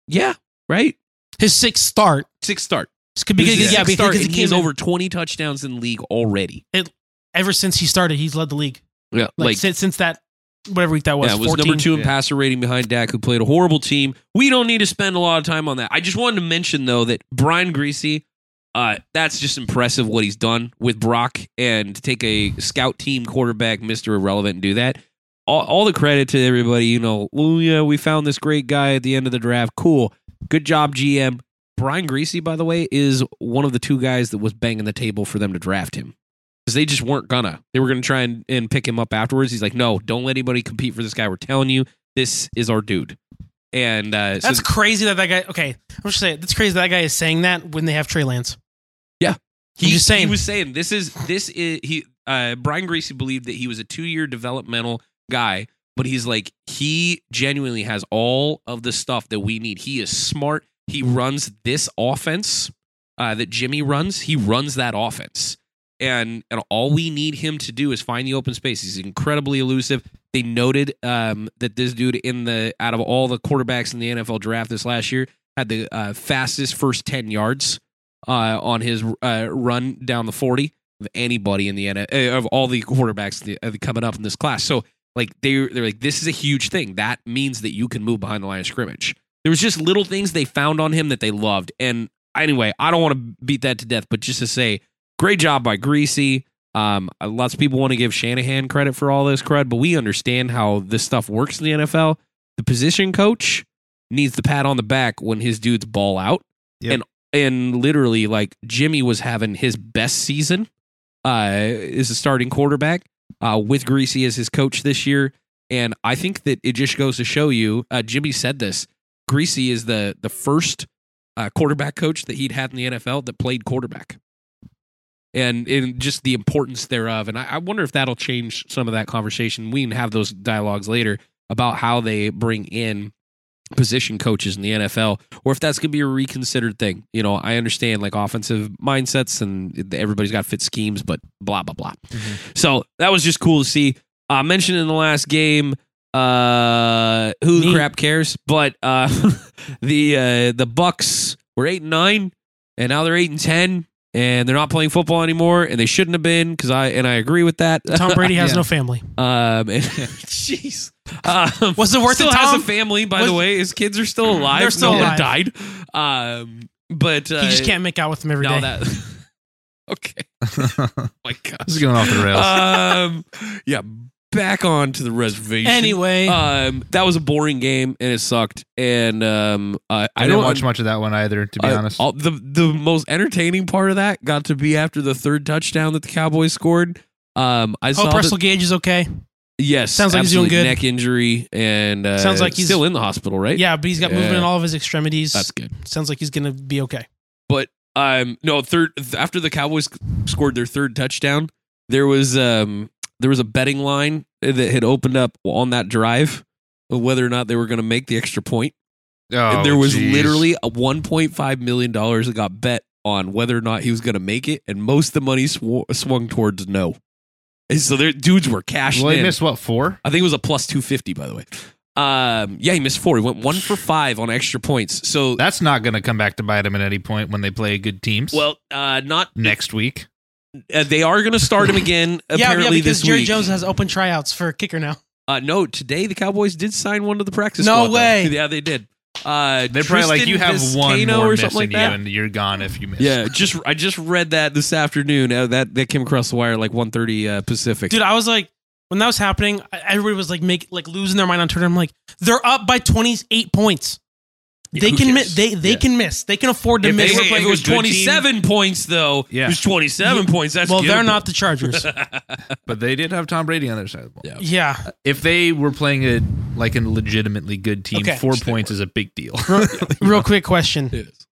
Speaker 1: yeah, right?
Speaker 2: his sixth start.
Speaker 1: Six start.
Speaker 2: This could be
Speaker 1: This is his
Speaker 2: yeah,
Speaker 1: sixth start,
Speaker 2: because
Speaker 1: and
Speaker 2: he
Speaker 1: he has
Speaker 2: came over
Speaker 1: over 20 touchdowns in the league already.
Speaker 2: ever since he started. He's led the league
Speaker 1: Yeah.
Speaker 2: like,
Speaker 1: Like,
Speaker 2: since since that whatever week that was.
Speaker 1: yeah, it was
Speaker 2: 14.
Speaker 1: number two in
Speaker 3: Yeah.
Speaker 1: passer rating behind Dak, who played a horrible team. We don't need to spend a lot of time on that. I just wanted to mention though that Brian Greasy, uh, that's just impressive what he's done with Brock and to take a scout team quarterback, Mister Irrelevant, and do that. All, all the credit to everybody. You know, well, yeah, we found this great guy at the end of the draft. Cool, good job, GM. Brian Greasy, by the way, is one of the two guys that was banging the table for them to draft him because they just weren't gonna. They were gonna try and, and pick him up afterwards. He's like, no, don't let anybody compete for this guy. We're telling you, this is our dude. And uh,
Speaker 2: That's
Speaker 1: so,
Speaker 2: crazy that that guy. Okay, I'm just saying that's crazy that, that guy is saying that when they have Trey Lance.
Speaker 1: Yeah.
Speaker 2: he's just saying
Speaker 1: he was saying this is this is he. Uh, Brian Greasy believed that he was a two year developmental guy, but he's like he genuinely has all of the stuff that we need. He is smart. He runs this offense uh, that Jimmy runs. He runs that offense. and and all we need him to do is find the open space. He's incredibly elusive. They noted um, that this dude in the out of all the quarterbacks in the NFL draft this last year had the uh, fastest first ten yards uh, on his uh, run down the forty of anybody in the NFL, uh, of all the quarterbacks the, uh, coming up in this class. So like they they're like this is a huge thing. That means that you can move behind the line of scrimmage. There was just little things they found on him that they loved. And anyway, I don't want to beat that to death, but just to say great job by Greasy. Um, uh, lots of people want to give Shanahan credit for all this crud, but we understand how this stuff works in the NFL. The position coach needs the pat on the back when his dudes ball out,
Speaker 3: Yep.
Speaker 1: and and literally like Jimmy was having his best season. Uh, is a starting quarterback uh, with Greasy as his coach this year, and I think that it just goes to show you. Uh, Jimmy said this: Greasy is the the first uh, quarterback coach that he'd had in the NFL that played quarterback and and just the importance thereof. And I, I wonder if that'll change some of that conversation. We can have those dialogues later about how they bring in position coaches in the NFL, or if that's going to be a reconsidered thing. You know, I understand like offensive mindsets and everybody's got fit schemes, but blah blah blah.
Speaker 3: Mhm.
Speaker 1: So that was just cool to see. Uh, I mentioned in the last game uh who
Speaker 2: Me.
Speaker 1: crap cares but uh [LAUGHS] the uh the bucks were eight and nine and now they're eight and ten and they're not playing football anymore, and they shouldn't have been because I and I agree with that.
Speaker 2: Tom Brady has
Speaker 3: Yeah.
Speaker 2: no family.
Speaker 1: [LAUGHS] um, and- [LAUGHS] jeez, um,
Speaker 2: Was it worth
Speaker 1: still
Speaker 2: it,
Speaker 1: has
Speaker 2: Tom?
Speaker 1: a family, by
Speaker 2: Was-
Speaker 1: the way. His kids are still alive.
Speaker 2: They're still
Speaker 1: no One
Speaker 2: alive.
Speaker 1: died. Um, but uh,
Speaker 2: he just can't make out with him every day.
Speaker 1: No, that. [LAUGHS] okay. Oh My God.
Speaker 3: this is going off the rails.
Speaker 1: Um, yeah. Back on to the reservation.
Speaker 2: anyway,
Speaker 1: Um, that was a boring game and it sucked. And um, I, I,
Speaker 3: I
Speaker 1: don't
Speaker 3: didn't watch much of that one either, to be
Speaker 1: uh,
Speaker 3: honest.
Speaker 1: all- the the most entertaining part of that got to be after the third touchdown that the Cowboys scored. Um, I
Speaker 2: hope
Speaker 1: saw
Speaker 2: Russell Gage is okay.
Speaker 1: that- yes,
Speaker 2: sounds like he's doing
Speaker 1: absolute
Speaker 2: good.
Speaker 1: Neck injury and uh,
Speaker 2: Sounds like he's-
Speaker 1: still in the hospital, right?
Speaker 2: Yeah, but he's got movement
Speaker 1: Yeah.
Speaker 2: in all of his extremities.
Speaker 1: that's good.
Speaker 2: Sounds like he's gonna be okay.
Speaker 1: But um, no third after the Cowboys scored their third touchdown, there was um there was a betting line that had opened up on that drive of whether or not they were going to make the extra point.
Speaker 3: Oh,
Speaker 1: there was
Speaker 3: geez.
Speaker 1: literally a 1.5 million dollars that got bet on whether or not he was going to make it, and most of the money sw- swung towards no. And so their dudes were cashed
Speaker 3: Well, he
Speaker 1: in.
Speaker 3: missed what four?
Speaker 1: I think it was a plus two fifty, by the way. Um, yeah, he missed four. He went one for five on extra points. So
Speaker 3: That's not going to come back to bite him at any point when they play good teams.
Speaker 1: well, uh, not
Speaker 3: next week.
Speaker 1: uh, they are going to start him again.
Speaker 2: [LAUGHS] yeah,
Speaker 1: apparently
Speaker 2: because
Speaker 1: this
Speaker 2: Jerry
Speaker 1: week.
Speaker 2: Jones has open tryouts for kicker now.
Speaker 1: Uh, no, today the Cowboys did sign one to the practice.
Speaker 2: No
Speaker 1: squad, though.
Speaker 2: way.
Speaker 1: [LAUGHS] Yeah, they did. Uh,
Speaker 3: They're probably like,
Speaker 1: Tristan
Speaker 3: you have one
Speaker 1: Vizcaino
Speaker 3: more
Speaker 1: or
Speaker 3: missing
Speaker 1: something like
Speaker 3: you,
Speaker 1: that.
Speaker 3: and you're gone if you miss. [LAUGHS]
Speaker 1: Yeah, just I just read that this afternoon. Uh, that that came across the wire like 1:30 uh, Pacific.
Speaker 2: Dude, I was like, when that was happening, I- everybody was like, make like losing their mind on Twitter. I'm like, they're up by 28 points.
Speaker 1: Yeah,
Speaker 2: they
Speaker 1: who
Speaker 2: can
Speaker 1: cares?
Speaker 2: miss. They they
Speaker 1: Yeah.
Speaker 2: can miss. They can afford to
Speaker 3: If they
Speaker 2: miss.
Speaker 3: were playing
Speaker 1: if it
Speaker 3: a
Speaker 1: was
Speaker 3: good team-
Speaker 1: 27 points though.
Speaker 3: Yeah.
Speaker 1: It was 27 points. That's
Speaker 2: well, they're
Speaker 1: gettable.
Speaker 2: not the [LAUGHS] Chargers.
Speaker 3: But they did have Tom Brady on their side of the ball.
Speaker 1: Yeah.
Speaker 2: yeah.
Speaker 3: [LAUGHS] If they were playing a like a legitimately good team,
Speaker 2: Okay.
Speaker 3: four points is a big deal. [LAUGHS]
Speaker 2: Real quick question.
Speaker 1: It is.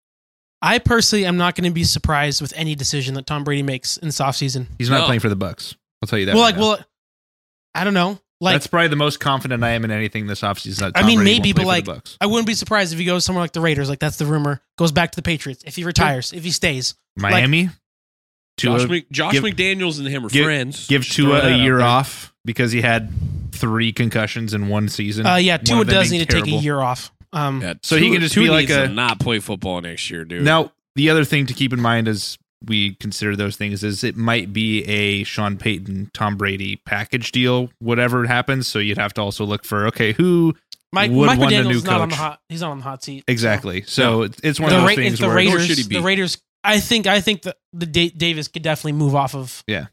Speaker 2: I personally am not going to be surprised with any decision that Tom Brady makes in this offseason.
Speaker 3: He's not
Speaker 1: No.
Speaker 3: playing for the Bucks. I'll tell you that.
Speaker 2: Well,
Speaker 3: right
Speaker 2: like,
Speaker 3: now.
Speaker 2: well, I don't know. Like,
Speaker 3: that's probably the most confident I am in anything this offseason. that
Speaker 2: I
Speaker 3: Tom
Speaker 2: mean,
Speaker 3: Brady won't
Speaker 2: maybe,
Speaker 3: play
Speaker 2: but
Speaker 3: for
Speaker 2: like,
Speaker 3: the Bucks.
Speaker 2: I wouldn't be surprised if he goes somewhere like the Raiders. Like, that's the rumor. Goes back to the Patriots. If he retires, if he stays.
Speaker 3: Miami, Tua,
Speaker 1: Josh, Mc, Josh
Speaker 3: give-
Speaker 1: McDaniels and him are
Speaker 3: give-
Speaker 1: friends.
Speaker 3: give
Speaker 1: Just throw
Speaker 3: Tua
Speaker 1: that
Speaker 3: a
Speaker 1: out
Speaker 3: year
Speaker 1: there.
Speaker 3: off because he had three concussions in one season.
Speaker 2: Uh, yeah, Tua
Speaker 3: of them
Speaker 2: does
Speaker 3: being
Speaker 2: need to take a
Speaker 3: terrible.
Speaker 2: year off. Um,
Speaker 1: Yeah,
Speaker 3: So he
Speaker 1: Tua-
Speaker 3: can just
Speaker 1: Tua
Speaker 3: be like
Speaker 1: needs to
Speaker 3: a-
Speaker 1: not play football next year, dude.
Speaker 3: Now, the other thing to keep in mind as we consider those things is it might be a Sean Payton, Tom Brady package deal, whatever happens. So you'd have to also look for okay, who
Speaker 2: Mike,
Speaker 3: would
Speaker 2: Mike
Speaker 3: want a
Speaker 2: McDaniel's
Speaker 3: new
Speaker 2: is not on the
Speaker 3: coach.
Speaker 2: hot. He's not on the hot seat.
Speaker 3: exactly. So it's it's one
Speaker 2: the,
Speaker 3: of those
Speaker 2: Ra-
Speaker 3: things
Speaker 2: it's the
Speaker 3: where
Speaker 1: Nor should he
Speaker 2: Raiders.
Speaker 1: be.
Speaker 2: The Raiders. I think. I think the, the da- Davis could definitely move off of.
Speaker 3: Yeah.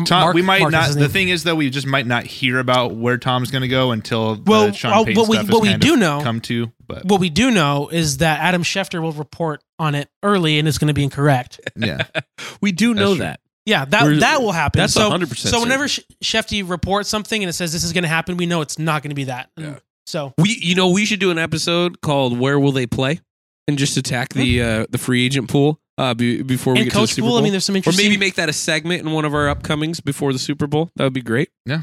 Speaker 2: M-
Speaker 3: Tom,
Speaker 2: Mark-
Speaker 3: we might
Speaker 2: Mark is
Speaker 3: not.
Speaker 2: his
Speaker 3: The
Speaker 2: name.
Speaker 3: thing is, though, we just might not hear about where Tom's going to go until
Speaker 2: Well,
Speaker 3: the Sean
Speaker 2: well,
Speaker 3: Payton
Speaker 2: what we
Speaker 3: stuff
Speaker 2: what
Speaker 3: is
Speaker 2: we
Speaker 3: kind
Speaker 2: do
Speaker 3: of
Speaker 2: know
Speaker 3: come to. But
Speaker 2: what we do know is that Adam Schefter will report on it early, and it's going to be incorrect. [LAUGHS]
Speaker 3: yeah,
Speaker 1: we do
Speaker 3: That's
Speaker 1: know
Speaker 3: true.
Speaker 1: that.
Speaker 2: Yeah, that
Speaker 1: We're-
Speaker 2: that will happen.
Speaker 1: That's
Speaker 2: so.
Speaker 1: 100%.
Speaker 2: So whenever
Speaker 1: certain.
Speaker 2: Sh- Shefty reports something and it says this is going to happen, we know it's not going to be that. And
Speaker 1: Yeah.
Speaker 2: So
Speaker 1: we you know we should do an episode called "Where Will They Play," and just attack the uh, the free agent pool uh, be, before we
Speaker 2: and
Speaker 1: get to the
Speaker 2: Coach
Speaker 1: Super
Speaker 2: Poole,
Speaker 1: Bowl.
Speaker 2: I mean, there's some
Speaker 1: or
Speaker 2: interesting.
Speaker 1: maybe make that a segment in one of our upcomings before the Super Bowl. That would be great.
Speaker 3: Yeah.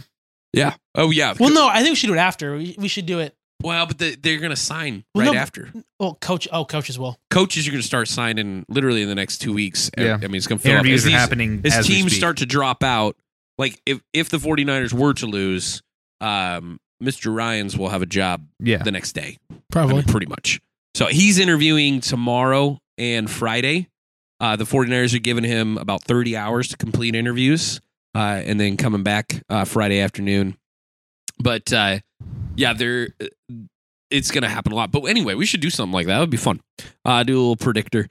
Speaker 1: Yeah. Oh yeah.
Speaker 2: well, no, I think we should do it after. We, we should do it.
Speaker 1: Well, but the, they're gonna sign
Speaker 2: Well,
Speaker 1: right
Speaker 2: no,
Speaker 1: after.
Speaker 2: Well, coach. Oh, coaches will.
Speaker 1: Coaches are gonna start signing literally in the next two weeks.
Speaker 3: Yeah.
Speaker 1: I mean, it's gonna fill up. As
Speaker 3: interviews are
Speaker 1: these-
Speaker 3: happening
Speaker 1: as,
Speaker 3: as we
Speaker 1: teams
Speaker 3: speak.
Speaker 1: start to drop out, like if if the 49ers were to lose, um, Mr. Ryan's will have a job
Speaker 3: Yeah,
Speaker 1: the next day. I
Speaker 2: Probably.
Speaker 1: mean, pretty much. So he's interviewing tomorrow and Friday. Uh, the 49ers are giving him about 30 hours to complete interviews uh, and then coming back uh, Friday afternoon. But uh, yeah, they're, uh, it's going to happen a lot. But anyway, we should do something like that. That would be fun. Uh, do a little predictor.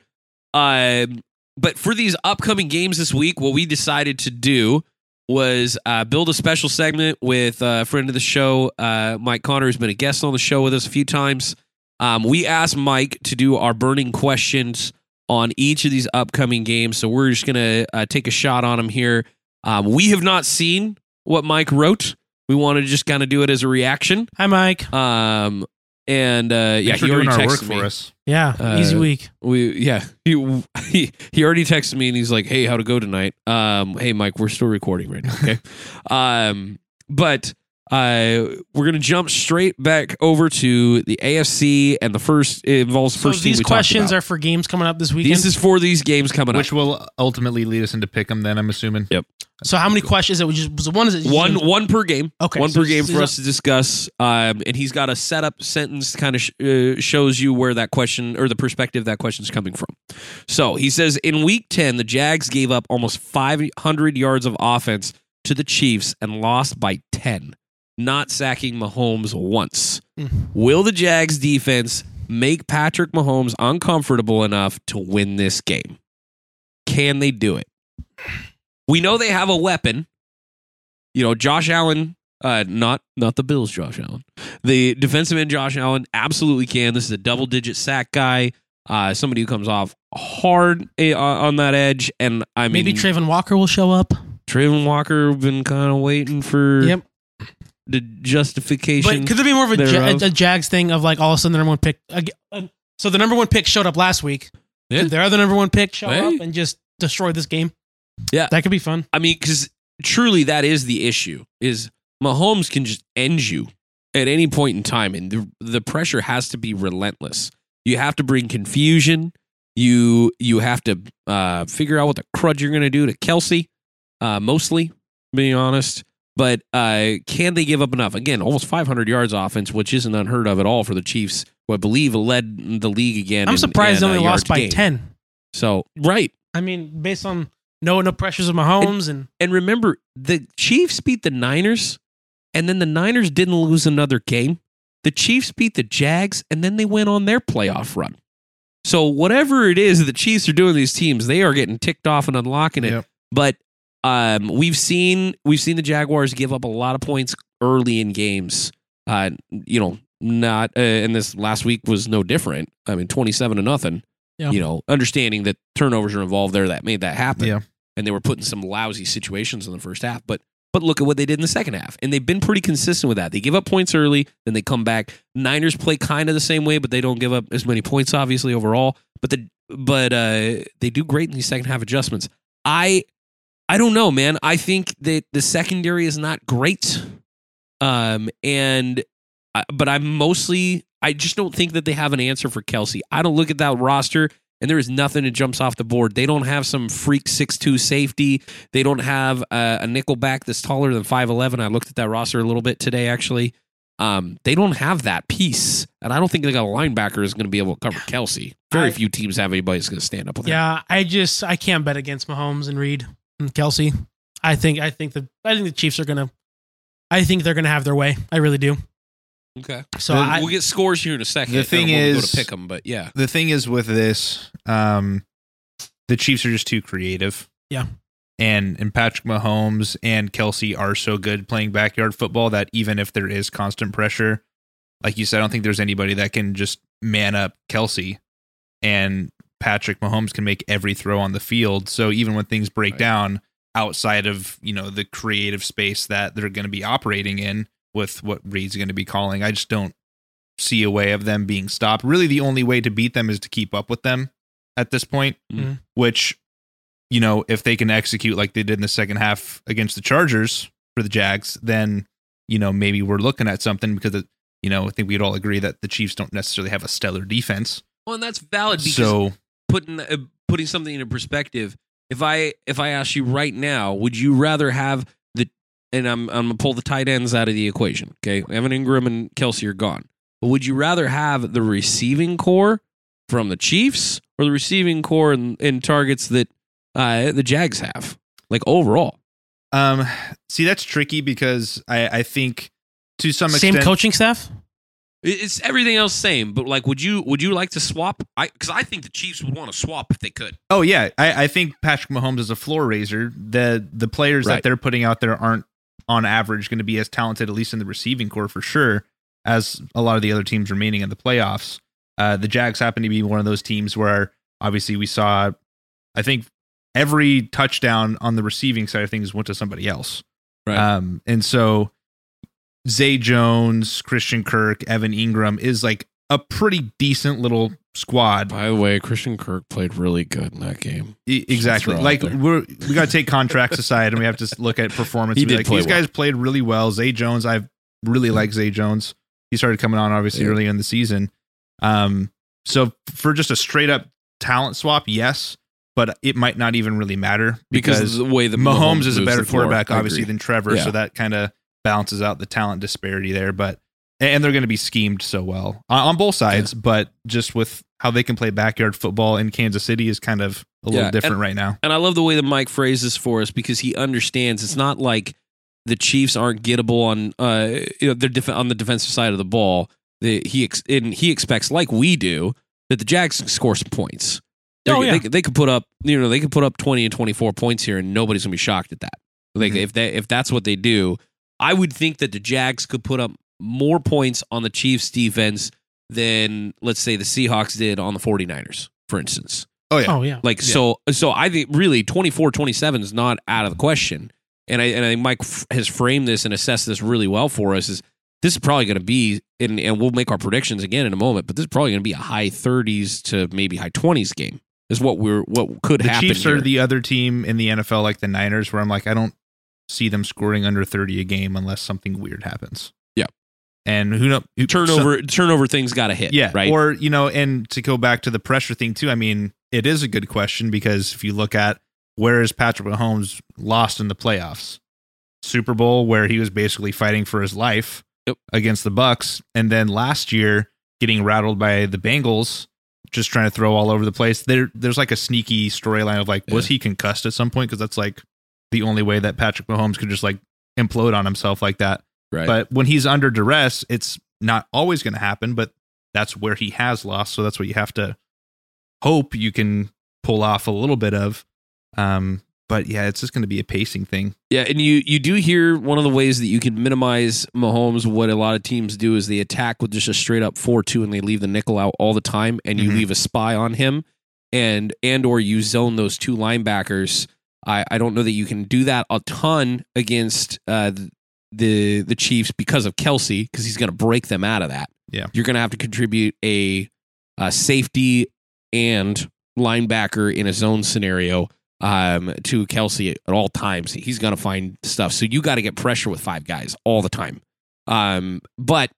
Speaker 1: Um, but for these upcoming games this week, what we decided to do was uh, build a special segment with a friend of the show, uh, Mike Connor, who's been a guest on the show with us a few times. Um, we asked Mike to do our burning questions on each of these upcoming games. So we're just going to uh, take a shot on them here. Um, we have not seen what Mike wrote. We want to just kind of do it as a reaction.
Speaker 2: Hi, Mike.
Speaker 1: Um, and uh, yeah,
Speaker 3: Thanks for
Speaker 1: he already
Speaker 3: doing our
Speaker 1: texted
Speaker 3: work
Speaker 1: me.
Speaker 3: for us.
Speaker 2: Yeah.
Speaker 1: Uh,
Speaker 2: easy week.
Speaker 1: We yeah, he, he he already texted me and he's like, "Hey, how to go tonight?" Um, hey Mike, we're still recording right now,
Speaker 2: [LAUGHS]
Speaker 1: okay? um, but uh, we're gonna jump straight back over to the AFC and the first it involves
Speaker 2: So
Speaker 1: first. team
Speaker 2: these
Speaker 1: we talked
Speaker 2: questions
Speaker 1: about.
Speaker 2: are for games coming up this weekend.
Speaker 1: this is for these games coming
Speaker 3: Which
Speaker 1: up.
Speaker 3: will ultimately lead us into pick 'em then, I'm assuming.
Speaker 2: so how many questions? Is it just was it one? Is it just-
Speaker 1: One one per game.
Speaker 2: Okay,
Speaker 1: one
Speaker 2: so
Speaker 1: per game
Speaker 2: it's-
Speaker 1: for us to discuss. Um, and he's got a setup sentence kind of sh- uh, shows you where that question or the perspective that question's coming from. So he says in week 10, the Jags gave up almost 500 yards of offense to the Chiefs and lost by 10, not sacking Mahomes once.
Speaker 2: Mm.
Speaker 1: Will the Jags defense make Patrick Mahomes uncomfortable enough to win this game? Can they do it? We know they have a weapon. You know, Josh Allen, uh, not not the Bills, Josh Allen. The defensive end Josh Allen absolutely can. This is a double digit sack guy, uh, somebody who comes off hard eh, on on that edge. And I mean,
Speaker 2: Maybe Trayvon Walker will show up.
Speaker 1: Trayvon Walker been kind of waiting for
Speaker 2: Yep.
Speaker 1: the justification.
Speaker 2: But could there be more of a, Ja-
Speaker 1: thereof.
Speaker 2: a, a Jags thing of like all of a sudden the number one pick? ag- uh, So the number one pick showed up last week.
Speaker 1: Yeah.
Speaker 2: Could their other number one pick show
Speaker 1: Hey.
Speaker 2: up and just destroy this game?
Speaker 1: Yeah.
Speaker 2: that could be fun.
Speaker 1: I mean, because truly that is the issue: is Mahomes can just end you at any point in time, and the the pressure has to be relentless. You have to bring confusion. You you have to uh, figure out what the crud you're going to do to Kelsey, uh, mostly being honest. But uh, can they give up enough? Again, almost 500 yards offense, which isn't unheard of at all for the Chiefs, who I believe led the league again.
Speaker 2: I'm
Speaker 1: in-
Speaker 2: surprised
Speaker 1: in,
Speaker 2: they
Speaker 1: uh,
Speaker 2: only
Speaker 1: yards
Speaker 2: lost by
Speaker 1: gained.
Speaker 2: ten.
Speaker 1: So right,
Speaker 2: I mean, based on no no pressures of Mahomes and
Speaker 1: And remember, the Chiefs beat the Niners, and then the Niners didn't lose another game. The Chiefs beat the Jags, and then they went on their playoff run. So whatever it is that the Chiefs are doing, to these teams they are getting ticked off and unlocking it.
Speaker 3: Yep.
Speaker 1: But um, we've seen we've seen the Jaguars give up a lot of points early in games. Uh, you know, not uh, and this last week was no different. I mean, twenty-seven to nothing.
Speaker 2: Yeah.
Speaker 1: You know, understanding that turnovers are involved there that made that happen
Speaker 3: Yeah.
Speaker 1: and they were put in some lousy situations in the first half. But but look at what they did in the second half, and they've been pretty consistent with that. They give up points early, then they come back. Niners play kind of the same way, but they don't give up as many points, obviously overall. But the but uh, they do great in these second half adjustments. I I don't know, man. I think that the secondary is not great, um, and I, but I'm mostly I just don't think that they have an answer for Kelsey. I don't look at that roster and there is nothing that jumps off the board. They don't have some freak six two safety. They don't have uh, a nickel back that's taller than 5'11. I looked at that roster a little bit today, actually. Um, they don't have that piece. And I don't think they got a linebacker that's going to be able to cover Kelsey. Very
Speaker 2: I-
Speaker 1: few teams have anybody that's going to stand up with him.
Speaker 2: yeah, I just I can't bet against Mahomes and Reed and Kelsey. I think I think the I think the Chiefs are gonna I think they're gonna have their way. I really do.
Speaker 1: Okay.
Speaker 2: So
Speaker 3: The-
Speaker 2: I,
Speaker 1: we'll get scores here in a second.
Speaker 3: The
Speaker 1: and
Speaker 3: thing
Speaker 1: we'll go
Speaker 3: is-
Speaker 1: to pick them, but yeah.
Speaker 3: The thing is with this, um, the Chiefs are just too creative.
Speaker 2: Yeah.
Speaker 3: And and Patrick Mahomes and Kelsey are so good playing backyard football that even if there is constant pressure, like you said, I don't think there's anybody that can just man up Kelsey and Patrick Mahomes can make every throw on the field. So even when things break
Speaker 1: Right.
Speaker 3: down outside of, you know, the creative space that they're going to be operating in with what Reed's going to be calling, I just don't see a way of them being stopped. Really the only way to beat them is to keep up with them at this point,
Speaker 2: Mhm.
Speaker 3: which you know, if they can execute like they did in the second half against the Chargers for the Jags, then you know, maybe we're looking at something because it, you know, I think we'd all agree that the Chiefs don't necessarily have a stellar defense.
Speaker 1: Well, and that's valid because
Speaker 3: So
Speaker 1: putting uh, putting something into perspective. If I if I ask you right now, would you rather have the and I'm I'm gonna pull the tight ends out of the equation. Okay, Evan Ingram and Kelsey are gone. But would you rather have the receiving core from the Chiefs or the receiving core in, in targets that uh, the Jags have? Like overall,
Speaker 3: Um, see, that's tricky because I, I think to some
Speaker 2: same
Speaker 3: extent,
Speaker 2: coaching staff?
Speaker 1: It- it's everything else same. But like, would you would you like to swap? I because I think the Chiefs would want to swap if they could.
Speaker 3: Oh yeah, I, I think Patrick Mahomes is a floor raiser. The the players
Speaker 1: Right.
Speaker 3: that they're putting out there aren't on average going to be as talented, at least in the receiving core for sure, as a lot of the other teams remaining in the playoffs. Uh, the Jags happen to be one of those teams where obviously we saw, I think every touchdown on the receiving side of things went to somebody else.
Speaker 1: Right.
Speaker 3: Um, and so Zay Jones, Christian Kirk, Evan Ingram is like a pretty decent little squad
Speaker 1: By the way, Christian Kirk played really good in that game.
Speaker 3: E- Exactly.
Speaker 1: throw out
Speaker 3: Like
Speaker 1: there.
Speaker 3: we're we
Speaker 1: [LAUGHS]
Speaker 3: gotta take contracts aside, and we have to s- look at performance.
Speaker 1: He
Speaker 3: and be
Speaker 1: did
Speaker 3: like,
Speaker 1: play
Speaker 3: These
Speaker 1: well. Hmm.
Speaker 3: guys played really well. Zay Jones, I really like Zay Jones. He started coming on obviously
Speaker 1: Yeah.
Speaker 3: early in the season. Um, so for just a straight up talent swap, yes, but it might not even really matter
Speaker 1: because,
Speaker 3: because,
Speaker 1: the way that
Speaker 3: Mahomes, is a
Speaker 1: moves
Speaker 3: better
Speaker 1: the floor.
Speaker 3: quarterback,
Speaker 1: I
Speaker 3: obviously,
Speaker 1: agree.
Speaker 3: than Trevor.
Speaker 1: Yeah.
Speaker 3: So that kind of balances out the talent disparity there. But and they're going to be schemed so well on, on both sides, but just with how they can play backyard football in Kansas City is kind of a
Speaker 1: Yeah,
Speaker 3: little
Speaker 1: and-
Speaker 3: different right now.
Speaker 1: and I love the way that Mike phrases for us because he understands it's not like the Chiefs aren't gettable on uh you know they're def- on the defensive side of the ball. The, he ex- and he expects like we do that the Jags can score some points. They're-
Speaker 2: Oh, yeah.
Speaker 1: they, could- they could put up you know they could put up twenty and twenty four points here and nobody's gonna be shocked at that. Like
Speaker 3: Mhm.
Speaker 2: Mm-hmm.
Speaker 1: if they if that's what they do, I would think that the Jags could put up more points on the Chiefs defense than let's say the Seahawks did on the 49ers, for instance.
Speaker 3: Oh yeah.
Speaker 2: Oh yeah.
Speaker 1: Like
Speaker 3: Yeah.
Speaker 1: so so I think really 24-27 is not out of the question. And I and I think Mike f- has framed this and assessed this really well for us is this is probably going to be and and we'll make our predictions again in a moment, but this is probably going to be a high 30s to maybe high 20s game. Is what we're what could
Speaker 3: The
Speaker 1: happen.
Speaker 3: Chiefs
Speaker 1: here.
Speaker 3: are the other team in the NFL like the Niners where I'm like I don't see them scoring under 30 a game unless something weird happens.
Speaker 1: Yeah.
Speaker 3: And who know who-
Speaker 1: turnover turnover things got to hit,
Speaker 3: yeah,
Speaker 1: right?
Speaker 3: Or you know, and to go back to the pressure thing too. I mean, it is a good question because if you look at where is Patrick Mahomes lost in the playoffs, Super Bowl where he was basically fighting for his life
Speaker 1: Yep.
Speaker 3: against the Bucks, and then last year getting rattled by the Bengals, just trying to throw all over the place. There, there's like a sneaky storyline of like, was he concussed at some point? Because that's like the only way that Patrick Mahomes could just like implode on himself like that.
Speaker 1: Right.
Speaker 3: But when he's under duress, it's not always going to happen, but that's where he has lost. So that's what you have to hope you can pull off a little bit of. Um, but yeah, it's just going to be a pacing thing.
Speaker 1: Yeah, and you you do hear one of the ways that you can minimize Mahomes. What a lot of teams do is they attack with just a straight up four two, and they leave the nickel out all the time, and you
Speaker 3: Mhm.
Speaker 1: leave a spy on him, and and or you zone those two linebackers. I I don't know that you can do that a ton against uh, the the Chiefs because of Kelsey because he's going to break them out of that.
Speaker 3: Yeah.
Speaker 1: you're going to have to contribute a, a safety and linebacker in a zone scenario um, to Kelsey at all times. He's going to find stuff. So you got to get pressure with five guys all the time. Um, but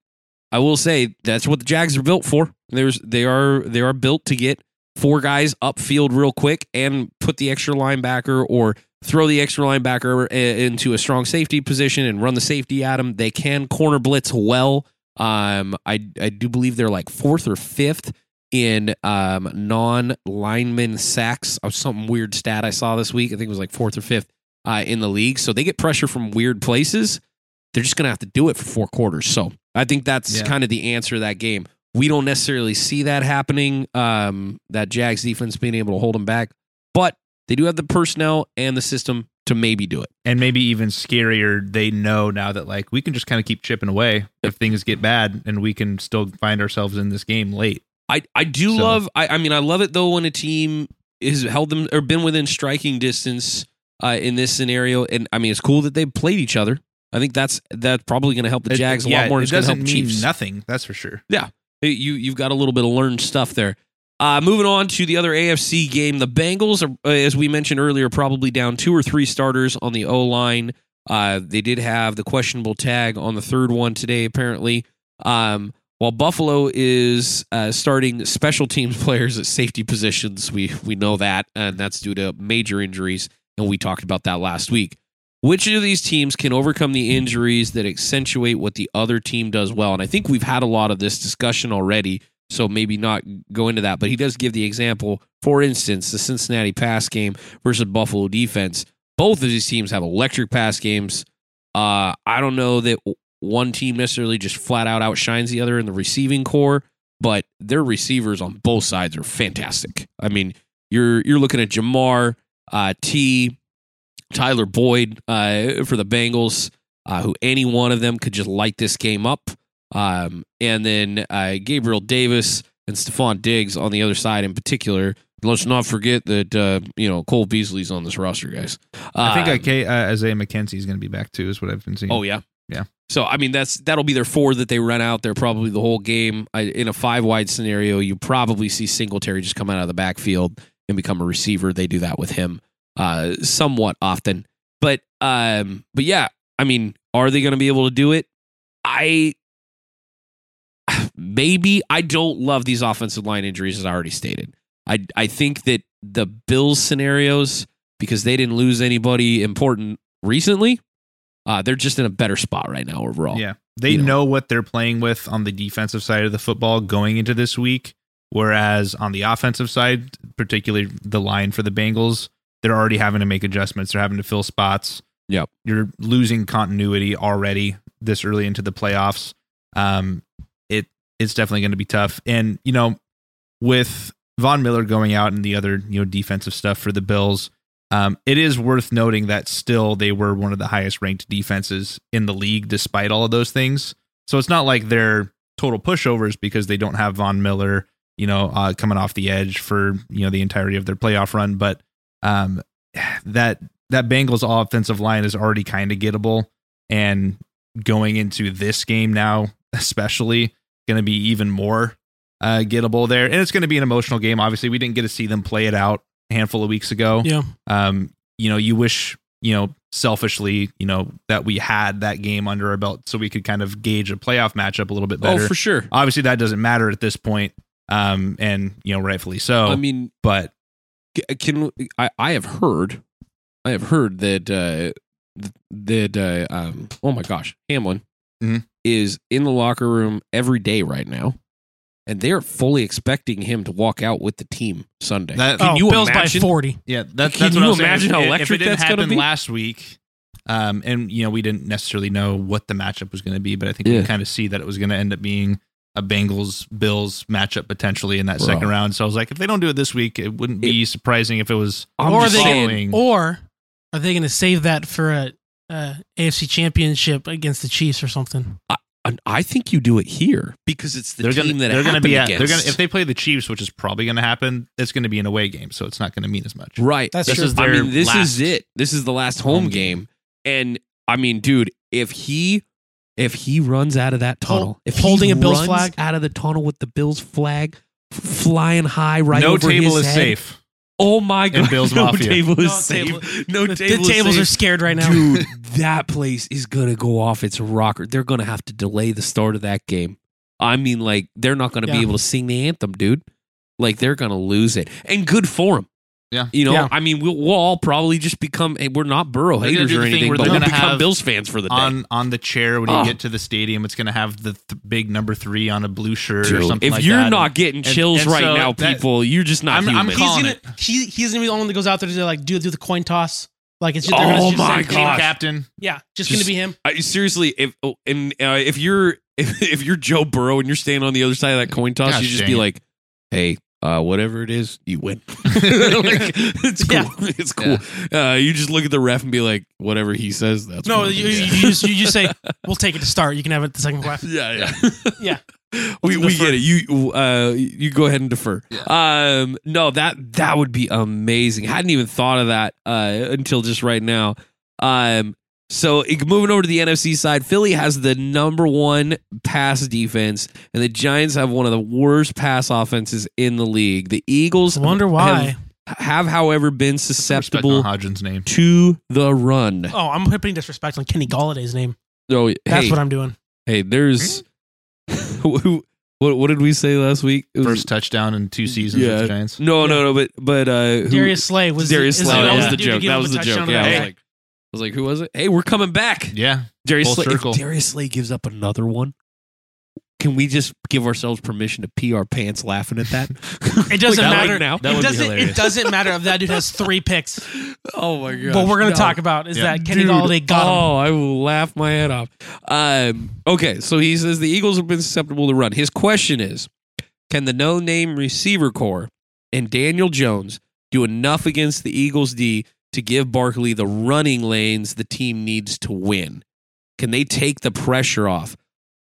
Speaker 1: I will say that's what the Jags are built for. There's they are they are built to get four guys upfield real quick and put the extra linebacker or throw the extra linebacker i- into a strong safety position and run the safety at them. They can corner blitz well. Um, I I do believe they're like fourth or fifth in um, non lineman sacks. Of something weird stat I saw this week. I think it was like fourth or fifth uh, in the league. So they get pressure from weird places. They're just going to have to do it for four quarters. So I think that's
Speaker 3: Yeah.
Speaker 1: kind of the answer to that game. We don't necessarily see that happening. Um, that Jags defense being able to hold them back, but they do have the personnel and the system to maybe do it.
Speaker 3: And maybe even scarier, they know now that like we can just kind of keep chipping away if things get bad and we can still find ourselves in this game late.
Speaker 1: I I do
Speaker 3: So-
Speaker 1: love. I I mean, I love it though when a team has held them or been within striking distance uh, in this scenario. And I mean, it's cool that they played each other. I think that's that's probably going to help the
Speaker 3: It-
Speaker 1: Jags a
Speaker 3: yeah,
Speaker 1: lot more. than
Speaker 3: It
Speaker 1: It's going to
Speaker 3: doesn't
Speaker 1: help
Speaker 3: mean
Speaker 1: the Chiefs.
Speaker 3: nothing. That's for sure.
Speaker 1: Hey, You you've got a little bit of learned stuff there. Uh, moving on to the other AFC game, the Bengals are, uh, as we mentioned earlier, probably down two or three starters on the O line. Uh, they did have the questionable tag on the third one today, apparently. Um, while Buffalo is uh, starting special teams [LAUGHS] players at safety positions, we we know that, and that's due to major injuries, and we talked about that last week. Which of these teams can overcome the injuries that accentuate what the other team does well? And I think we've had a lot of this discussion already, so maybe not go into that. But he does give the example, for instance, the Cincinnati pass game versus Buffalo defense. Both of these teams have electric pass games. Uh, I don't know that one team necessarily just flat out outshines the other in the receiving core, but their receivers on both sides are fantastic. I mean, you're you're looking at Jamar, uh, T, Tyler Boyd uh, for the Bengals, uh, who any one of them could just light this game up, um, and then uh, Gabriel Davis and Stephon Diggs on the other side in particular. Let's not forget that uh, you know Cole Beasley's on this roster, guys.
Speaker 3: I think
Speaker 1: Um,
Speaker 3: I K- uh, Isaiah McKenzie is going to be back too, is what I've been seeing.
Speaker 1: Oh yeah,
Speaker 3: Yeah.
Speaker 1: So I mean, that's that'll be their four that they run out there probably the whole game. I, in a five wide scenario, you probably see Singletary just come out of the backfield and become a receiver. They do that with him uh, somewhat often, but um, but yeah, I mean, are they going to be able to do it? I [SIGHS] maybe I don't love these offensive line injuries as I already stated. I I think that the Bills scenarios because they didn't lose anybody important recently. Uh, they're just in a better spot right now overall.
Speaker 3: Yeah. They
Speaker 1: you know.
Speaker 3: know. what they're playing with on the defensive side of the football going into this week. Whereas on the offensive side, particularly the line for the Bengals, they're already having to make adjustments. They're having to fill spots.
Speaker 1: Yep.
Speaker 3: You're losing continuity already this early into the playoffs. Um, it it's definitely going to be tough. And, you know, with Von Miller going out and the other, you know, defensive stuff for the Bills, um, it is worth noting that still they were one of the highest ranked defenses in the league despite all of those things. So it's not like they're total pushovers because they don't have Von Miller, you know, uh, coming off the edge for you know the entirety of their playoff run. But um, that that Bengals offensive line is already kind of gettable, and going into this game now, especially, going to be even more uh, gettable there. And it's going to be an emotional game. Obviously, we didn't get to see them play it out a handful of weeks ago
Speaker 2: Yeah.
Speaker 3: um, you know, you wish, you know, selfishly, you know, that we had that game under our belt so we could kind of gauge a playoff matchup a little bit
Speaker 1: Oh,
Speaker 3: better.
Speaker 1: for sure.
Speaker 3: Obviously, that doesn't matter at this point, um, and you know, rightfully so.
Speaker 1: I mean,
Speaker 3: but
Speaker 1: c- uh, can I, I have heard I have heard that uh th- that uh, um oh my gosh Hamlin
Speaker 2: Mm-hmm.
Speaker 3: Mhm.
Speaker 1: is in the locker room every day right now and they're fully expecting him to walk out with the team Sunday.
Speaker 3: That-
Speaker 1: Can
Speaker 2: oh,
Speaker 1: you
Speaker 2: Bills
Speaker 1: imagine?
Speaker 2: by forty.
Speaker 3: Yeah, that's
Speaker 1: Can
Speaker 3: that's what
Speaker 1: you
Speaker 3: I'm saying.
Speaker 1: imagine
Speaker 3: If-
Speaker 1: how
Speaker 3: if,
Speaker 1: electric
Speaker 3: it didn't
Speaker 1: that's gonna
Speaker 3: happen
Speaker 1: be?
Speaker 3: Last week, um, and you know we didn't necessarily know what the matchup was going to be, but I think
Speaker 1: Yeah.
Speaker 3: we kind of see that it was going to end up being a Bengals Bills matchup potentially in that
Speaker 1: Bro.
Speaker 3: second round. So I was like, if they don't do it this week, it wouldn't be surprising if it was
Speaker 1: I'm
Speaker 2: Or
Speaker 1: just
Speaker 2: they
Speaker 1: saying,
Speaker 3: following.
Speaker 2: Or are they going to save that for a, a AFC Championship against the Chiefs or something?
Speaker 1: and I think you do it here because it's the
Speaker 3: they're
Speaker 1: team
Speaker 3: going to
Speaker 1: that
Speaker 3: they're going to
Speaker 1: happened
Speaker 3: be at, they're
Speaker 1: against.
Speaker 3: going to if they play the Chiefs, which is probably going to happen. It's going to be an away game, so it's not going to mean as much.
Speaker 1: Right.
Speaker 2: That's
Speaker 3: This
Speaker 2: true.
Speaker 3: is
Speaker 1: I
Speaker 3: their
Speaker 1: mean, this
Speaker 3: last
Speaker 1: is it. This is the last home,
Speaker 3: home
Speaker 1: game.
Speaker 3: game.
Speaker 1: And I mean, dude, if he if he runs out of that
Speaker 2: Hol-
Speaker 1: tunnel, if
Speaker 2: holding
Speaker 1: he
Speaker 2: a Bills
Speaker 1: runs
Speaker 2: flag?
Speaker 1: out of the tunnel with the Bills flag f- flying high right
Speaker 3: no
Speaker 1: over his
Speaker 3: table is
Speaker 1: head,
Speaker 3: safe.
Speaker 1: Oh my god. [LAUGHS]
Speaker 3: Bills
Speaker 1: no
Speaker 3: Mafia.
Speaker 1: table is
Speaker 2: No
Speaker 1: safe.
Speaker 2: table-
Speaker 1: No
Speaker 2: The, the
Speaker 1: table is
Speaker 2: tables are
Speaker 1: safe.
Speaker 2: scared right now.
Speaker 1: Dude, that place is gonna go off its rocker. They're gonna have to delay the start of that game. I mean, like they're not gonna be
Speaker 2: Yeah.
Speaker 1: able to sing the anthem, dude. Like they're gonna lose it, and good for them.
Speaker 3: Yeah.
Speaker 1: you know,
Speaker 2: Yeah.
Speaker 1: I mean, we'll, we'll all probably just become. and We're not Burrow
Speaker 3: They're gonna
Speaker 1: haters
Speaker 3: do
Speaker 1: or
Speaker 3: the thing
Speaker 1: anything,
Speaker 3: where
Speaker 1: but
Speaker 3: they're
Speaker 1: we'll
Speaker 3: gonna
Speaker 1: become
Speaker 3: have
Speaker 1: Bills fans for the day.
Speaker 3: On on the chair when you
Speaker 1: Oh.
Speaker 3: get to the stadium, it's going to have the th- big number three on a blue shirt or
Speaker 1: Dude,
Speaker 3: something.
Speaker 1: if
Speaker 3: like
Speaker 1: you're
Speaker 3: that.
Speaker 1: not getting
Speaker 3: and-
Speaker 1: chills
Speaker 3: and
Speaker 1: right
Speaker 3: so
Speaker 1: now,
Speaker 3: that-
Speaker 1: people, you're just not
Speaker 3: I'm- I'm
Speaker 1: human.
Speaker 3: calling
Speaker 2: he's gonna
Speaker 3: it.
Speaker 2: he, he's gonna be the only one that goes out there to like do do the coin toss. Like it's just, they're gonna
Speaker 1: Oh
Speaker 2: just
Speaker 1: my
Speaker 2: say,
Speaker 3: team
Speaker 1: gosh.
Speaker 3: captain.
Speaker 2: yeah, just,
Speaker 1: Just-
Speaker 2: gonna be him.
Speaker 1: I, seriously, if oh, and uh, if you're [LAUGHS] if, if you're Joe Burrow and you're standing on the other side of that coin toss,
Speaker 3: Gosh
Speaker 1: you just
Speaker 3: dang
Speaker 1: be
Speaker 3: it.
Speaker 1: like, "Hey, uh, whatever it is, you
Speaker 3: [LAUGHS]
Speaker 1: win." [LAUGHS] like, it's cool.
Speaker 2: Yeah.
Speaker 1: It's cool. Uh, you just look at the ref and be like, "Whatever he says, that's
Speaker 2: No,
Speaker 1: what
Speaker 2: you,
Speaker 1: it
Speaker 2: you,
Speaker 1: is."
Speaker 2: you just, you
Speaker 1: [LAUGHS]
Speaker 2: just say we'll take it to start. You can have it the second half.
Speaker 1: yeah, yeah,
Speaker 2: Yeah.
Speaker 1: we
Speaker 2: Let's
Speaker 1: we
Speaker 2: defer.
Speaker 1: get it. You uh, you go ahead and defer. Um, no, that that would be amazing. Hadn't even thought of that uh, until just right now. Um, so i- moving over to the NFC side, Philly has the number one pass defense, and the Giants have one of the worst pass offenses in the league. The Eagles
Speaker 2: Wonder why.
Speaker 1: have, have however, been
Speaker 3: Respect on
Speaker 1: susceptible
Speaker 3: Hodgins' name.
Speaker 1: to the run.
Speaker 2: Oh, I'm putting disrespect on Kenny Galladay's name.
Speaker 1: So
Speaker 2: That's
Speaker 1: hey,
Speaker 2: what I'm doing.
Speaker 1: hey, there's [LAUGHS] who. What, what did we say last week? It was-
Speaker 3: First touchdown in two seasons
Speaker 1: Yeah.
Speaker 3: with the Giants.
Speaker 1: no, no, no, but but uh, who-
Speaker 2: Darius Slay was
Speaker 1: Darius
Speaker 2: is
Speaker 1: Slay. That
Speaker 2: guy
Speaker 1: was the
Speaker 2: dude to
Speaker 1: joke.
Speaker 2: give
Speaker 1: That
Speaker 2: him
Speaker 1: was
Speaker 2: a
Speaker 1: the
Speaker 2: touchdown
Speaker 1: joke.
Speaker 2: on
Speaker 1: Yeah,
Speaker 2: that
Speaker 1: I was
Speaker 2: guy.
Speaker 1: like, I was like, who was it? Hey, we're coming back.
Speaker 3: Yeah.
Speaker 1: Darius
Speaker 3: Full
Speaker 1: Slay. If
Speaker 3: circle.
Speaker 1: Darius Slay gives up another one. Can we just give ourselves permission to pee our pants laughing at that?
Speaker 2: It
Speaker 1: [LAUGHS]
Speaker 2: doesn't
Speaker 1: Like,
Speaker 2: matter
Speaker 1: right now.
Speaker 3: That
Speaker 2: it
Speaker 3: would be
Speaker 2: doesn't. It
Speaker 3: hilarious.
Speaker 2: doesn't matter if that dude has
Speaker 1: [LAUGHS]
Speaker 2: three picks.
Speaker 1: Oh my god!
Speaker 2: what we're gonna talk about is
Speaker 3: Yeah.
Speaker 2: that Kenny
Speaker 1: Dude,
Speaker 2: Galladay got him.
Speaker 1: Oh, I will laugh my head off. Um, okay, so he says the Eagles have been susceptible to run. His question is, can the no-name receiver core and Daniel Jones do enough against the Eagles D to give Barkley the running lanes the team needs to win? Can they take the pressure off?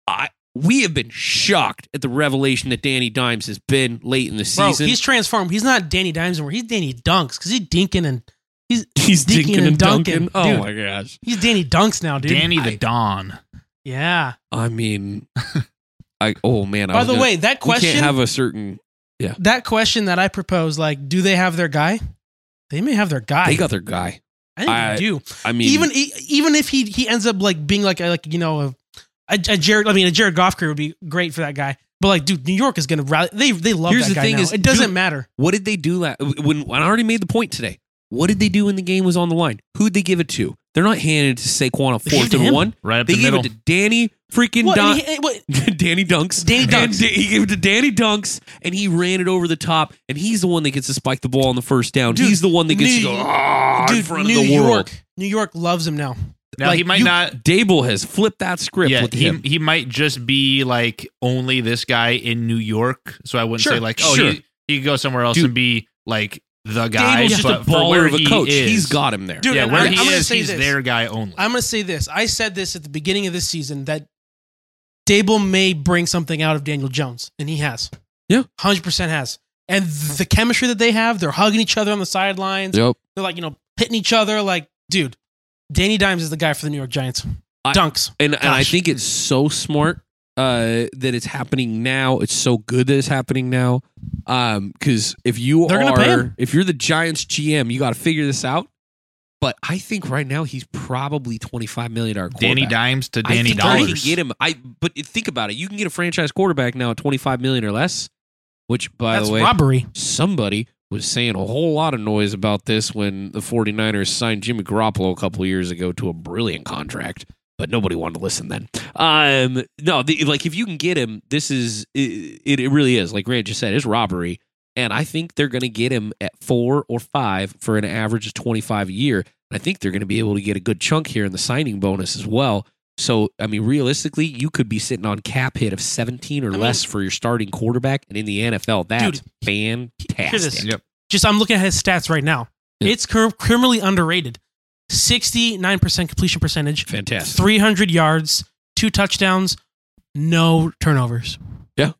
Speaker 1: I we have been shocked at the revelation that Danny Dimes has been late in the
Speaker 2: Bro,
Speaker 1: season.
Speaker 2: he's transformed. He's not Danny Dimes anymore. He's Danny Dunks because he's dinking and
Speaker 1: he's
Speaker 2: Deacon and Duncan.
Speaker 1: Oh
Speaker 2: Dude.
Speaker 1: my gosh.
Speaker 2: he's Danny Dunks now, dude.
Speaker 3: Danny the
Speaker 1: I-
Speaker 3: Don.
Speaker 2: yeah.
Speaker 1: I mean, I oh man. I
Speaker 2: By
Speaker 1: was
Speaker 2: the
Speaker 1: gonna-
Speaker 2: way, that
Speaker 1: we
Speaker 2: question,
Speaker 1: can't have a certain.
Speaker 2: that question that I proposed, like, do they have their guy? They may have their guy.
Speaker 1: They got their guy.
Speaker 2: I think
Speaker 1: I-
Speaker 2: they do.
Speaker 1: I mean,
Speaker 2: even e- even if he he ends up like being like a, like you know a, a, a Jared. I mean, a Jared Goff career would be great for that guy. But like, dude, New York is gonna rally. They they love
Speaker 1: Here's
Speaker 2: that
Speaker 1: the
Speaker 2: guy
Speaker 1: thing
Speaker 2: now.
Speaker 1: is,
Speaker 2: it doesn't
Speaker 1: dude-
Speaker 2: matter.
Speaker 1: what did they do la- when, when I already made the point today? What did they do when the game was on the line? Who'd they give it to? They're not handing it to Saquon on
Speaker 2: They gave it
Speaker 1: fourth
Speaker 2: to
Speaker 1: and
Speaker 2: him.
Speaker 1: one.
Speaker 3: Right up
Speaker 1: They
Speaker 3: the
Speaker 1: gave
Speaker 3: middle.
Speaker 1: it to Danny freaking
Speaker 2: What,
Speaker 1: Dun-
Speaker 2: and he- what-
Speaker 1: [LAUGHS] Danny Dunks.
Speaker 2: Danny Dunks.
Speaker 1: And Da- he gave it to Danny Dunks, and he ran it over the top. And he's the one that gets to spike the ball on the first down.
Speaker 2: Dude,
Speaker 1: he's the one that gets
Speaker 2: New-
Speaker 1: to go "Ah," in
Speaker 2: dude,
Speaker 1: front
Speaker 2: New
Speaker 1: of the
Speaker 2: York,
Speaker 1: world.
Speaker 2: New York loves him now.
Speaker 3: now
Speaker 1: like,
Speaker 3: he might
Speaker 1: you-
Speaker 3: not.
Speaker 1: Dable has flipped that script
Speaker 3: Yeah,
Speaker 1: with
Speaker 3: he,
Speaker 1: him.
Speaker 3: he might just be like only this guy in New York. So I wouldn't
Speaker 1: Sure,
Speaker 3: say like, oh,
Speaker 1: sure.
Speaker 3: he, he could go somewhere else
Speaker 1: Dude.
Speaker 3: and be like the guy.
Speaker 1: Dable's just
Speaker 3: but
Speaker 1: a
Speaker 3: for where
Speaker 1: baller of a
Speaker 3: he
Speaker 1: coach.
Speaker 3: is-
Speaker 1: He's got him there.
Speaker 2: Dude,
Speaker 3: yeah,
Speaker 2: and
Speaker 3: where
Speaker 2: I-
Speaker 3: he
Speaker 2: I'm gonna
Speaker 3: is,
Speaker 2: say
Speaker 3: he's
Speaker 2: this.
Speaker 3: their guy only.
Speaker 2: I'm gonna say this. I said this at the beginning of this season that Dable may bring something out of Daniel Jones, and he has.
Speaker 1: Yeah.
Speaker 2: hundred percent has. And th- the chemistry that they have, they're hugging each other on the sidelines.
Speaker 1: Yep.
Speaker 2: They're like, you know, hitting each other. Like, dude, Danny Dimes is the guy for the New York Giants.
Speaker 1: I-
Speaker 2: Dunks.
Speaker 1: and and I
Speaker 2: Gosh.
Speaker 1: think it's so smart uh, that it's happening now. It's so good that it's happening now. Um, because if you
Speaker 2: They're gonna pay
Speaker 1: are
Speaker 2: him.
Speaker 1: if you're the Giants GM, you got to figure this out. But I think right now he's probably twenty five million dollar
Speaker 3: Danny
Speaker 1: quarterback.
Speaker 3: Dimes to
Speaker 1: I
Speaker 3: Danny
Speaker 1: think I can
Speaker 3: Dollars.
Speaker 1: get him. I but think about it. You can get a franchise quarterback now at twenty five million or less. Which, by
Speaker 2: That's
Speaker 1: the way,
Speaker 2: robbery.
Speaker 1: somebody was saying a whole lot of noise about this when the 49ers signed Jimmy Garoppolo a couple years ago to a brilliant contract, but nobody wanted to listen then. Um, no, the, like if you can get him, this is it, it really is. Like Grant just said, it's robbery. And I think they're going to get him at four or five for an average of 25 a year. And I think they're going to be able to get a good chunk here in the signing bonus as well. So, I mean, realistically, you could be sitting on cap hit of 17 or
Speaker 2: mean-
Speaker 1: less for your starting quarterback. And in the NFL, that's
Speaker 2: hear this.
Speaker 1: fantastic.
Speaker 3: Yep.
Speaker 2: Just I'm looking at his stats right now.
Speaker 1: Yeah.
Speaker 2: It's cr- criminally underrated. 69% completion percentage,
Speaker 1: Fantastic.
Speaker 2: 300 yards, two touchdowns, no turnovers.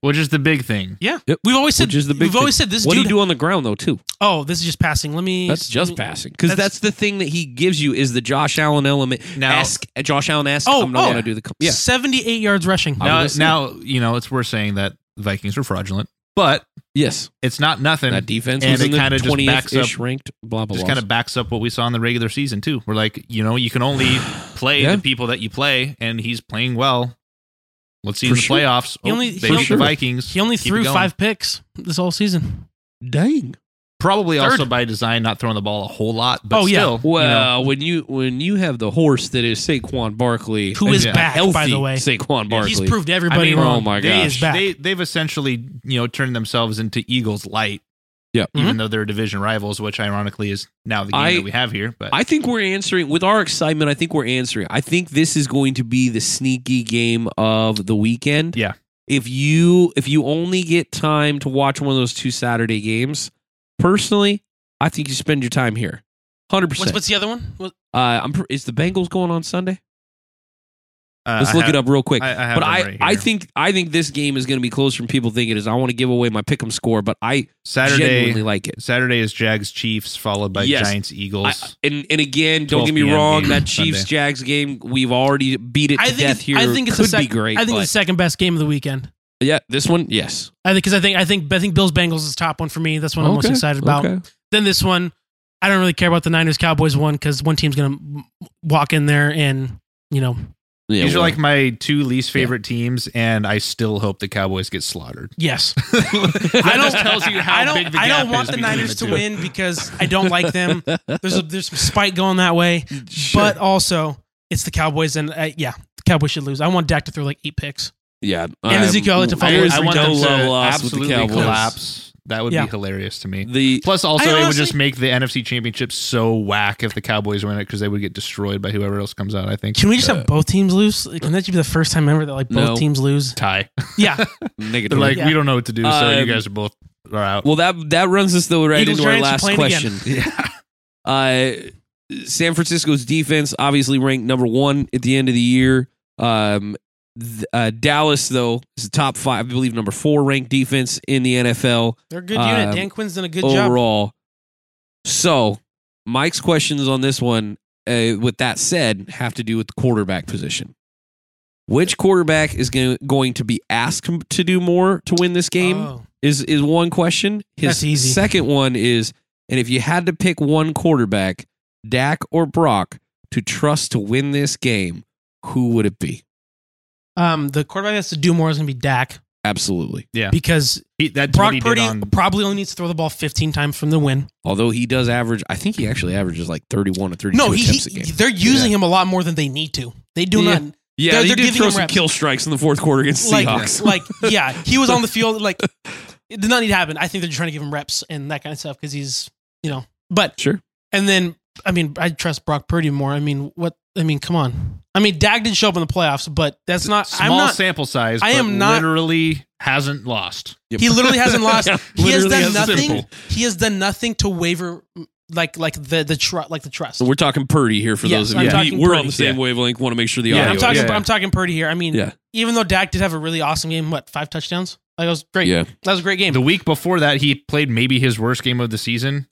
Speaker 3: Which is the big thing.
Speaker 2: Yeah.
Speaker 1: Yep.
Speaker 2: We've always said
Speaker 1: Which is the big
Speaker 2: we've always said this
Speaker 1: What do
Speaker 2: dude
Speaker 1: you do on the ground though, too?
Speaker 2: Oh, this is just passing. Let me
Speaker 1: That's just passing because that's,
Speaker 2: That's-
Speaker 1: the thing that he gives you is the Josh Allen element.
Speaker 3: Now-
Speaker 1: Ask Josh Allen. Ask.
Speaker 2: Oh,
Speaker 1: I'm not
Speaker 2: oh.
Speaker 1: going to do the. com- Yeah,
Speaker 2: 78 yards rushing.
Speaker 1: I
Speaker 3: Now,
Speaker 1: would
Speaker 3: now you know it's worth saying that Vikings were fraudulent, but
Speaker 1: yes.
Speaker 3: it's not nothing.
Speaker 1: that defense
Speaker 3: and
Speaker 1: was
Speaker 3: it
Speaker 1: in the
Speaker 3: kinda just
Speaker 1: twentieth
Speaker 3: backs up-
Speaker 1: ish ranked. Blah blah.
Speaker 3: just
Speaker 1: blah.
Speaker 3: kind of backs up what we saw in the regular season too. We're like, you know, you
Speaker 1: [SIGHS]
Speaker 3: can only play
Speaker 1: Yeah.
Speaker 3: the people that you play, and he's playing well. Let's see
Speaker 1: For
Speaker 3: in the
Speaker 1: sure.
Speaker 3: playoffs.
Speaker 2: He
Speaker 3: Oh,
Speaker 2: only-
Speaker 3: they
Speaker 2: he
Speaker 3: beat
Speaker 1: only-
Speaker 3: the Vikings.
Speaker 2: He only
Speaker 3: Keep it
Speaker 2: threw
Speaker 3: going.
Speaker 2: five picks this whole season.
Speaker 1: dang.
Speaker 3: Probably also
Speaker 2: Third.
Speaker 3: by design, not throwing the ball a whole lot. But
Speaker 2: Oh, yeah.
Speaker 3: still, you know,
Speaker 1: Well, when you when you have the horse that is Saquon Barkley,
Speaker 2: Who is
Speaker 3: Yeah.
Speaker 2: back,
Speaker 1: healthy
Speaker 2: by the way.
Speaker 1: Saquon Barkley.
Speaker 2: He's proved everybody
Speaker 3: I mean,
Speaker 2: wrong.
Speaker 1: oh my
Speaker 2: He is
Speaker 1: gosh.
Speaker 2: back.
Speaker 3: they they've essentially you know turned themselves into Eagles light.
Speaker 1: Yep.
Speaker 2: Mm-hmm.
Speaker 3: Even though they're division rivals, which ironically is now the game
Speaker 1: I-
Speaker 3: that we have here. But
Speaker 1: I think we're answering with our excitement. I think we're answering. I think this is going to be the sneaky game of the weekend.
Speaker 3: Yeah.
Speaker 1: If you if you only get time to watch one of those two Saturday games, personally, I think you spend your time here. Hundred
Speaker 2: what's,
Speaker 1: percent.
Speaker 2: what's the other one? What-
Speaker 1: Uh, I'm. pr- Is the Bengals going on Sunday?
Speaker 3: uh,
Speaker 1: Let's
Speaker 3: I
Speaker 1: look
Speaker 3: have-
Speaker 1: it up real quick.
Speaker 3: I, I have
Speaker 1: but
Speaker 3: them
Speaker 1: I,
Speaker 3: right
Speaker 1: I
Speaker 3: here.
Speaker 1: think I think this game is going to be closer than people think it is. I want to give away my pick'em score, but I
Speaker 3: Saturday
Speaker 1: genuinely like it.
Speaker 3: Saturday is Jags Chiefs followed by
Speaker 1: Yes.
Speaker 3: Giants Eagles.
Speaker 1: I, and and again, don't
Speaker 3: 12
Speaker 1: get me
Speaker 3: PM
Speaker 1: wrong.
Speaker 3: game
Speaker 1: That Chiefs
Speaker 3: Sunday.
Speaker 1: Jags game, we've already beat it to
Speaker 2: I think
Speaker 1: death
Speaker 2: it's-
Speaker 1: here.
Speaker 2: I think it's
Speaker 1: could
Speaker 2: the sec-
Speaker 1: be great.
Speaker 2: I think
Speaker 1: but-
Speaker 2: it's the second best game of the weekend.
Speaker 1: Yeah, this one, yes.
Speaker 2: I think because I think I think I think Bills Bengals is top one for me. That's what I'm most excited about. Then this one, I don't really care about the Niners Cowboys one because one team's gonna m- walk in there and you know
Speaker 1: Yeah,
Speaker 3: These are
Speaker 1: well,
Speaker 3: like [LAUGHS] my two least favorite teams, and I still hope the Cowboys
Speaker 2: [LAUGHS]
Speaker 3: get slaughtered. [LAUGHS]
Speaker 2: yes.
Speaker 3: I just tells you how
Speaker 2: I don't
Speaker 3: big the
Speaker 2: I
Speaker 3: gap
Speaker 2: don't want
Speaker 3: is
Speaker 2: the
Speaker 3: between
Speaker 2: Niners
Speaker 3: the
Speaker 2: to
Speaker 3: two.
Speaker 2: win because I don't like them.
Speaker 3: [LAUGHS]
Speaker 1: [LAUGHS]
Speaker 2: There's a, there's some spite going that way, but also it's the Cowboys and uh, yeah, the Cowboys should lose. I want Dak to throw like eight picks.
Speaker 1: yeah,
Speaker 2: And Ezekiel Elliott to follow
Speaker 1: There's
Speaker 3: I want
Speaker 1: no
Speaker 3: them to
Speaker 1: low loss with the
Speaker 3: absolutely
Speaker 1: Cowboys.
Speaker 3: collapse. That would
Speaker 2: Yeah.
Speaker 3: be hilarious to me.
Speaker 1: The
Speaker 3: Plus, also,
Speaker 2: I
Speaker 3: it would
Speaker 2: honestly-
Speaker 3: just make the NFC Championship so whack if the Cowboys win it because they would get destroyed by whoever else comes out. I think.
Speaker 2: Can we just
Speaker 3: Uh,
Speaker 2: have both teams lose? Like, Can that be the first time ever that like both
Speaker 1: No.
Speaker 2: teams
Speaker 1: [LAUGHS]
Speaker 2: lose?
Speaker 3: tie?
Speaker 2: Yeah,
Speaker 3: They're
Speaker 1: negative.
Speaker 3: like,
Speaker 2: Yeah.
Speaker 3: we don't know what to do, so
Speaker 1: Um,
Speaker 3: you guys are both are out.
Speaker 1: well, that that runs us though right
Speaker 2: Eagles
Speaker 1: into our
Speaker 2: Giants are
Speaker 1: last
Speaker 2: playing
Speaker 1: question.
Speaker 3: yeah.
Speaker 1: Uh, San Francisco's defense obviously ranked number one at the end of the year. Um, th- uh, Dallas though is the top five, I believe, number four ranked defense in the NFL.
Speaker 2: they're a good unit.
Speaker 1: Um,
Speaker 2: Dan Quinn's done a good job.
Speaker 1: overall. So, Mike's questions on this one, uh, with that said, have to do with the quarterback position. Which quarterback is go- going to be asked to do more to win this game
Speaker 2: Oh.
Speaker 1: is is one question. His
Speaker 2: That's easy.
Speaker 1: second one is, and if you had to pick one quarterback, Dak or Brock, to trust to win this game, who would it be?
Speaker 2: Um, the quarterback that's to do more is going to be Dak
Speaker 1: Absolutely.
Speaker 2: because
Speaker 3: He, that's what
Speaker 2: Brock
Speaker 3: he
Speaker 2: Purdy
Speaker 3: did on
Speaker 2: probably only needs to throw the ball 15 times from the win.
Speaker 1: Although he does average, I think he actually averages like thirty-one or thirty-two
Speaker 2: No, he,
Speaker 1: attempts a
Speaker 2: he-
Speaker 1: game.
Speaker 2: they're using him a lot more than they need to. They do
Speaker 1: Yeah.
Speaker 2: not
Speaker 1: Yeah,
Speaker 2: They're-
Speaker 1: he
Speaker 2: they're
Speaker 1: did
Speaker 2: giving
Speaker 1: throw
Speaker 2: him
Speaker 1: some
Speaker 2: reps.
Speaker 1: kill strikes in the fourth quarter against the
Speaker 2: like
Speaker 1: Seahawks.
Speaker 2: [LAUGHS] like yeah. He was on the
Speaker 1: [LAUGHS]
Speaker 2: field like it did not need to happen. I think they're trying to give him reps and that kind of stuff because he's you know. But
Speaker 1: sure.
Speaker 2: and then I mean I trust Brock Purdy more. I mean what I mean come on. I mean Dag didn't show up in the playoffs, but that's not.
Speaker 3: small
Speaker 2: I'm not.
Speaker 3: sample size.
Speaker 2: I
Speaker 3: but
Speaker 2: am not-
Speaker 3: literally hasn't lost.
Speaker 2: He
Speaker 1: [LAUGHS]
Speaker 2: literally hasn't
Speaker 1: [LAUGHS]
Speaker 2: lost.
Speaker 1: Yeah,
Speaker 2: he has
Speaker 1: literally
Speaker 2: done
Speaker 1: has-
Speaker 2: nothing.
Speaker 3: simple.
Speaker 2: He has done nothing to waver like like the the tru- like the trust.
Speaker 1: So we're talking Purdy here for
Speaker 2: Yes,
Speaker 1: those of
Speaker 2: I'm
Speaker 1: you.
Speaker 2: talking
Speaker 1: We're on
Speaker 2: Purdy.
Speaker 1: the same
Speaker 3: Yeah.
Speaker 1: wavelength. Want to make sure the
Speaker 3: Yeah,
Speaker 1: audio.
Speaker 2: I'm talking.
Speaker 3: yeah.
Speaker 2: I'm talking Purdy here. I mean,
Speaker 1: Yeah.
Speaker 2: even though Dak did have a really awesome game, what five touchdowns? That was great.
Speaker 1: Yeah.
Speaker 2: That was a great game.
Speaker 3: The week before that, he played maybe his worst game of the season.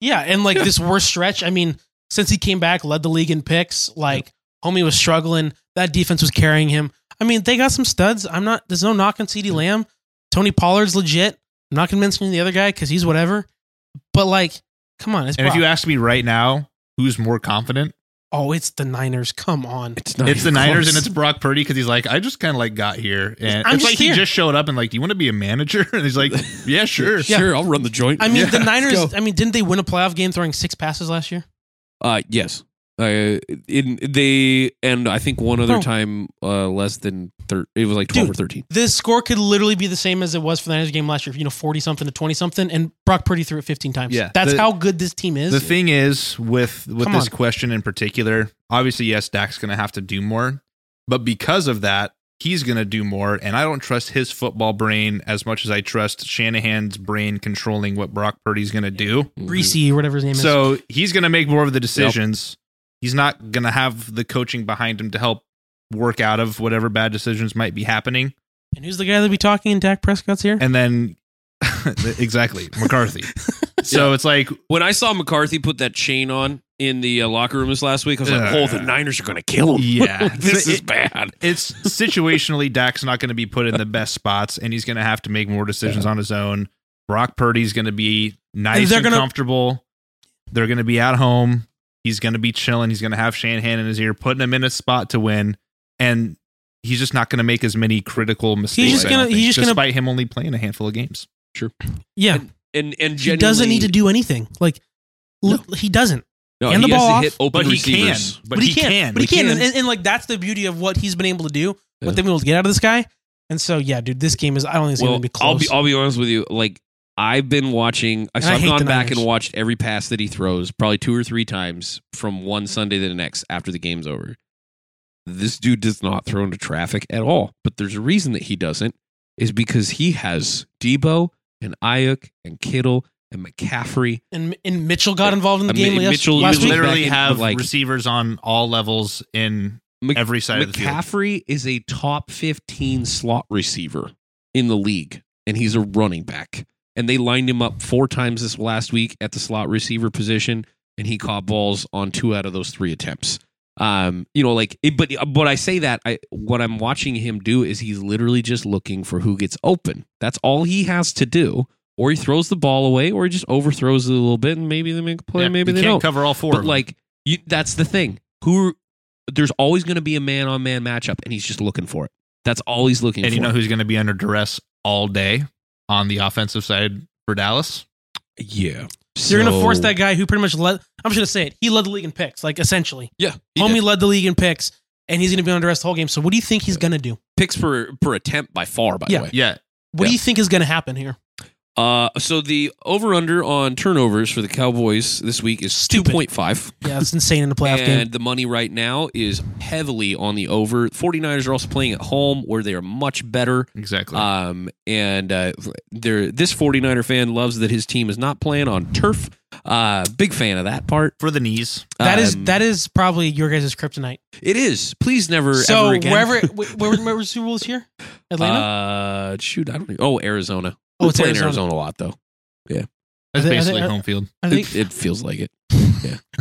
Speaker 2: yeah, and like
Speaker 3: [LAUGHS]
Speaker 2: this worst stretch. I mean, since he came back, led the league in picks. Like homie was struggling. That defense was carrying him. I mean, they got some studs. I'm not. There's no knock on Ceedee Lamb. Tony Pollard's legit. I'm not gonna mention the other guy because he's whatever. But like, come on, it's
Speaker 3: And if
Speaker 2: Brock.
Speaker 3: you ask me right now, who's more confident,
Speaker 2: Oh, it's the Niners. Come
Speaker 3: [LAUGHS]
Speaker 2: on.
Speaker 1: It's not.
Speaker 3: It's the
Speaker 1: even
Speaker 3: Niners
Speaker 1: close.
Speaker 3: and it's Brock Purdy because he's like, I just kind of like got here, and
Speaker 2: I'm
Speaker 3: it's
Speaker 2: just
Speaker 3: like
Speaker 2: here.
Speaker 3: he just showed up and like, do you want to be a manager? [LAUGHS] And
Speaker 1: [LAUGHS]
Speaker 3: he's like, Yeah, sure.
Speaker 1: sure. Sure, I'll run the joint.
Speaker 2: I mean,
Speaker 3: Yeah,
Speaker 2: the Niners.
Speaker 1: go.
Speaker 2: I mean, didn't they win a playoff game throwing six passes last year?
Speaker 1: uh, yes. Uh, in they and I think one other
Speaker 2: Oh.
Speaker 1: time uh, less than thir- it was like twelve or
Speaker 2: Dude.
Speaker 1: thirteen.
Speaker 2: This score could literally be the same as it was for the Niners game last year. You know, forty something to twenty something, and Brock Purdy threw it fifteen times.
Speaker 3: Yeah.
Speaker 2: that's
Speaker 3: The-
Speaker 2: how good this team is.
Speaker 3: The thing is with with
Speaker 2: Come
Speaker 3: this
Speaker 2: on.
Speaker 3: question in particular, obviously, yes, Dak's going to have to do more, but because of that, he's going to do more, and I don't trust his football brain as much as I trust Shanahan's brain controlling what Brock Purdy's going to do.
Speaker 1: Mm-hmm.
Speaker 2: Greasy or whatever his name is.
Speaker 3: So he's going to make more of the decisions. He's not going to have the coaching behind him to help work out of whatever bad decisions might be happening.
Speaker 2: And who's the guy that be talking in Dak Prescott's here?
Speaker 3: And then, [LAUGHS] exactly,
Speaker 1: [LAUGHS]
Speaker 3: McCarthy. So it's like,
Speaker 1: When I saw McCarthy put that chain on in the uh, locker room this last week, I was like,
Speaker 3: Uh.
Speaker 1: "Oh, the Niners are going to kill him.
Speaker 3: yeah,
Speaker 1: [LAUGHS] this is
Speaker 3: It-
Speaker 1: bad."
Speaker 3: it's situationally [LAUGHS] Dak's not going to be put in the best spots, and he's going to have to make more decisions on his own. Brock Purdy's going to be nice
Speaker 2: they're
Speaker 3: and
Speaker 2: gonna-
Speaker 3: comfortable. They're going to be at home. He's going to be chilling. He's going to have Shanahan in his ear, putting him in a spot to win, and he's just not going to make as many critical mistakes.
Speaker 2: just
Speaker 3: I don't
Speaker 2: gonna- he's
Speaker 3: think,
Speaker 2: just gonna-
Speaker 3: despite him only playing a handful of games.
Speaker 2: yeah,
Speaker 1: And and
Speaker 2: he doesn't
Speaker 1: genuinely-
Speaker 2: need to do anything. Like li- he doesn't.
Speaker 1: No,
Speaker 2: hand
Speaker 1: he
Speaker 2: the
Speaker 1: has
Speaker 2: ball
Speaker 1: to
Speaker 2: off,
Speaker 1: hit open
Speaker 3: But he can.
Speaker 1: receivers.
Speaker 3: But, he can.
Speaker 2: But he can. And, and like that's the beauty of what he's been able to do.
Speaker 1: Yeah.
Speaker 2: What they've been able to get out of this guy. And so yeah, dude, this game is. I don't think it's
Speaker 1: well,
Speaker 2: gonna be close.
Speaker 1: I'll be I'll be honest with you. Like I've been watching. So
Speaker 2: I
Speaker 1: I've
Speaker 2: hate
Speaker 1: gone
Speaker 2: the
Speaker 1: back
Speaker 2: Niners.
Speaker 1: and watched every pass that he throws, probably two or three times from one Sunday to the next after the game's over. This dude does not throw into traffic at all. But there's a reason that he doesn't. Is because he has Debo and Ayuk and Kittle and McCaffrey.
Speaker 2: and and Mitchell got involved in the
Speaker 1: I
Speaker 2: game
Speaker 1: mean,
Speaker 2: last,
Speaker 1: Mitchell
Speaker 2: last
Speaker 3: You
Speaker 1: was
Speaker 2: week.
Speaker 1: literally
Speaker 3: literally
Speaker 1: back in,
Speaker 3: have
Speaker 1: but, like-
Speaker 3: receivers on all levels in
Speaker 1: Mc-
Speaker 3: every side of the field.
Speaker 1: McCaffrey is a top 15 slot receiver in the league, and he's a running back. And they lined him up four times this last week at the slot receiver position, and he caught balls on two out of those three attempts. Um, you know, like, it, but but I say that I what I'm watching him do is he's literally just looking for who gets open. That's all he has to do, or he throws the ball away, or he just overthrows it a little bit, and maybe they make a play,
Speaker 3: Yeah,
Speaker 1: maybe
Speaker 3: you
Speaker 1: they
Speaker 3: can't
Speaker 1: don't
Speaker 3: cover all four.
Speaker 1: but
Speaker 3: of them.
Speaker 1: like you, that's the thing who are- there's always going to be a man on man matchup and he's just looking for it that's all he's looking
Speaker 3: and
Speaker 1: for
Speaker 3: you know who's going to be under duress all day on the offensive side for Dallas?
Speaker 1: yeah
Speaker 2: You're gonna force that guy who pretty much led. I'm just gonna say it. He led the league in picks, like essentially.
Speaker 1: yeah
Speaker 2: Homie led the league in picks, and he's gonna be under arrest the whole game. So what do you think he's gonna do?
Speaker 1: picks per per attempt by far by
Speaker 2: Yeah.
Speaker 1: the way
Speaker 3: Yeah,
Speaker 2: What
Speaker 1: Yeah.
Speaker 2: do you think is gonna happen here?
Speaker 1: uh so the over under on turnovers for the cowboys this week is
Speaker 2: Stupid.
Speaker 1: 2.5
Speaker 2: Yeah, it's insane in a
Speaker 1: [LAUGHS]
Speaker 2: playoff
Speaker 1: and
Speaker 2: game.
Speaker 1: the money right now is heavily on the over 49ers are also playing at home where they are much better
Speaker 3: exactly.
Speaker 1: Um, and uh, there, this 49er fan loves that his team is not playing on turf. Uh, big fan of that part.
Speaker 3: for the knees,
Speaker 2: That is
Speaker 1: Um,
Speaker 2: that is probably your guys' kryptonite.
Speaker 1: It is. Please never.
Speaker 2: So
Speaker 1: ever again.
Speaker 2: wherever
Speaker 1: [LAUGHS]
Speaker 2: where, where, where was Super Bowl this year? Atlanta.
Speaker 1: Uh, shoot, I don't. Even, oh, Arizona.
Speaker 2: Oh,
Speaker 1: We
Speaker 2: it's
Speaker 1: play in
Speaker 2: Arizona.
Speaker 1: a lot though.
Speaker 3: that's
Speaker 2: Are they- are
Speaker 3: basically
Speaker 2: they- are-
Speaker 3: home field.
Speaker 2: are they
Speaker 1: It, it feels like it.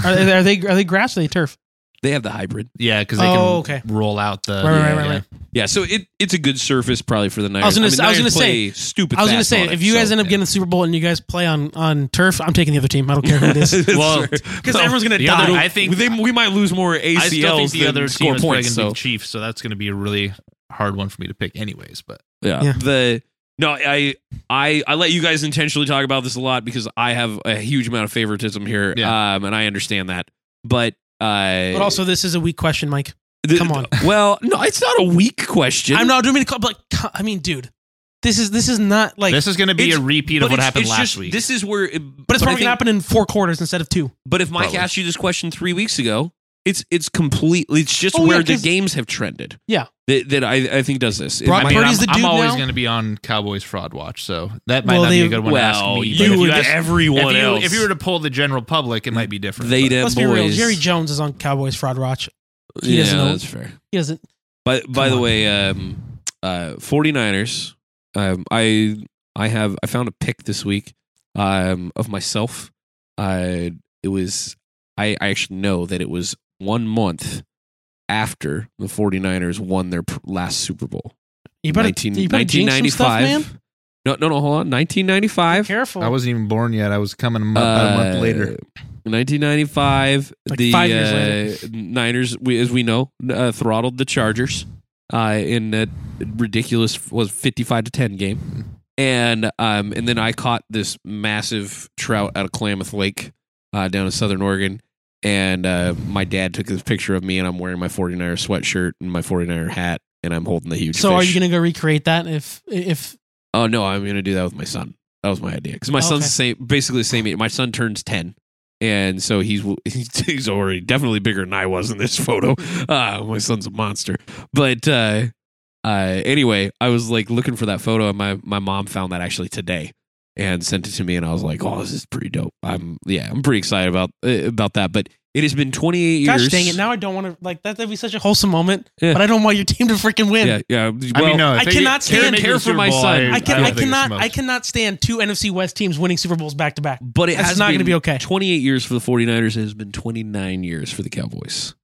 Speaker 2: are they are they are they grass or are they turf?
Speaker 1: They have the hybrid.
Speaker 3: Yeah, because they
Speaker 2: Oh,
Speaker 3: can
Speaker 2: okay.
Speaker 3: roll out the.
Speaker 2: Right, right,
Speaker 3: yeah,
Speaker 2: right,
Speaker 3: yeah.
Speaker 2: right.
Speaker 1: Yeah, so it it's a good surface probably for the Niners.
Speaker 2: was gonna
Speaker 1: mean,
Speaker 2: say- I was
Speaker 1: Niners
Speaker 2: gonna
Speaker 1: play stupid.
Speaker 2: I was gonna
Speaker 1: fast
Speaker 2: say
Speaker 1: on it,
Speaker 2: if you
Speaker 1: so,
Speaker 2: guys end up
Speaker 1: yeah.
Speaker 2: getting
Speaker 1: [LAUGHS]
Speaker 2: the Super Bowl and you guys play on on turf, I'm taking the other team. I don't care who
Speaker 1: [LAUGHS]
Speaker 2: it is. [LAUGHS]
Speaker 3: Well,
Speaker 2: Because everyone's gonna
Speaker 3: The
Speaker 2: die.
Speaker 3: other- I think-
Speaker 1: they, we might lose more ACLs
Speaker 3: I still think
Speaker 1: than
Speaker 3: the other team
Speaker 1: score
Speaker 3: is probably going
Speaker 1: points.
Speaker 3: to
Speaker 1: So
Speaker 3: be the Chiefs, so that's going to be a really hard one for me to pick, anyways. But
Speaker 1: Yeah.
Speaker 2: Yeah.
Speaker 1: The no, I I I let you guys intentionally talk about this a lot because I have a huge amount of favoritism here, um, and I understand that. But uh,
Speaker 2: but also, this is a weak question, Mike.
Speaker 1: the-
Speaker 2: come on.
Speaker 1: Well, no, it's not a weak question.
Speaker 2: I'm not doing me to call, but like, I mean, dude, this is this is not like.
Speaker 3: this is going to be
Speaker 1: it's-
Speaker 3: a repeat
Speaker 1: But
Speaker 3: of what
Speaker 1: it's-
Speaker 3: happened
Speaker 1: it's
Speaker 3: last
Speaker 1: just-
Speaker 3: week.
Speaker 1: This is where, it,
Speaker 2: but it's
Speaker 1: I
Speaker 2: probably
Speaker 1: think-
Speaker 2: gonna happen in four quarters instead of two.
Speaker 1: But if Mike
Speaker 3: Probably.
Speaker 1: asked you this question three weeks ago, it's it's completely. It's just
Speaker 2: Oh, yeah,
Speaker 1: where the
Speaker 2: 'cause-
Speaker 1: games have trended.
Speaker 2: Yeah.
Speaker 1: That, that I I think does this. It
Speaker 2: Brock
Speaker 1: might-
Speaker 3: I mean,
Speaker 2: Purdy's
Speaker 3: I'm,
Speaker 2: the
Speaker 3: I'm
Speaker 2: dude
Speaker 3: always
Speaker 2: now?
Speaker 3: going to be on Cowboys fraud watch, so that might
Speaker 2: Well,
Speaker 3: not be
Speaker 2: they-
Speaker 3: a good one to ask
Speaker 1: well,
Speaker 3: me. but
Speaker 1: you
Speaker 3: if
Speaker 1: and
Speaker 3: ask-
Speaker 1: everyone
Speaker 3: if you,
Speaker 1: else.
Speaker 3: if you were to pull the general public, it might be different.
Speaker 1: they
Speaker 3: but-
Speaker 1: them
Speaker 2: Let's be real.
Speaker 1: boys-
Speaker 2: Jerry Jones is on Cowboys fraud watch. he
Speaker 1: yeah,
Speaker 2: doesn't know.
Speaker 1: that's fair.
Speaker 2: He doesn't.
Speaker 1: By by
Speaker 2: Come
Speaker 1: the
Speaker 2: on.
Speaker 1: way, um, uh, 49ers. Um, I I have I found a pic this week um, of myself. Uh, it was I, I actually know that it was one month after the 49ers won their pr- last Super Bowl.
Speaker 2: You better.
Speaker 1: 19
Speaker 2: you better jinx some stuff, man.
Speaker 1: 1995. No, no, no, hold on. 1995.
Speaker 2: Careful.
Speaker 3: I wasn't even born yet. I was coming a month,
Speaker 1: Uh,
Speaker 3: about a month later.
Speaker 1: 1995,
Speaker 2: Like
Speaker 1: the
Speaker 2: five years
Speaker 1: uh,
Speaker 2: later.
Speaker 1: Niners, we, as we know, uh, throttled the Chargers uh, in that ridiculous was 55 to 10 game, and um, and then I caught this massive trout out of Klamath Lake uh, down in Southern Oregon, and uh, my dad took this picture of me, and I'm wearing my 49er sweatshirt and my 49er hat, and I'm holding the huge.
Speaker 2: So are
Speaker 1: fish.
Speaker 2: you going to go recreate that if if
Speaker 1: Oh no, I'm gonna do that with my son. That was my idea because my
Speaker 2: Oh,
Speaker 1: son's
Speaker 2: okay.
Speaker 1: the same, basically the same age. My son turns ten, and so he's [LAUGHS] he's already definitely bigger than I was in this [LAUGHS] photo. Uh, my son's a monster. But uh, uh, anyway, I was like looking for that photo, and my my mom found that actually today and sent it to me, and I was like, oh, this is pretty dope. I'm yeah, I'm pretty excited about uh, about that. But it has been 28
Speaker 2: gosh
Speaker 1: years.
Speaker 2: dang it now I don't want to like that would be such a wholesome moment,
Speaker 1: Yeah.
Speaker 2: but I don't want your team to freaking win.
Speaker 1: Yeah, yeah.
Speaker 3: I mean,
Speaker 1: well,
Speaker 3: no, if
Speaker 2: I
Speaker 3: they
Speaker 2: cannot
Speaker 3: care-
Speaker 2: stand-
Speaker 3: make it
Speaker 1: care
Speaker 3: to
Speaker 1: for
Speaker 3: Super
Speaker 1: my
Speaker 3: Bowl,
Speaker 1: son.
Speaker 2: I can
Speaker 1: I
Speaker 2: I,
Speaker 1: don't
Speaker 3: think it's
Speaker 2: cannot
Speaker 3: smoked.
Speaker 2: I cannot stand two NFC West teams winning Super Bowls back to back.
Speaker 1: But it
Speaker 2: That's
Speaker 1: has
Speaker 2: not
Speaker 1: been-
Speaker 2: gonna be okay.
Speaker 1: 28 years for the 49ers and has been 29 years for the Cowboys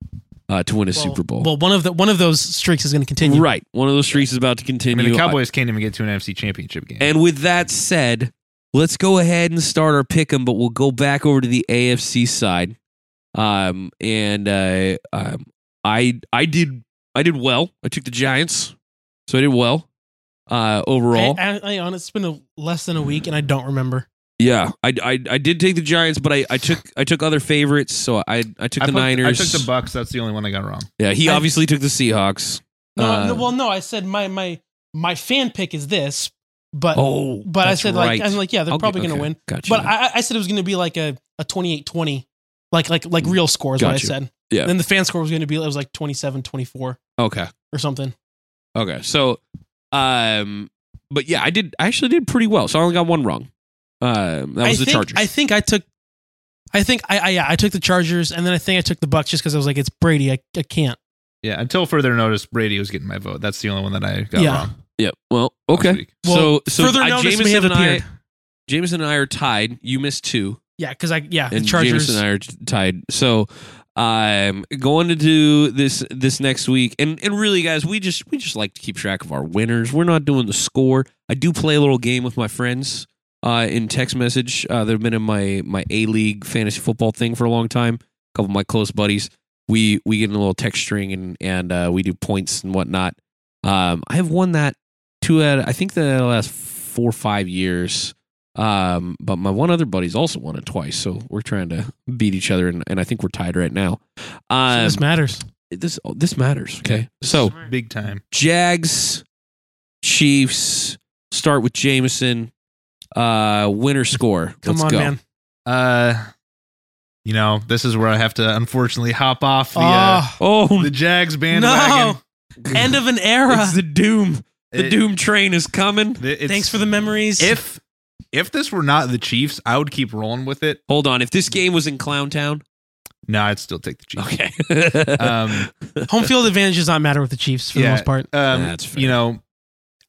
Speaker 1: uh, to win a Super Bowl.
Speaker 2: Well, one of the one of those streaks is going to continue.
Speaker 1: right. One of those streaks is about to
Speaker 3: I
Speaker 1: continue.
Speaker 3: mean, the Cowboys can't even get to an NFC Championship game.
Speaker 1: And with that said, let's go ahead and start our pick 'em, but we'll go back over to the AFC side. Um, and uh, um, I I did I did well. I took the Giants, so I did well uh, overall.
Speaker 2: I, I, I honest, it's been a, less than a week, and I don't remember.
Speaker 1: yeah, I, I I did take the Giants, but I, I took I took other favorites. So I I took
Speaker 3: I
Speaker 1: the
Speaker 3: put-
Speaker 1: Niners.
Speaker 3: I took the Bucks. That's the only one I got wrong.
Speaker 1: yeah, he
Speaker 2: I-
Speaker 1: obviously took the Seahawks.
Speaker 2: No,
Speaker 1: Uh,
Speaker 2: no, well, no, I said my my my fan pick is this, but
Speaker 1: Oh,
Speaker 2: Uh, but I
Speaker 1: that's
Speaker 2: said
Speaker 1: right.
Speaker 2: like I'm like yeah, they're
Speaker 1: Okay,
Speaker 2: probably going to
Speaker 1: okay.
Speaker 2: win.
Speaker 1: Gotcha.
Speaker 2: But I, I- I said it was going to be like a a 28-20, like like like real score is what I
Speaker 1: Gotcha.
Speaker 2: said.
Speaker 1: Yeah.
Speaker 2: Then the fan score was going to be it was like 27-24
Speaker 1: okay,
Speaker 2: or something.
Speaker 1: okay. So, um, but yeah, I did. I actually did pretty well. So I only got one wrong. Um, that was
Speaker 2: I
Speaker 1: the
Speaker 2: think,
Speaker 1: Chargers.
Speaker 2: I think I took. I think I, I yeah I took the Chargers and then I think I took the Bucks just because I was like it's Brady I, I can't
Speaker 3: Yeah, until further notice, Brady was getting my vote. That's the only one that I got
Speaker 2: Yeah.
Speaker 3: wrong.
Speaker 1: yeah. Well,
Speaker 3: last
Speaker 1: okay.
Speaker 3: week.
Speaker 2: Well,
Speaker 1: so, so
Speaker 2: further
Speaker 1: uh,
Speaker 2: notice may
Speaker 1: Jameson
Speaker 2: have
Speaker 1: and I,
Speaker 2: appeared.
Speaker 1: Jameson and I are tied. You missed two,
Speaker 2: yeah because I yeah the
Speaker 1: and
Speaker 2: Chargers
Speaker 1: Jameson and I are t- tied. So, I'm going to do this this next week. And and really, guys, we just we just like to keep track of our winners. We're not doing the score. I do play a little game with my friends. uh, in text message. Uh, they've been in my my A League fantasy football thing for a long time. A couple of my close buddies. We we get in a little text string and and uh, we do points and whatnot. Um, I have won that two out. Of, I think the last four or five years. Um, but my one other buddy's also won it twice, so we're trying to beat each other, and, and I think we're tied right now.
Speaker 2: So
Speaker 1: Um,
Speaker 2: this matters
Speaker 1: this oh, this matters. Okay, so
Speaker 3: Big time.
Speaker 1: Jags, Chiefs. Start with Jameson. Uh, winner score.
Speaker 2: come
Speaker 1: Let's
Speaker 2: on
Speaker 1: go.
Speaker 2: man
Speaker 3: Uh, you know, this is where I have to unfortunately hop off the uh,
Speaker 1: [LAUGHS]
Speaker 2: Ah,
Speaker 1: Oh,
Speaker 3: the Jags
Speaker 2: no
Speaker 3: bandwagon.
Speaker 2: end [LAUGHS] of an era
Speaker 1: it's the doom. The
Speaker 3: It-
Speaker 1: doom train is coming.
Speaker 3: th- it's-
Speaker 2: thanks for the memories
Speaker 3: If if this were not the Chiefs, I would keep rolling with it.
Speaker 1: Hold on. If this game was in Clown Town, [LAUGHS]
Speaker 3: No, I'd still take the Chiefs.
Speaker 1: okay. [LAUGHS]
Speaker 3: Um,
Speaker 2: [LAUGHS] home field advantage does not matter with the Chiefs for
Speaker 3: Yeah.
Speaker 2: the most part
Speaker 3: um,
Speaker 1: That's fair.
Speaker 3: you know,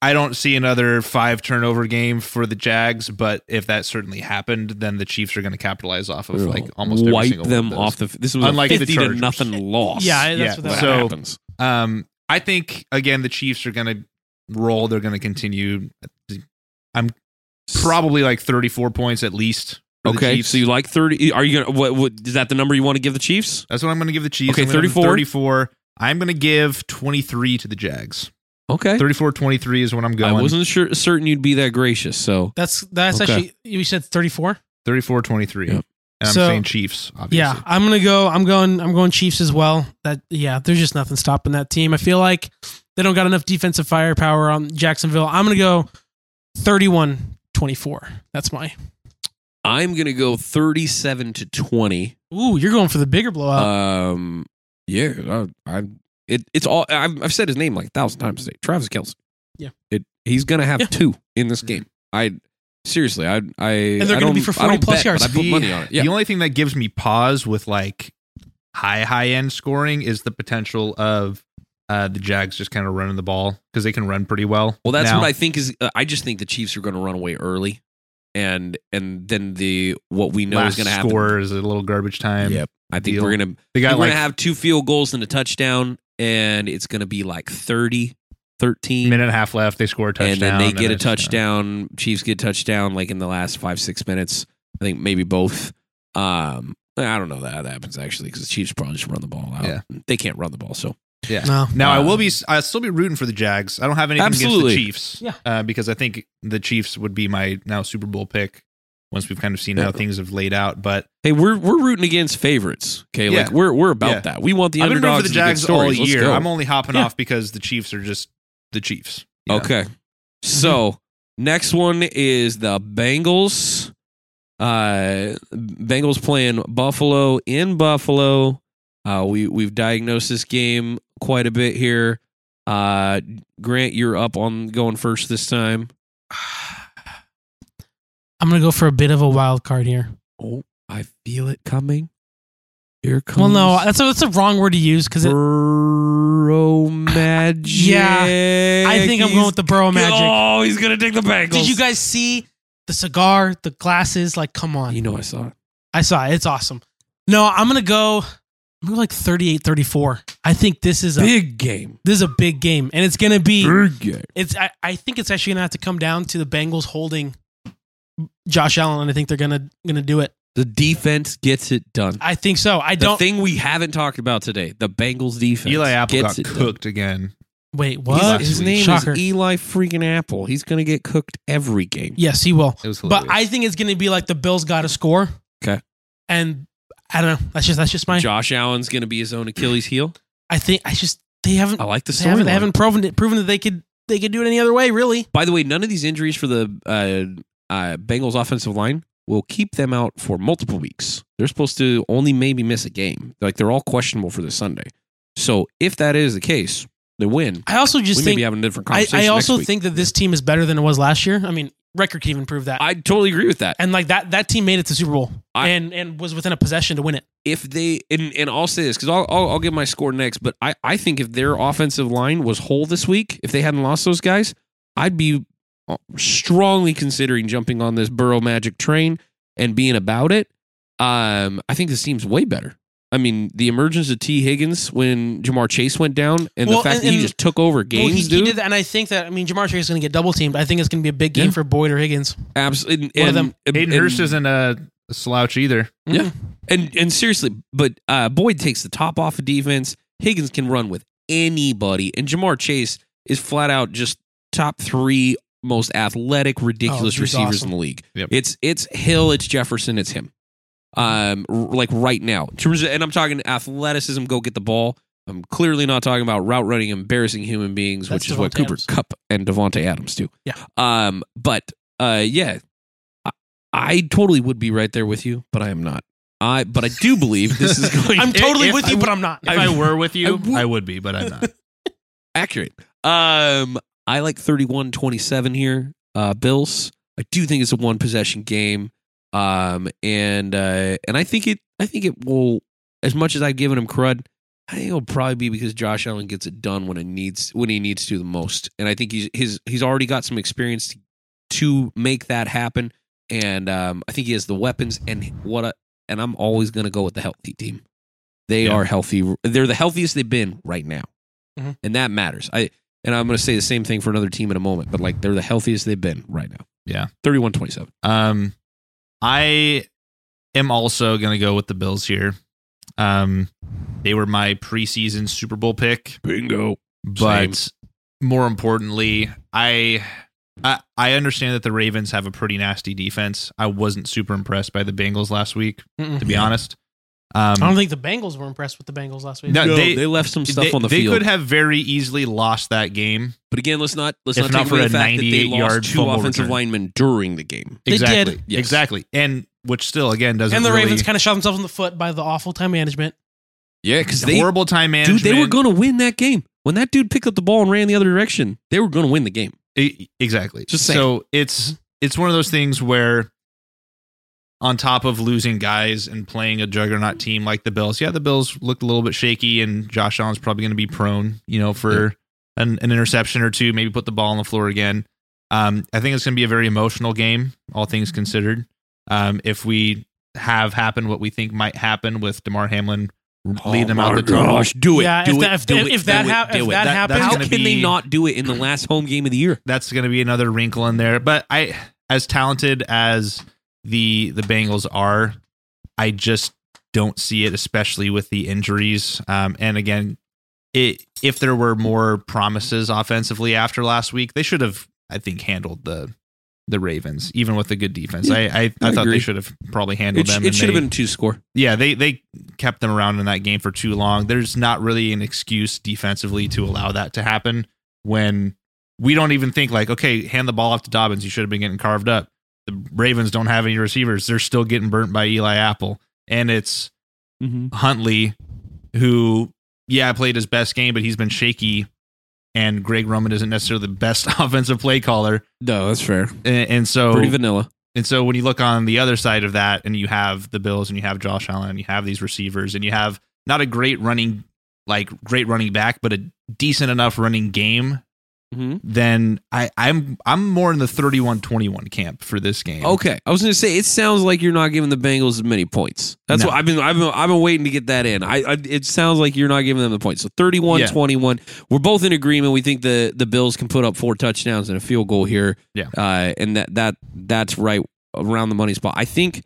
Speaker 3: I don't see another five turnover game for the Jags, but if that certainly happened, then the Chiefs are going to capitalize off of like almost every
Speaker 1: wipe
Speaker 3: single one
Speaker 1: them
Speaker 3: of those.
Speaker 1: off the. This was
Speaker 3: Unlike
Speaker 1: a
Speaker 3: the
Speaker 1: fifty to
Speaker 3: Chargers.
Speaker 1: nothing loss.
Speaker 2: yeah that's
Speaker 3: yeah,
Speaker 1: that
Speaker 2: what that
Speaker 3: so-
Speaker 1: happens.
Speaker 3: Um, I think again the Chiefs are going to roll. They're going to continue. I'm probably like 34 points at least. for the
Speaker 1: Okay,
Speaker 3: Chiefs.
Speaker 1: so you like thirty? Are you gonna? What, what is that? The number you want to give the Chiefs?
Speaker 3: that's what I'm going to give the Chiefs.
Speaker 1: Okay,
Speaker 3: I'm gonna give them
Speaker 1: 34.
Speaker 3: 34. I'm going to give 23 to the Jags.
Speaker 1: Okay,
Speaker 3: 34 23 is what I'm
Speaker 1: I
Speaker 3: going.
Speaker 1: wasn't sure certain you'd be that gracious. So
Speaker 2: that's that's
Speaker 1: Okay.
Speaker 2: actually you said 34
Speaker 3: 34 23.
Speaker 1: Yep.
Speaker 3: And I'm
Speaker 2: So-
Speaker 3: saying Chiefs, obviously.
Speaker 2: yeah I'm gonna go I'm going I'm going Chiefs as well that yeah there's just nothing stopping that team I feel like they don't got enough defensive firepower on Jacksonville I'm gonna go 31 24 that's my
Speaker 1: I'm gonna go thirty-seven to twenty.
Speaker 2: ooh you're going for the bigger blowout
Speaker 1: Um, yeah, I, I it, it's all I've, I've said his name like a thousand times today. Travis Kelsey.
Speaker 2: Yeah.
Speaker 1: it he's gonna have
Speaker 2: Yeah.
Speaker 1: two in this game. I seriously, I, I and
Speaker 2: they're
Speaker 1: I
Speaker 2: gonna be
Speaker 1: don't-
Speaker 2: for
Speaker 1: I don't
Speaker 2: 40 plus
Speaker 1: bet,
Speaker 2: yards.
Speaker 1: but I put
Speaker 3: The-
Speaker 1: money on it. Yeah,
Speaker 3: The only thing that gives me pause with like high high end scoring is the potential of uh the Jags just kind of running the ball because they can run pretty well.
Speaker 1: well, that's
Speaker 3: now.
Speaker 1: what I think is. Uh, I just think the Chiefs are gonna run away early, and and then the what we know
Speaker 3: last
Speaker 1: is gonna happen.
Speaker 3: score is a little garbage time.
Speaker 1: Yep, I think
Speaker 3: deal.
Speaker 1: we're gonna we're
Speaker 3: They got like
Speaker 1: gonna have two field goals and a touchdown, and it's gonna be like 30, 13.
Speaker 3: a minute and a half left. They score a touchdown.
Speaker 1: and then they get a
Speaker 3: it's- uh,
Speaker 1: touchdown. Chiefs get a touchdown like in the last five six minutes. I think maybe both. Um, I don't know that how that happens actually because the Chiefs probably just run the ball out.
Speaker 3: Yeah.
Speaker 1: They can't run the ball, so
Speaker 3: Yeah.
Speaker 2: No.
Speaker 3: Now I
Speaker 1: Um,
Speaker 3: will be. I'll still be rooting for the Jags. I don't have anything
Speaker 1: Absolutely.
Speaker 3: against the Chiefs.
Speaker 2: Yeah.
Speaker 3: Uh, because I think the Chiefs would be my now Super Bowl pick once we've kind of seen
Speaker 1: Yeah.
Speaker 3: how things have laid out. But
Speaker 1: hey, we're we're rooting against favorites. Okay,
Speaker 3: Yeah.
Speaker 1: like we're we're about
Speaker 3: Yeah.
Speaker 1: that. We want the
Speaker 3: I've been rooting
Speaker 1: underdogs
Speaker 3: for the
Speaker 1: and good
Speaker 3: Jags all
Speaker 1: stories. Let's
Speaker 3: year.
Speaker 1: go.
Speaker 3: I'm only hopping
Speaker 2: Yeah.
Speaker 3: off because the Chiefs are just the Chiefs. you know?
Speaker 1: Okay. Mm-hmm. So next one is the Bengals. Uh, Bengals playing Buffalo in Buffalo. Uh, we we've diagnosed this game quite a bit here. Uh, Grant, you're up on going first this time.
Speaker 2: I'm gonna go for a bit of a wild card here.
Speaker 1: Oh, I feel it coming. Here comes.
Speaker 2: Well, no, that's a, that's a wrong word to use because I
Speaker 1: Burrow magic.
Speaker 2: [LAUGHS] Yeah, think I'm going with the Burrow magic.
Speaker 1: Oh, he's gonna take the Bengals.
Speaker 2: Did you guys see the cigar, the glasses? Like, come on.
Speaker 1: You know I saw it.
Speaker 2: I saw it. It's awesome. No, I'm gonna go. I'm gonna go like 38, 34. I think this is a
Speaker 1: Big game.
Speaker 2: this is a big game, and it's gonna be.
Speaker 1: Big game.
Speaker 2: It's I, I think it's actually gonna have to come down to the Bengals holding Josh Allen, and I think they're gonna gonna do it.
Speaker 1: The defense gets it done.
Speaker 2: I think so. I
Speaker 1: The
Speaker 2: don't
Speaker 1: thing we haven't talked about today, the Bengals defense.
Speaker 3: Eli Apple
Speaker 1: gets
Speaker 3: got
Speaker 1: it done.
Speaker 3: cooked again.
Speaker 2: wait.
Speaker 1: He's-
Speaker 2: What
Speaker 1: His name
Speaker 2: Shocker.
Speaker 1: is Eli freaking Apple. He's going to get cooked every game.
Speaker 2: yes, he will.
Speaker 3: It was hilarious.
Speaker 2: But I think it's gonna be like the Bills got to score.
Speaker 1: 'Kay.
Speaker 2: And I don't know. That's just that's just my.
Speaker 1: Josh Allen's going to be his own Achilles heel.
Speaker 2: I think I just they haven't
Speaker 1: I like the
Speaker 2: they haven't, they
Speaker 1: story.
Speaker 2: haven't proven it proven that they could they could do it any other way really.
Speaker 1: By the way, none of these injuries for the uh, uh, Bengals offensive line will keep them out for multiple weeks. They're supposed to only maybe miss a game. Like they're all questionable for this Sunday. So if that is the case, they win.
Speaker 2: I also just
Speaker 1: we may
Speaker 2: think
Speaker 1: be having a different
Speaker 2: I,
Speaker 1: conversation.
Speaker 2: I also
Speaker 1: next week.
Speaker 2: think that this team is better than it was last year. I mean, record can even prove that.
Speaker 1: I totally agree with that.
Speaker 2: and like that that team made it to Super Bowl
Speaker 1: I-
Speaker 2: and and was within a possession to win it.
Speaker 1: if they and, and I'll say this because I'll, I'll I'll give my score next, but I I think if their offensive line was whole this week, if they hadn't lost those guys, I'd be uh, strongly considering jumping on this Burrow Magic train and being about it. Um, I think this team's way better. I mean, the emergence of T. Higgins when Jamar Chase went down, and
Speaker 2: Well,
Speaker 1: the fact
Speaker 2: and-
Speaker 1: that he
Speaker 2: and-
Speaker 1: just took over
Speaker 2: Well,
Speaker 1: games,
Speaker 2: he, he
Speaker 1: dude.
Speaker 2: did that, and I think that I mean Jamar Chase is going to get double teamed. I think it's going to be a big game
Speaker 1: Yeah.
Speaker 2: for Boyd or Higgins.
Speaker 1: Absolutely, and,
Speaker 2: One of them-
Speaker 1: and-
Speaker 3: Hayden
Speaker 1: and-
Speaker 3: Hurst isn't a, a slouch either.
Speaker 1: Yeah. And and seriously, but uh, Boyd takes the top off of defense. Higgins can run with anybody, and Jamar Chase is flat out just top three most athletic, ridiculous
Speaker 2: Oh, he's
Speaker 1: receivers
Speaker 2: awesome.
Speaker 1: in the league.
Speaker 3: Yep.
Speaker 1: It's it's Hill, it's Jefferson, it's him. Um, r- like right now, in terms of, and I'm talking athleticism. Go get the ball. I'm clearly not talking about route running, embarrassing human beings,
Speaker 2: That's
Speaker 1: which is what
Speaker 2: Devontae
Speaker 1: Cooper
Speaker 2: Adams.
Speaker 1: Cup and Devonte Adams do.
Speaker 2: Yeah.
Speaker 1: Um, but uh, yeah, I, I totally would be right there with you, but I am not. I but I do believe this
Speaker 2: [LAUGHS]
Speaker 1: is going
Speaker 2: I'm totally
Speaker 3: if
Speaker 2: with
Speaker 3: I
Speaker 2: you,
Speaker 3: w-
Speaker 2: but I'm not.
Speaker 3: If
Speaker 2: [LAUGHS]
Speaker 3: I, were with you, I
Speaker 1: I would-
Speaker 3: would be, but I'm [LAUGHS] not.
Speaker 1: accurate. Um, I like 31 27 here. Uh, Bills. I do think it's a one possession game. Um, and uh, and I think it. I think it will. As much as I've given him crud, I think it'll probably be because Josh Allen gets it done when it needs when he needs to the most. And I think he's his he's already got some experience to, to make that happen. And um, I think he has the weapons and what. A, and I'm always going to go with the healthy team. They
Speaker 3: Yeah.
Speaker 1: are healthy. They're the healthiest they've been right now and that matters. I and I'm going to say the same thing for another team in a moment, but like they're the healthiest they've been right now.
Speaker 3: Yeah.
Speaker 1: 31-27.
Speaker 3: Um, I am also going to go with the Bills here. Um, they were my preseason Super Bowl pick.
Speaker 1: Bingo.
Speaker 3: but more importantly I, I i understand that the ravens have a pretty nasty defense i wasn't super impressed by the bengals last week
Speaker 2: Mm-mm.
Speaker 3: to be
Speaker 1: Yeah.
Speaker 3: honest um
Speaker 2: I don't think the Bengals were impressed with the Bengals last week.
Speaker 3: No,
Speaker 1: No,
Speaker 3: they-
Speaker 1: they, left some stuff
Speaker 3: they,
Speaker 1: on the
Speaker 3: they
Speaker 1: field.
Speaker 3: could have very easily lost that game
Speaker 1: but again, let's not let's
Speaker 3: If
Speaker 1: not
Speaker 3: not
Speaker 1: take
Speaker 3: for
Speaker 1: away the
Speaker 3: a
Speaker 1: fact that they
Speaker 3: 98-yard
Speaker 1: lost two
Speaker 3: fumble
Speaker 1: offensive
Speaker 3: return.
Speaker 1: linemen during the game.
Speaker 2: They
Speaker 3: exactly
Speaker 2: did.
Speaker 1: Yes.
Speaker 3: exactly and which still again doesn't
Speaker 2: and the
Speaker 3: really,
Speaker 2: Ravens kind of shot themselves in the foot by the awful time management.
Speaker 1: Yeah, cuz
Speaker 3: horrible time
Speaker 1: dude,
Speaker 3: management
Speaker 1: they were going to win that game. When that dude picked up the ball and ran the other direction, they were going to win the game.
Speaker 3: E- exactly.
Speaker 1: Just saying. Mm-hmm.
Speaker 3: so it's it's one of those things where on top of losing guys and playing a
Speaker 1: Mm-hmm.
Speaker 3: juggernaut team like the Bills, yeah, the Bills looked a little bit shaky and Josh Allen's probably going to be prone, you know, for an, an interception or two, maybe put the ball on the floor again. Um, I think it's going to be a very emotional game, all
Speaker 1: Mm-hmm.
Speaker 3: things considered. Um, if we have happened what we think might happen with DeMar Hamlin leading them out the
Speaker 1: Oh
Speaker 3: tunnel,
Speaker 1: do it.
Speaker 2: Yeah,
Speaker 1: do
Speaker 2: if
Speaker 1: it,
Speaker 2: that- if-
Speaker 1: do it,
Speaker 2: if that
Speaker 1: do it,
Speaker 2: hap-
Speaker 1: do
Speaker 2: if
Speaker 1: it.
Speaker 2: that
Speaker 3: That-
Speaker 2: happens-
Speaker 3: that's
Speaker 1: how
Speaker 3: gonna
Speaker 1: can they
Speaker 3: be-
Speaker 1: not do it in the last home game of the year?
Speaker 3: that's going to be another wrinkle in there. But I, as talented as the the Bengals are, I just don't see it, especially with the injuries. Um, and again, it, if there were more promises offensively after last week, they should have, I think, handled the the Ravens, even with a good defense. I I, I,
Speaker 1: I
Speaker 3: thought
Speaker 1: agree.
Speaker 3: they should have probably handled
Speaker 1: It,
Speaker 3: them.
Speaker 1: sh- it
Speaker 3: and
Speaker 1: should have
Speaker 3: they-
Speaker 1: been two score.
Speaker 3: yeah, they they kept them around in that game for too long. There's not really an excuse defensively to allow that to happen when we don't even think like, okay, hand the ball off to Dobbins. You should have been getting carved up. The Ravens don't have any receivers. They're still getting burnt by Eli Apple, and it's
Speaker 1: Mm-hmm.
Speaker 3: Huntley who, yeah, played his best game, but he's been shaky. And Greg Roman isn't necessarily the best [LAUGHS] offensive play caller,
Speaker 1: No, that's fair.
Speaker 3: and, and so
Speaker 1: Pretty vanilla.
Speaker 3: and so when you look on the other side of that, and you have the Bills, and you have Josh Allen, and you have these receivers, and you have not a great running, like great running back, but a decent enough running game,
Speaker 1: Mm-hmm.
Speaker 3: then I, I'm I'm more in the 31-21 camp for this game.
Speaker 1: Okay, I was going to say it sounds like you're not giving the Bengals as many points. That's
Speaker 3: No.
Speaker 1: what I've been, I've been I've been waiting to get that in. I, I it sounds like you're not giving them the points. So 31
Speaker 3: Yeah.
Speaker 1: 21. We're both in agreement. We think the the Bills can put up four touchdowns and a field goal here.
Speaker 3: Yeah.
Speaker 1: Uh, and that that that's right around the money spot. I think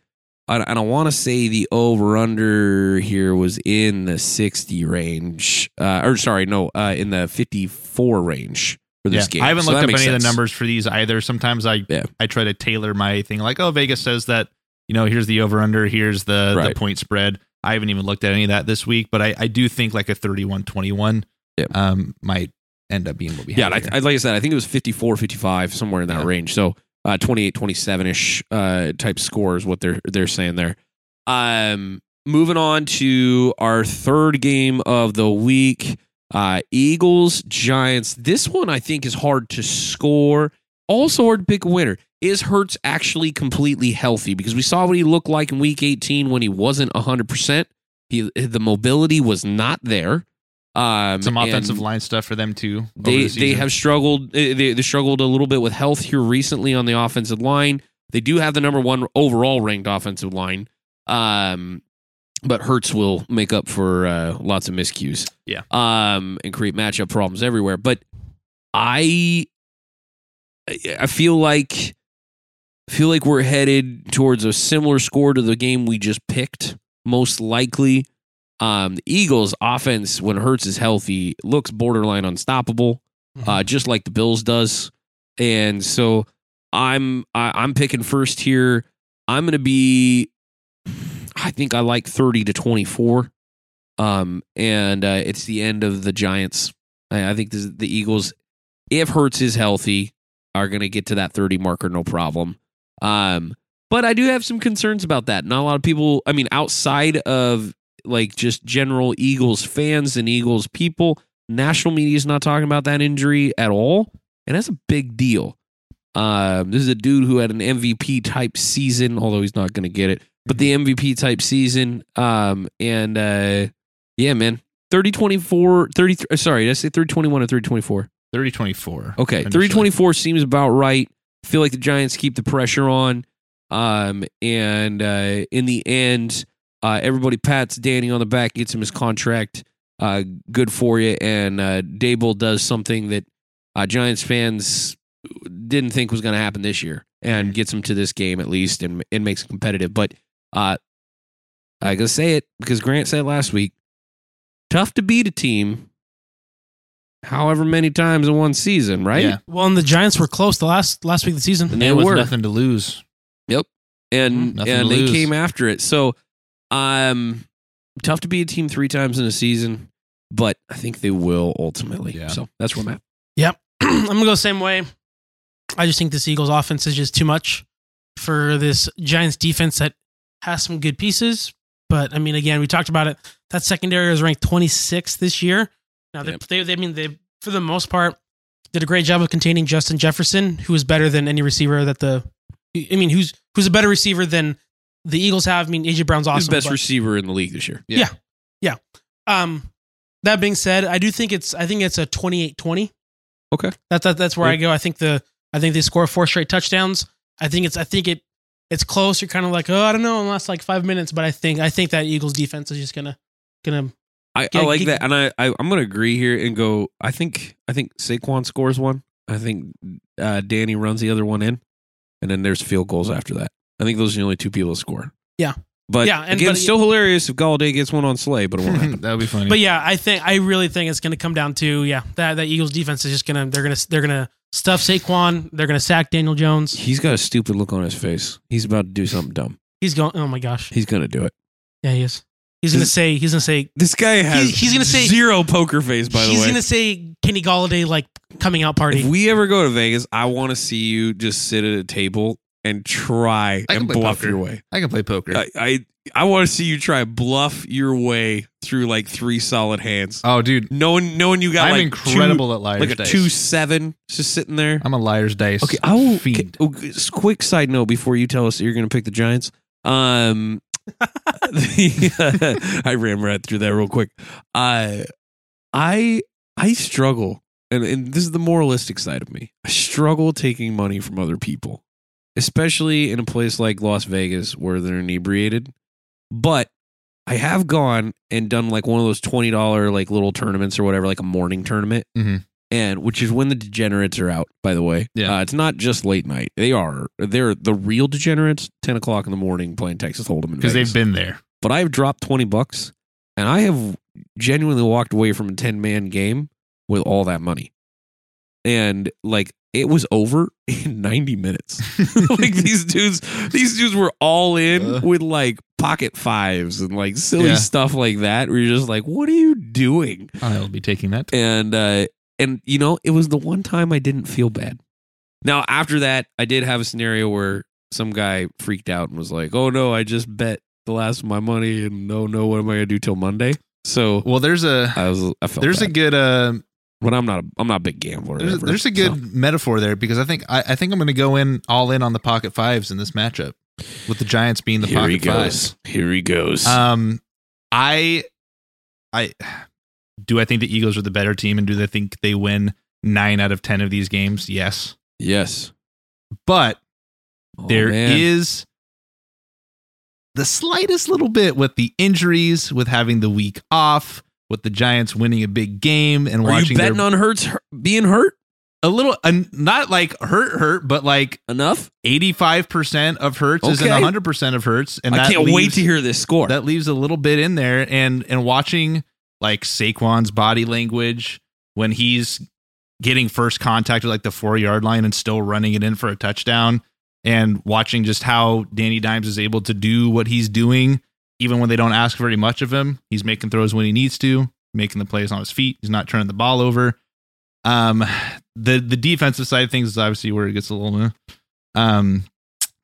Speaker 1: I, I don't want to say the over under here was in the 60 range. Uh, or sorry, no, uh, in the 54 range for
Speaker 3: Yeah.
Speaker 1: this game.
Speaker 3: I haven't
Speaker 1: So
Speaker 3: looked
Speaker 1: that
Speaker 3: up any
Speaker 1: makes
Speaker 3: of the
Speaker 1: sense.
Speaker 3: numbers for these either. Sometimes I
Speaker 1: Yeah.
Speaker 3: I try to tailor my thing like, oh, Vegas says that, you know, here's the over under, here's the, the
Speaker 1: Right.
Speaker 3: point spread. I haven't even looked at any of that this week, but I, I do think like a 31-21
Speaker 1: Yeah.
Speaker 3: um might end up being what we
Speaker 1: yeah,
Speaker 3: have.
Speaker 1: I,
Speaker 3: here.
Speaker 1: I, like I said, I think it was 54, 55, somewhere in that
Speaker 3: Yeah.
Speaker 1: range. So uh, 28, 27 ish uh, type score is what they're they're saying there. Um, moving on to our third game of the week, uh, Eagles Giants. This one I think is hard to score. Also, hard to pick a winner. Is Hertz actually completely healthy? Because we saw what he looked like in Week 18 when he wasn't 100. percent He the mobility was not there. Um,
Speaker 3: some offensive
Speaker 1: and-
Speaker 3: line stuff for them too. over
Speaker 1: they
Speaker 3: the
Speaker 1: they
Speaker 3: season.
Speaker 1: have struggled uh, they, they struggled a little bit with health here recently on the offensive line. They do have the number one overall ranked offensive line, um, but Hertz will make up for uh, lots of miscues,
Speaker 3: Yeah.
Speaker 1: um, and create matchup problems everywhere. But I I feel like I feel like we're headed towards a similar score to the game we just picked, most likely. Um, the Eagles' offense, when Hertz is healthy, looks borderline unstoppable, uh, just like the Bills does. And so, I'm I, I'm picking first here. I'm going to be. I think I like thirty to twenty four, um, and uh, it's the end of the Giants. I, I think this, the Eagles, if Hertz is healthy, are going to get to that thirty marker no problem. Um, but I do have some concerns about that. Not a lot of people. I mean, outside of like just general Eagles fans and Eagles people, national media is not talking about that injury at all, and that's a big deal. Um, this is a dude who had an MVP type season, although he's not going to get it, but the MVP type season. Um, and uh, yeah, man, 30 24, 33, uh, sorry, did I say 321 or 324?
Speaker 3: 30-24.
Speaker 1: Okay,
Speaker 3: Initially.
Speaker 1: 324 seems about right. I feel like the Giants keep the pressure on. Um, and uh, in the end, uh, everybody pats Danny on the back, gets him his contract. Uh, good for you. And uh, Dable does something that uh, Giants fans didn't think was going to happen this year and gets him to this game at least and, and makes it competitive. But uh, I gotta say it because Grant said last week, tough to beat a team however many times in one season, right?
Speaker 3: Yeah.
Speaker 2: Well, and the Giants were close the last last week of the season.
Speaker 1: And
Speaker 3: They
Speaker 1: they
Speaker 3: with
Speaker 1: were
Speaker 3: nothing to lose.
Speaker 1: and
Speaker 3: Mm-hmm. Nothing to
Speaker 1: and they
Speaker 3: lose.
Speaker 1: came after it. So, um, tough to beat a team three times in a season, but I think they will ultimately.
Speaker 3: Yeah.
Speaker 1: So that's where I'm at.
Speaker 2: [CLEARS THROAT] I'm gonna go the same way. I just think this Eagles offense is just too much for this Giants defense that has some good pieces. But I mean, again, we talked about it. That secondary was ranked 26th this year. Now they,
Speaker 1: Yep.
Speaker 2: they, they, I mean, they for the most part did a great job of containing Justin Jefferson, who is better than any receiver that the. I mean, who's who's a better receiver than the Eagles have? I mean, AJ Brown's awesome.
Speaker 1: He's the best
Speaker 2: but-
Speaker 1: receiver in the league this year.
Speaker 2: um, that being said, I do think it's I think it's a 28-20.
Speaker 1: Okay.
Speaker 2: That, that that's where
Speaker 1: Yeah.
Speaker 2: I go. I think the I think they score four straight touchdowns. I think it's I think it it's close. You're kind of like, "Oh, I don't know, in the last like 5 minutes, but I think I think that Eagles defense is just going to going to
Speaker 1: I, I
Speaker 2: Yeah,
Speaker 1: like
Speaker 2: keep-
Speaker 1: that, and I, I I'm gonna agree here and go. I think I think Saquon scores one. I think uh, Danny runs the other one in, and then there's field goals after that. I think those are the only two people that score.
Speaker 2: Yeah.
Speaker 1: But
Speaker 2: Yeah, and-
Speaker 1: again,
Speaker 2: but-
Speaker 1: still hilarious if Galladay gets one on Slay, [LAUGHS] but it won't
Speaker 2: [LAUGHS]
Speaker 1: happen.
Speaker 3: that would be funny.
Speaker 2: But yeah, I think I really think it's going to come down to yeah that that Eagles defense is just gonna they're gonna they're gonna stuff Saquon. They're gonna sack Daniel Jones.
Speaker 1: He's got a stupid look on his face. He's about to do something dumb.
Speaker 2: He's going. Oh my gosh.
Speaker 1: He's gonna do it.
Speaker 2: Yeah, he is. He's gonna
Speaker 1: Is-
Speaker 2: say. He's gonna say.
Speaker 1: This guy has
Speaker 2: He's- he's gonna say-
Speaker 1: zero poker face. By the
Speaker 2: he's
Speaker 1: way,
Speaker 2: gonna say Kenny Galladay like coming out party.
Speaker 1: if we ever go to Vegas, I want to see you just sit at a table and try
Speaker 3: I can
Speaker 1: and
Speaker 3: play
Speaker 1: bluff
Speaker 3: poker.
Speaker 1: your way.
Speaker 3: I can play poker.
Speaker 1: I I, I want to see you try and bluff your way through like three solid hands.
Speaker 3: oh, dude,
Speaker 1: Knowing knowing you got
Speaker 3: I'm
Speaker 1: like
Speaker 3: incredible at
Speaker 1: two,
Speaker 3: liar's
Speaker 1: like a
Speaker 3: dice.
Speaker 1: two seven just sitting there.
Speaker 3: I'm a liar's dice.
Speaker 1: Okay, I will.
Speaker 3: fiend.
Speaker 1: okay, okay, s- quick side note before you tell us that you're going to pick the Giants. Um, [LAUGHS] the, I ran right through that real quick. I, I, I struggle, and and this is the moralistic side of me. I struggle taking money from other people, especially in a place like Las Vegas where they're inebriated. But I have gone and done like one of those twenty dollar like little tournaments or whatever, like a morning tournament,
Speaker 3: Mhm.
Speaker 1: and which is when the degenerates are out. By the way,
Speaker 3: Yeah.
Speaker 1: uh, it's not just late night; they are they're the real degenerates. Ten o'clock in the morning playing Texas Hold'em
Speaker 3: because they've been
Speaker 1: [LAUGHS]
Speaker 3: there. [LAUGHS]
Speaker 1: But I have dropped twenty bucks, and I have genuinely walked away from a ten man game with all that money, and like it was over [LAUGHS] in ninety minutes. [LAUGHS]
Speaker 3: [LAUGHS]
Speaker 1: like these dudes these dudes were all in
Speaker 3: Uh.
Speaker 1: with like pocket fives and like silly
Speaker 3: Yeah.
Speaker 1: stuff like that where you're just like what are you doing
Speaker 3: I'll be taking that.
Speaker 1: and uh and you know it was the one time i didn't feel bad now after that i did have a scenario where some guy freaked out and was like oh no i just bet the last of my money and no no what am i gonna do till monday so
Speaker 3: Well, there's a
Speaker 1: i was i felt
Speaker 3: there's a good uh,
Speaker 1: but i'm not a i'm not a big gambler
Speaker 3: there's,
Speaker 1: ever,
Speaker 3: there's
Speaker 1: so.
Speaker 3: a good metaphor there because I think I, I think I'm going to go in all in on the pocket fives in this matchup with the Giants being the
Speaker 1: here
Speaker 3: pocket
Speaker 1: he
Speaker 3: fives.
Speaker 1: goes here he goes
Speaker 3: Um, I, I do I think the Eagles are the better team, and do they think they win nine out of ten of these games? Yes,
Speaker 1: yes
Speaker 3: but
Speaker 1: Oh,
Speaker 3: there is
Speaker 1: man.
Speaker 3: the slightest little bit with the injuries, with having the week off, with the Giants winning a big game, and
Speaker 1: Are you
Speaker 3: watching
Speaker 1: betting
Speaker 3: their,
Speaker 1: on Hurts hu- being hurt
Speaker 3: a little, uh, not like hurt, hurt, but like
Speaker 1: enough?
Speaker 3: eighty-five percent of Hurts isn't
Speaker 1: Okay.
Speaker 3: hundred percent of Hurts, and
Speaker 1: I
Speaker 3: that
Speaker 1: can't wait
Speaker 3: leaves-
Speaker 1: to hear this score.
Speaker 3: That leaves a little bit in there, and and watching like Saquon's body language when he's getting first contact with like the four yard line and still running it in for a touchdown, and watching just how Danny Dimes is able to do what he's doing, even when they don't ask very much of him. He's making throws when he needs to, making the plays on his feet. He's not turning the ball over. Um, the the defensive side of things is obviously where it gets a little. uh, Um,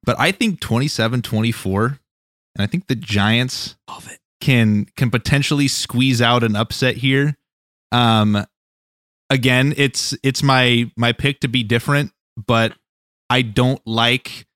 Speaker 3: but I think 27 24 and I think the Giants
Speaker 1: Love it.
Speaker 3: can can potentially squeeze out an upset here. Um again, it's it's my my pick to be different, but I don't like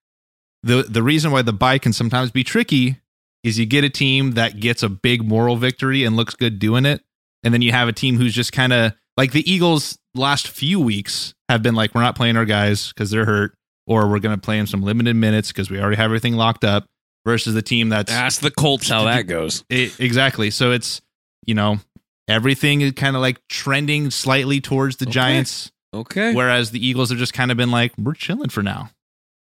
Speaker 3: the the reason why the buy can sometimes be tricky is you get a team that gets a big moral victory and looks good doing it, and then you have a team who's just kind of like the Eagles last few weeks have been like we're not playing our guys cuz they're hurt or we're going to play them some limited minutes cuz we already have everything locked up versus the team that's
Speaker 1: Ask the Colts how that goes.
Speaker 3: it, E, exactly. So it's you know everything is kind of like trending slightly towards the
Speaker 1: Okay.
Speaker 3: Giants,
Speaker 1: Okay.
Speaker 3: whereas the Eagles have just kind of been like we're chilling for now.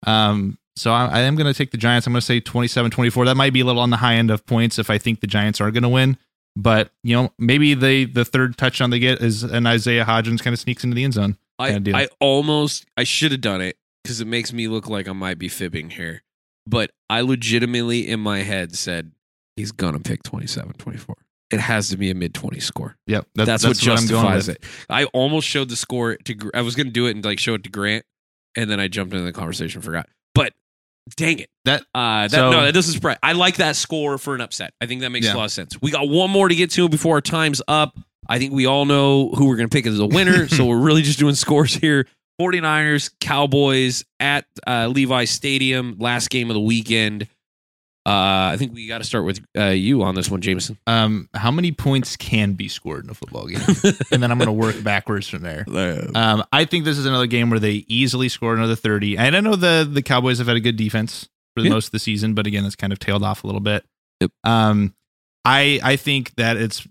Speaker 3: Um, so I, I am going to take the Giants. I'm going to say 27-24. That might be a little on the high end of points if I think the Giants are going to win. But you know maybe they the third touchdown they get is an Isaiah Hodgins kind of sneaks into the end zone.
Speaker 1: I,
Speaker 3: Gotta do it.
Speaker 1: I almost I should have done it because it makes me look like I might be fibbing here. But I legitimately in my head said he's gonna pick 27 24. It has to be a mid 20 score.
Speaker 3: Yep, that-
Speaker 1: that's, what
Speaker 3: I'm going
Speaker 1: justifies
Speaker 3: with.
Speaker 1: it. I almost showed the score to. Gr- I was going to do it and like show it to Grant, and then I jumped into the conversation, and forgot. But dang it,
Speaker 3: That-
Speaker 1: uh, that
Speaker 3: so-
Speaker 1: no, that doesn't surprise. I like that score for an upset. I think that makes
Speaker 3: Yeah.
Speaker 1: a lot of sense. We got one more to get to before our time's up. I think we all know who we're going to pick as the winner,
Speaker 3: [LAUGHS]
Speaker 1: so we're really just doing scores here. 49ers, Cowboys at uh, Levi Stadium, last game of the weekend. Uh, I think we got to start with uh, you on this one, Jameson.
Speaker 3: Um, how many points can be scored in a
Speaker 1: [LAUGHS]
Speaker 3: football game? and then I'm going to work backwards from there. Um, I think this is another game where they easily score another 30. And I know the the Cowboys have had a good defense for the
Speaker 1: Yeah.
Speaker 3: most of the season, but again, it's kind of tailed off a little bit.
Speaker 1: Yep.
Speaker 3: Um, I I think that it's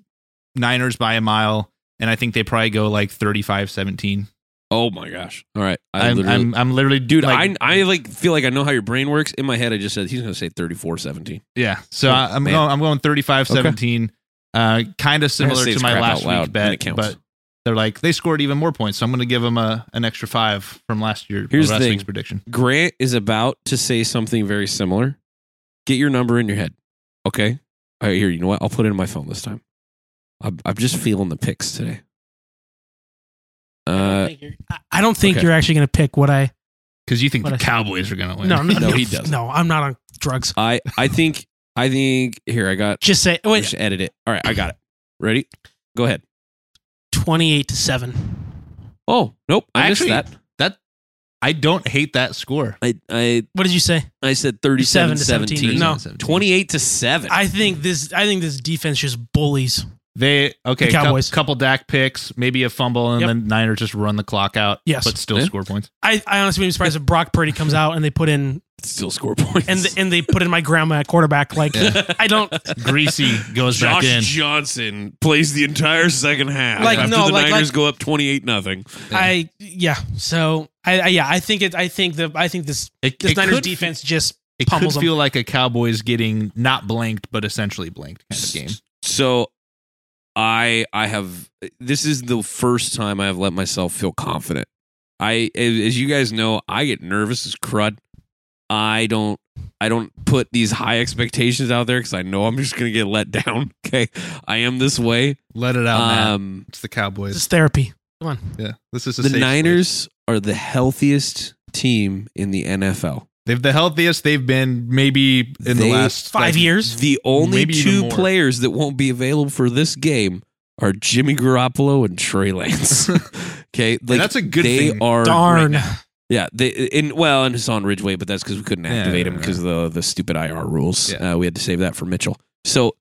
Speaker 3: Niners by a mile, and I think they probably go like 35 17.
Speaker 1: Oh my gosh! All right, I
Speaker 3: I'm,
Speaker 1: literally,
Speaker 3: I'm I'm literally
Speaker 1: dude, I
Speaker 3: like,
Speaker 1: I like feel like I know how your brain works. In my head, I just said he's gonna say thirty four seventeen.
Speaker 3: yeah. So I, I'm
Speaker 1: oh, man.
Speaker 3: going I'm going 35 17. Uh, kind of similar
Speaker 1: say
Speaker 3: to
Speaker 1: it's
Speaker 3: my
Speaker 1: crap out
Speaker 3: last
Speaker 1: loud,
Speaker 3: week
Speaker 1: and
Speaker 3: bet,
Speaker 1: it counts.
Speaker 3: but they're like they scored even more points, so I'm going to give them a an extra five from last year.
Speaker 1: Here's the
Speaker 3: last
Speaker 1: thing.
Speaker 3: week's prediction.
Speaker 1: Grant is about to say something very similar. Get your number in your head, okay? All right, here. You know what? I'll put it in my phone this time. I'm, I'm just feeling the picks today. Uh,
Speaker 2: I- I don't think
Speaker 1: Okay.
Speaker 2: you're actually going to pick what I.
Speaker 3: Because you think
Speaker 2: What
Speaker 3: the
Speaker 2: I-
Speaker 3: Cowboys are going to win?
Speaker 2: No, no,
Speaker 1: No,
Speaker 2: no,
Speaker 1: he doesn't.
Speaker 2: No, I'm not on drugs.
Speaker 1: I I think I think here I got.
Speaker 2: Just say oh,
Speaker 1: I
Speaker 2: wait,
Speaker 1: should edit it. All right, I got it. Ready? Go ahead.
Speaker 2: 28 to seven.
Speaker 1: Oh nope, I
Speaker 3: Actually-
Speaker 1: missed that.
Speaker 3: that I don't hate that score.
Speaker 1: I I
Speaker 2: What did you say?
Speaker 1: I said thirty-seven
Speaker 2: to 17.
Speaker 1: seventeen.
Speaker 2: No.
Speaker 1: 28 to 7.
Speaker 2: I think this. I think this defense just bullies.
Speaker 3: They okay.
Speaker 2: The
Speaker 3: cou-
Speaker 2: Cowboys.
Speaker 3: couple Dak picks, maybe a fumble, and
Speaker 2: Yep.
Speaker 3: then Niners just run the clock out.
Speaker 2: Yes.
Speaker 3: but still
Speaker 1: Yeah.
Speaker 3: score points.
Speaker 2: I, I honestly wouldn't be surprised if Brock Purdy comes out and they put in
Speaker 1: Still score points.
Speaker 2: and
Speaker 3: [LAUGHS]
Speaker 2: and they put in my grandma at quarterback. Like I don't
Speaker 3: [LAUGHS] Greasy goes back in.
Speaker 1: Johnson plays the entire second half.
Speaker 2: Like, After no, the like- Niners like-
Speaker 1: go up 28 nothing.
Speaker 2: I yeah. So I, I yeah, I think it I think the I think this
Speaker 3: It,
Speaker 2: this
Speaker 3: it
Speaker 2: Niners
Speaker 3: could,
Speaker 2: defense just
Speaker 3: It could
Speaker 2: pummels them.
Speaker 3: feel like a Cowboys getting not blanked, but essentially blanked kind of game.
Speaker 1: So I I have this is the first time I have let myself feel confident. I as as you guys know, I get nervous as crud. I don't I don't put these high expectations out there cuz I know I'm just going to get let down, [LAUGHS] okay? I am this way.
Speaker 3: Let it out, Matt.
Speaker 1: Um
Speaker 3: It's the Cowboys.
Speaker 2: this is therapy. Come on.
Speaker 3: yeah, this is a
Speaker 1: the
Speaker 3: safe space.
Speaker 1: Niners are the healthiest team in the NFL.
Speaker 3: They've the healthiest they've been maybe in
Speaker 1: They-
Speaker 3: the last
Speaker 2: Five
Speaker 3: like,
Speaker 2: years.
Speaker 1: The only
Speaker 3: Maybe even
Speaker 1: two
Speaker 3: more.
Speaker 1: players that won't be available for this game are Jimmy Garoppolo and Trey
Speaker 3: [LAUGHS]
Speaker 1: Lance. okay,
Speaker 3: And that's a good
Speaker 1: They
Speaker 3: thing.
Speaker 1: are
Speaker 2: Darn.
Speaker 1: yeah. They and well, and Hassan Ridgeway, but that's because we couldn't
Speaker 3: Yeah,
Speaker 1: activate
Speaker 3: yeah,
Speaker 1: him
Speaker 3: yeah.
Speaker 1: because the the stupid IR rules.
Speaker 3: Yeah.
Speaker 1: Uh, we had to save that for Mitchell. So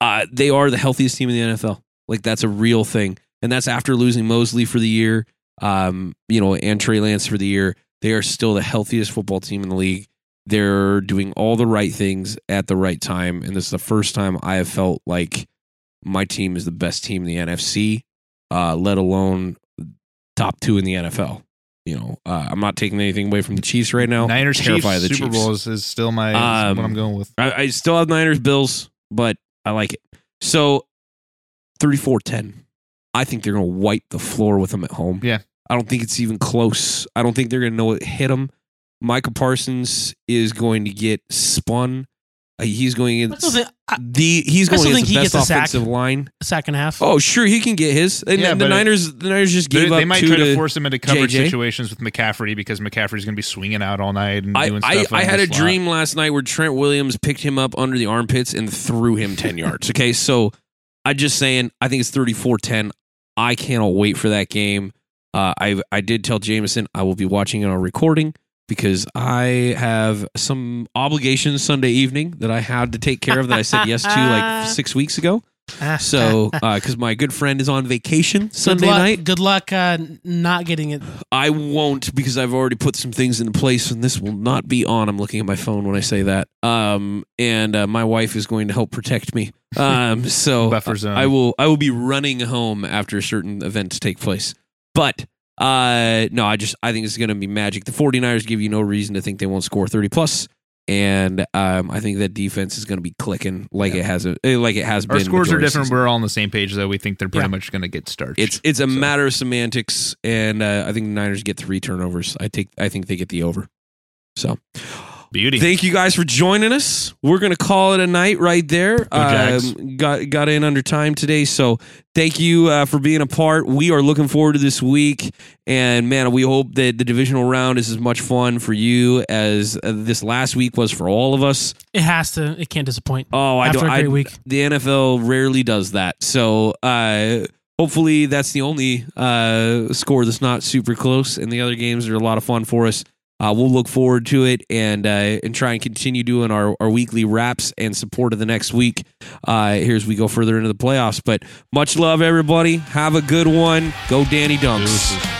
Speaker 1: uh, they are the healthiest team in the NFL. Like that's a real thing, and that's after losing Mosley for the year, um, you know, and Trey Lance for the year. They are still the healthiest football team in the league. They're doing all the right things at the right time, and this is the first time I have felt like my team is the best team in the NFC, uh, let alone top two in the NFL. You know, uh, I'm not taking anything away from the Chiefs right now.
Speaker 3: Niners Chiefs,
Speaker 1: Terrified of the
Speaker 3: Super
Speaker 1: Chiefs.
Speaker 3: Bowl is, is still my is
Speaker 1: Um,
Speaker 3: what I'm going with.
Speaker 1: I, I still have Niners Bills, but I like it. So 34-10. I think they're going to wipe the floor with them at home.
Speaker 3: Yeah.
Speaker 1: I don't think it's even close. I don't think they're going to know it hit them. Micah Parsons is going to get spun. Uh, he's going
Speaker 2: I still
Speaker 1: against
Speaker 2: think I,
Speaker 1: the he's
Speaker 2: I
Speaker 1: going
Speaker 2: still
Speaker 1: against
Speaker 2: think
Speaker 1: the
Speaker 2: he
Speaker 1: best
Speaker 2: gets a sack.
Speaker 1: offensive line.
Speaker 2: Uh, sack and a half.
Speaker 1: Oh, sure, he can get his. And
Speaker 3: Yeah,
Speaker 1: then the
Speaker 3: but it-
Speaker 1: Niners the Niners just gave
Speaker 3: They,
Speaker 1: up
Speaker 3: they might
Speaker 1: two
Speaker 3: try
Speaker 1: to,
Speaker 3: to, force him into coverage
Speaker 1: JJ.
Speaker 3: situations with McCaffrey because McCaffrey's going to be swinging out all night and
Speaker 1: I,
Speaker 3: doing
Speaker 1: I,
Speaker 3: stuff. on
Speaker 1: I
Speaker 3: the
Speaker 1: had a
Speaker 3: slot.
Speaker 1: dream last night where Trent Williams picked him up under the armpits and threw him 10 [LAUGHS] yards. Okay. So I just saying, I think it's 34 10. I cannot wait for that game. Uh, I, I did tell Jameson I will be watching it on recording because I have some obligations Sunday evening that I had to take care of that I said yes to
Speaker 3: [LAUGHS]
Speaker 1: like six weeks ago.
Speaker 2: Ah,
Speaker 1: So, because my good friend is on vacation Sunday
Speaker 2: good luck,
Speaker 1: night,
Speaker 2: Good luck uh, not getting it.
Speaker 1: I won't because I've already put some things in place and this will not be on. I'm looking at my phone when I say that. Um, and uh, my wife is going to help protect me.
Speaker 3: [LAUGHS]
Speaker 1: Um, so
Speaker 3: Buffer zone.
Speaker 1: I will I will be running home after certain events take place. But uh, no, I just I think it's going to be magic. The 49ers give you no reason to think they won't score 30 plus and um, I think that defense is going to be clicking like it has a, eh, like it has
Speaker 3: Our
Speaker 1: been
Speaker 3: scores
Speaker 1: majority
Speaker 3: are
Speaker 1: of the
Speaker 3: different.
Speaker 1: season.
Speaker 3: We're all on the same page, though. We think they're pretty
Speaker 2: Yeah.
Speaker 3: much going to get starched.
Speaker 1: It's it's a
Speaker 3: So-
Speaker 1: matter of semantics, and uh, I think the Niners get three turnovers. I take I think they get the over. So
Speaker 3: beauty.
Speaker 1: thank you guys for joining us. We're gonna call it a night right there.
Speaker 3: Jags.
Speaker 1: Um, got got in under time today, so thank you uh, for being a part. We are looking forward to this week, and man, we hope that the divisional round is as much fun for you as uh, this last week was for all of us.
Speaker 2: It has to. It can't disappoint.
Speaker 1: Oh, I
Speaker 2: After
Speaker 1: don't.
Speaker 2: a great
Speaker 1: I,
Speaker 2: week.
Speaker 1: The NFL rarely does that. So uh, hopefully that's the only uh, score that's not super close, and the other games are a lot of fun for us. Uh, we'll look forward to it and uh, and try and continue doing our, our weekly wraps and support of the next week uh, here as we go further into the playoffs. But much love, everybody. Have a good one. Go, Danny Dunks.
Speaker 3: Deuces.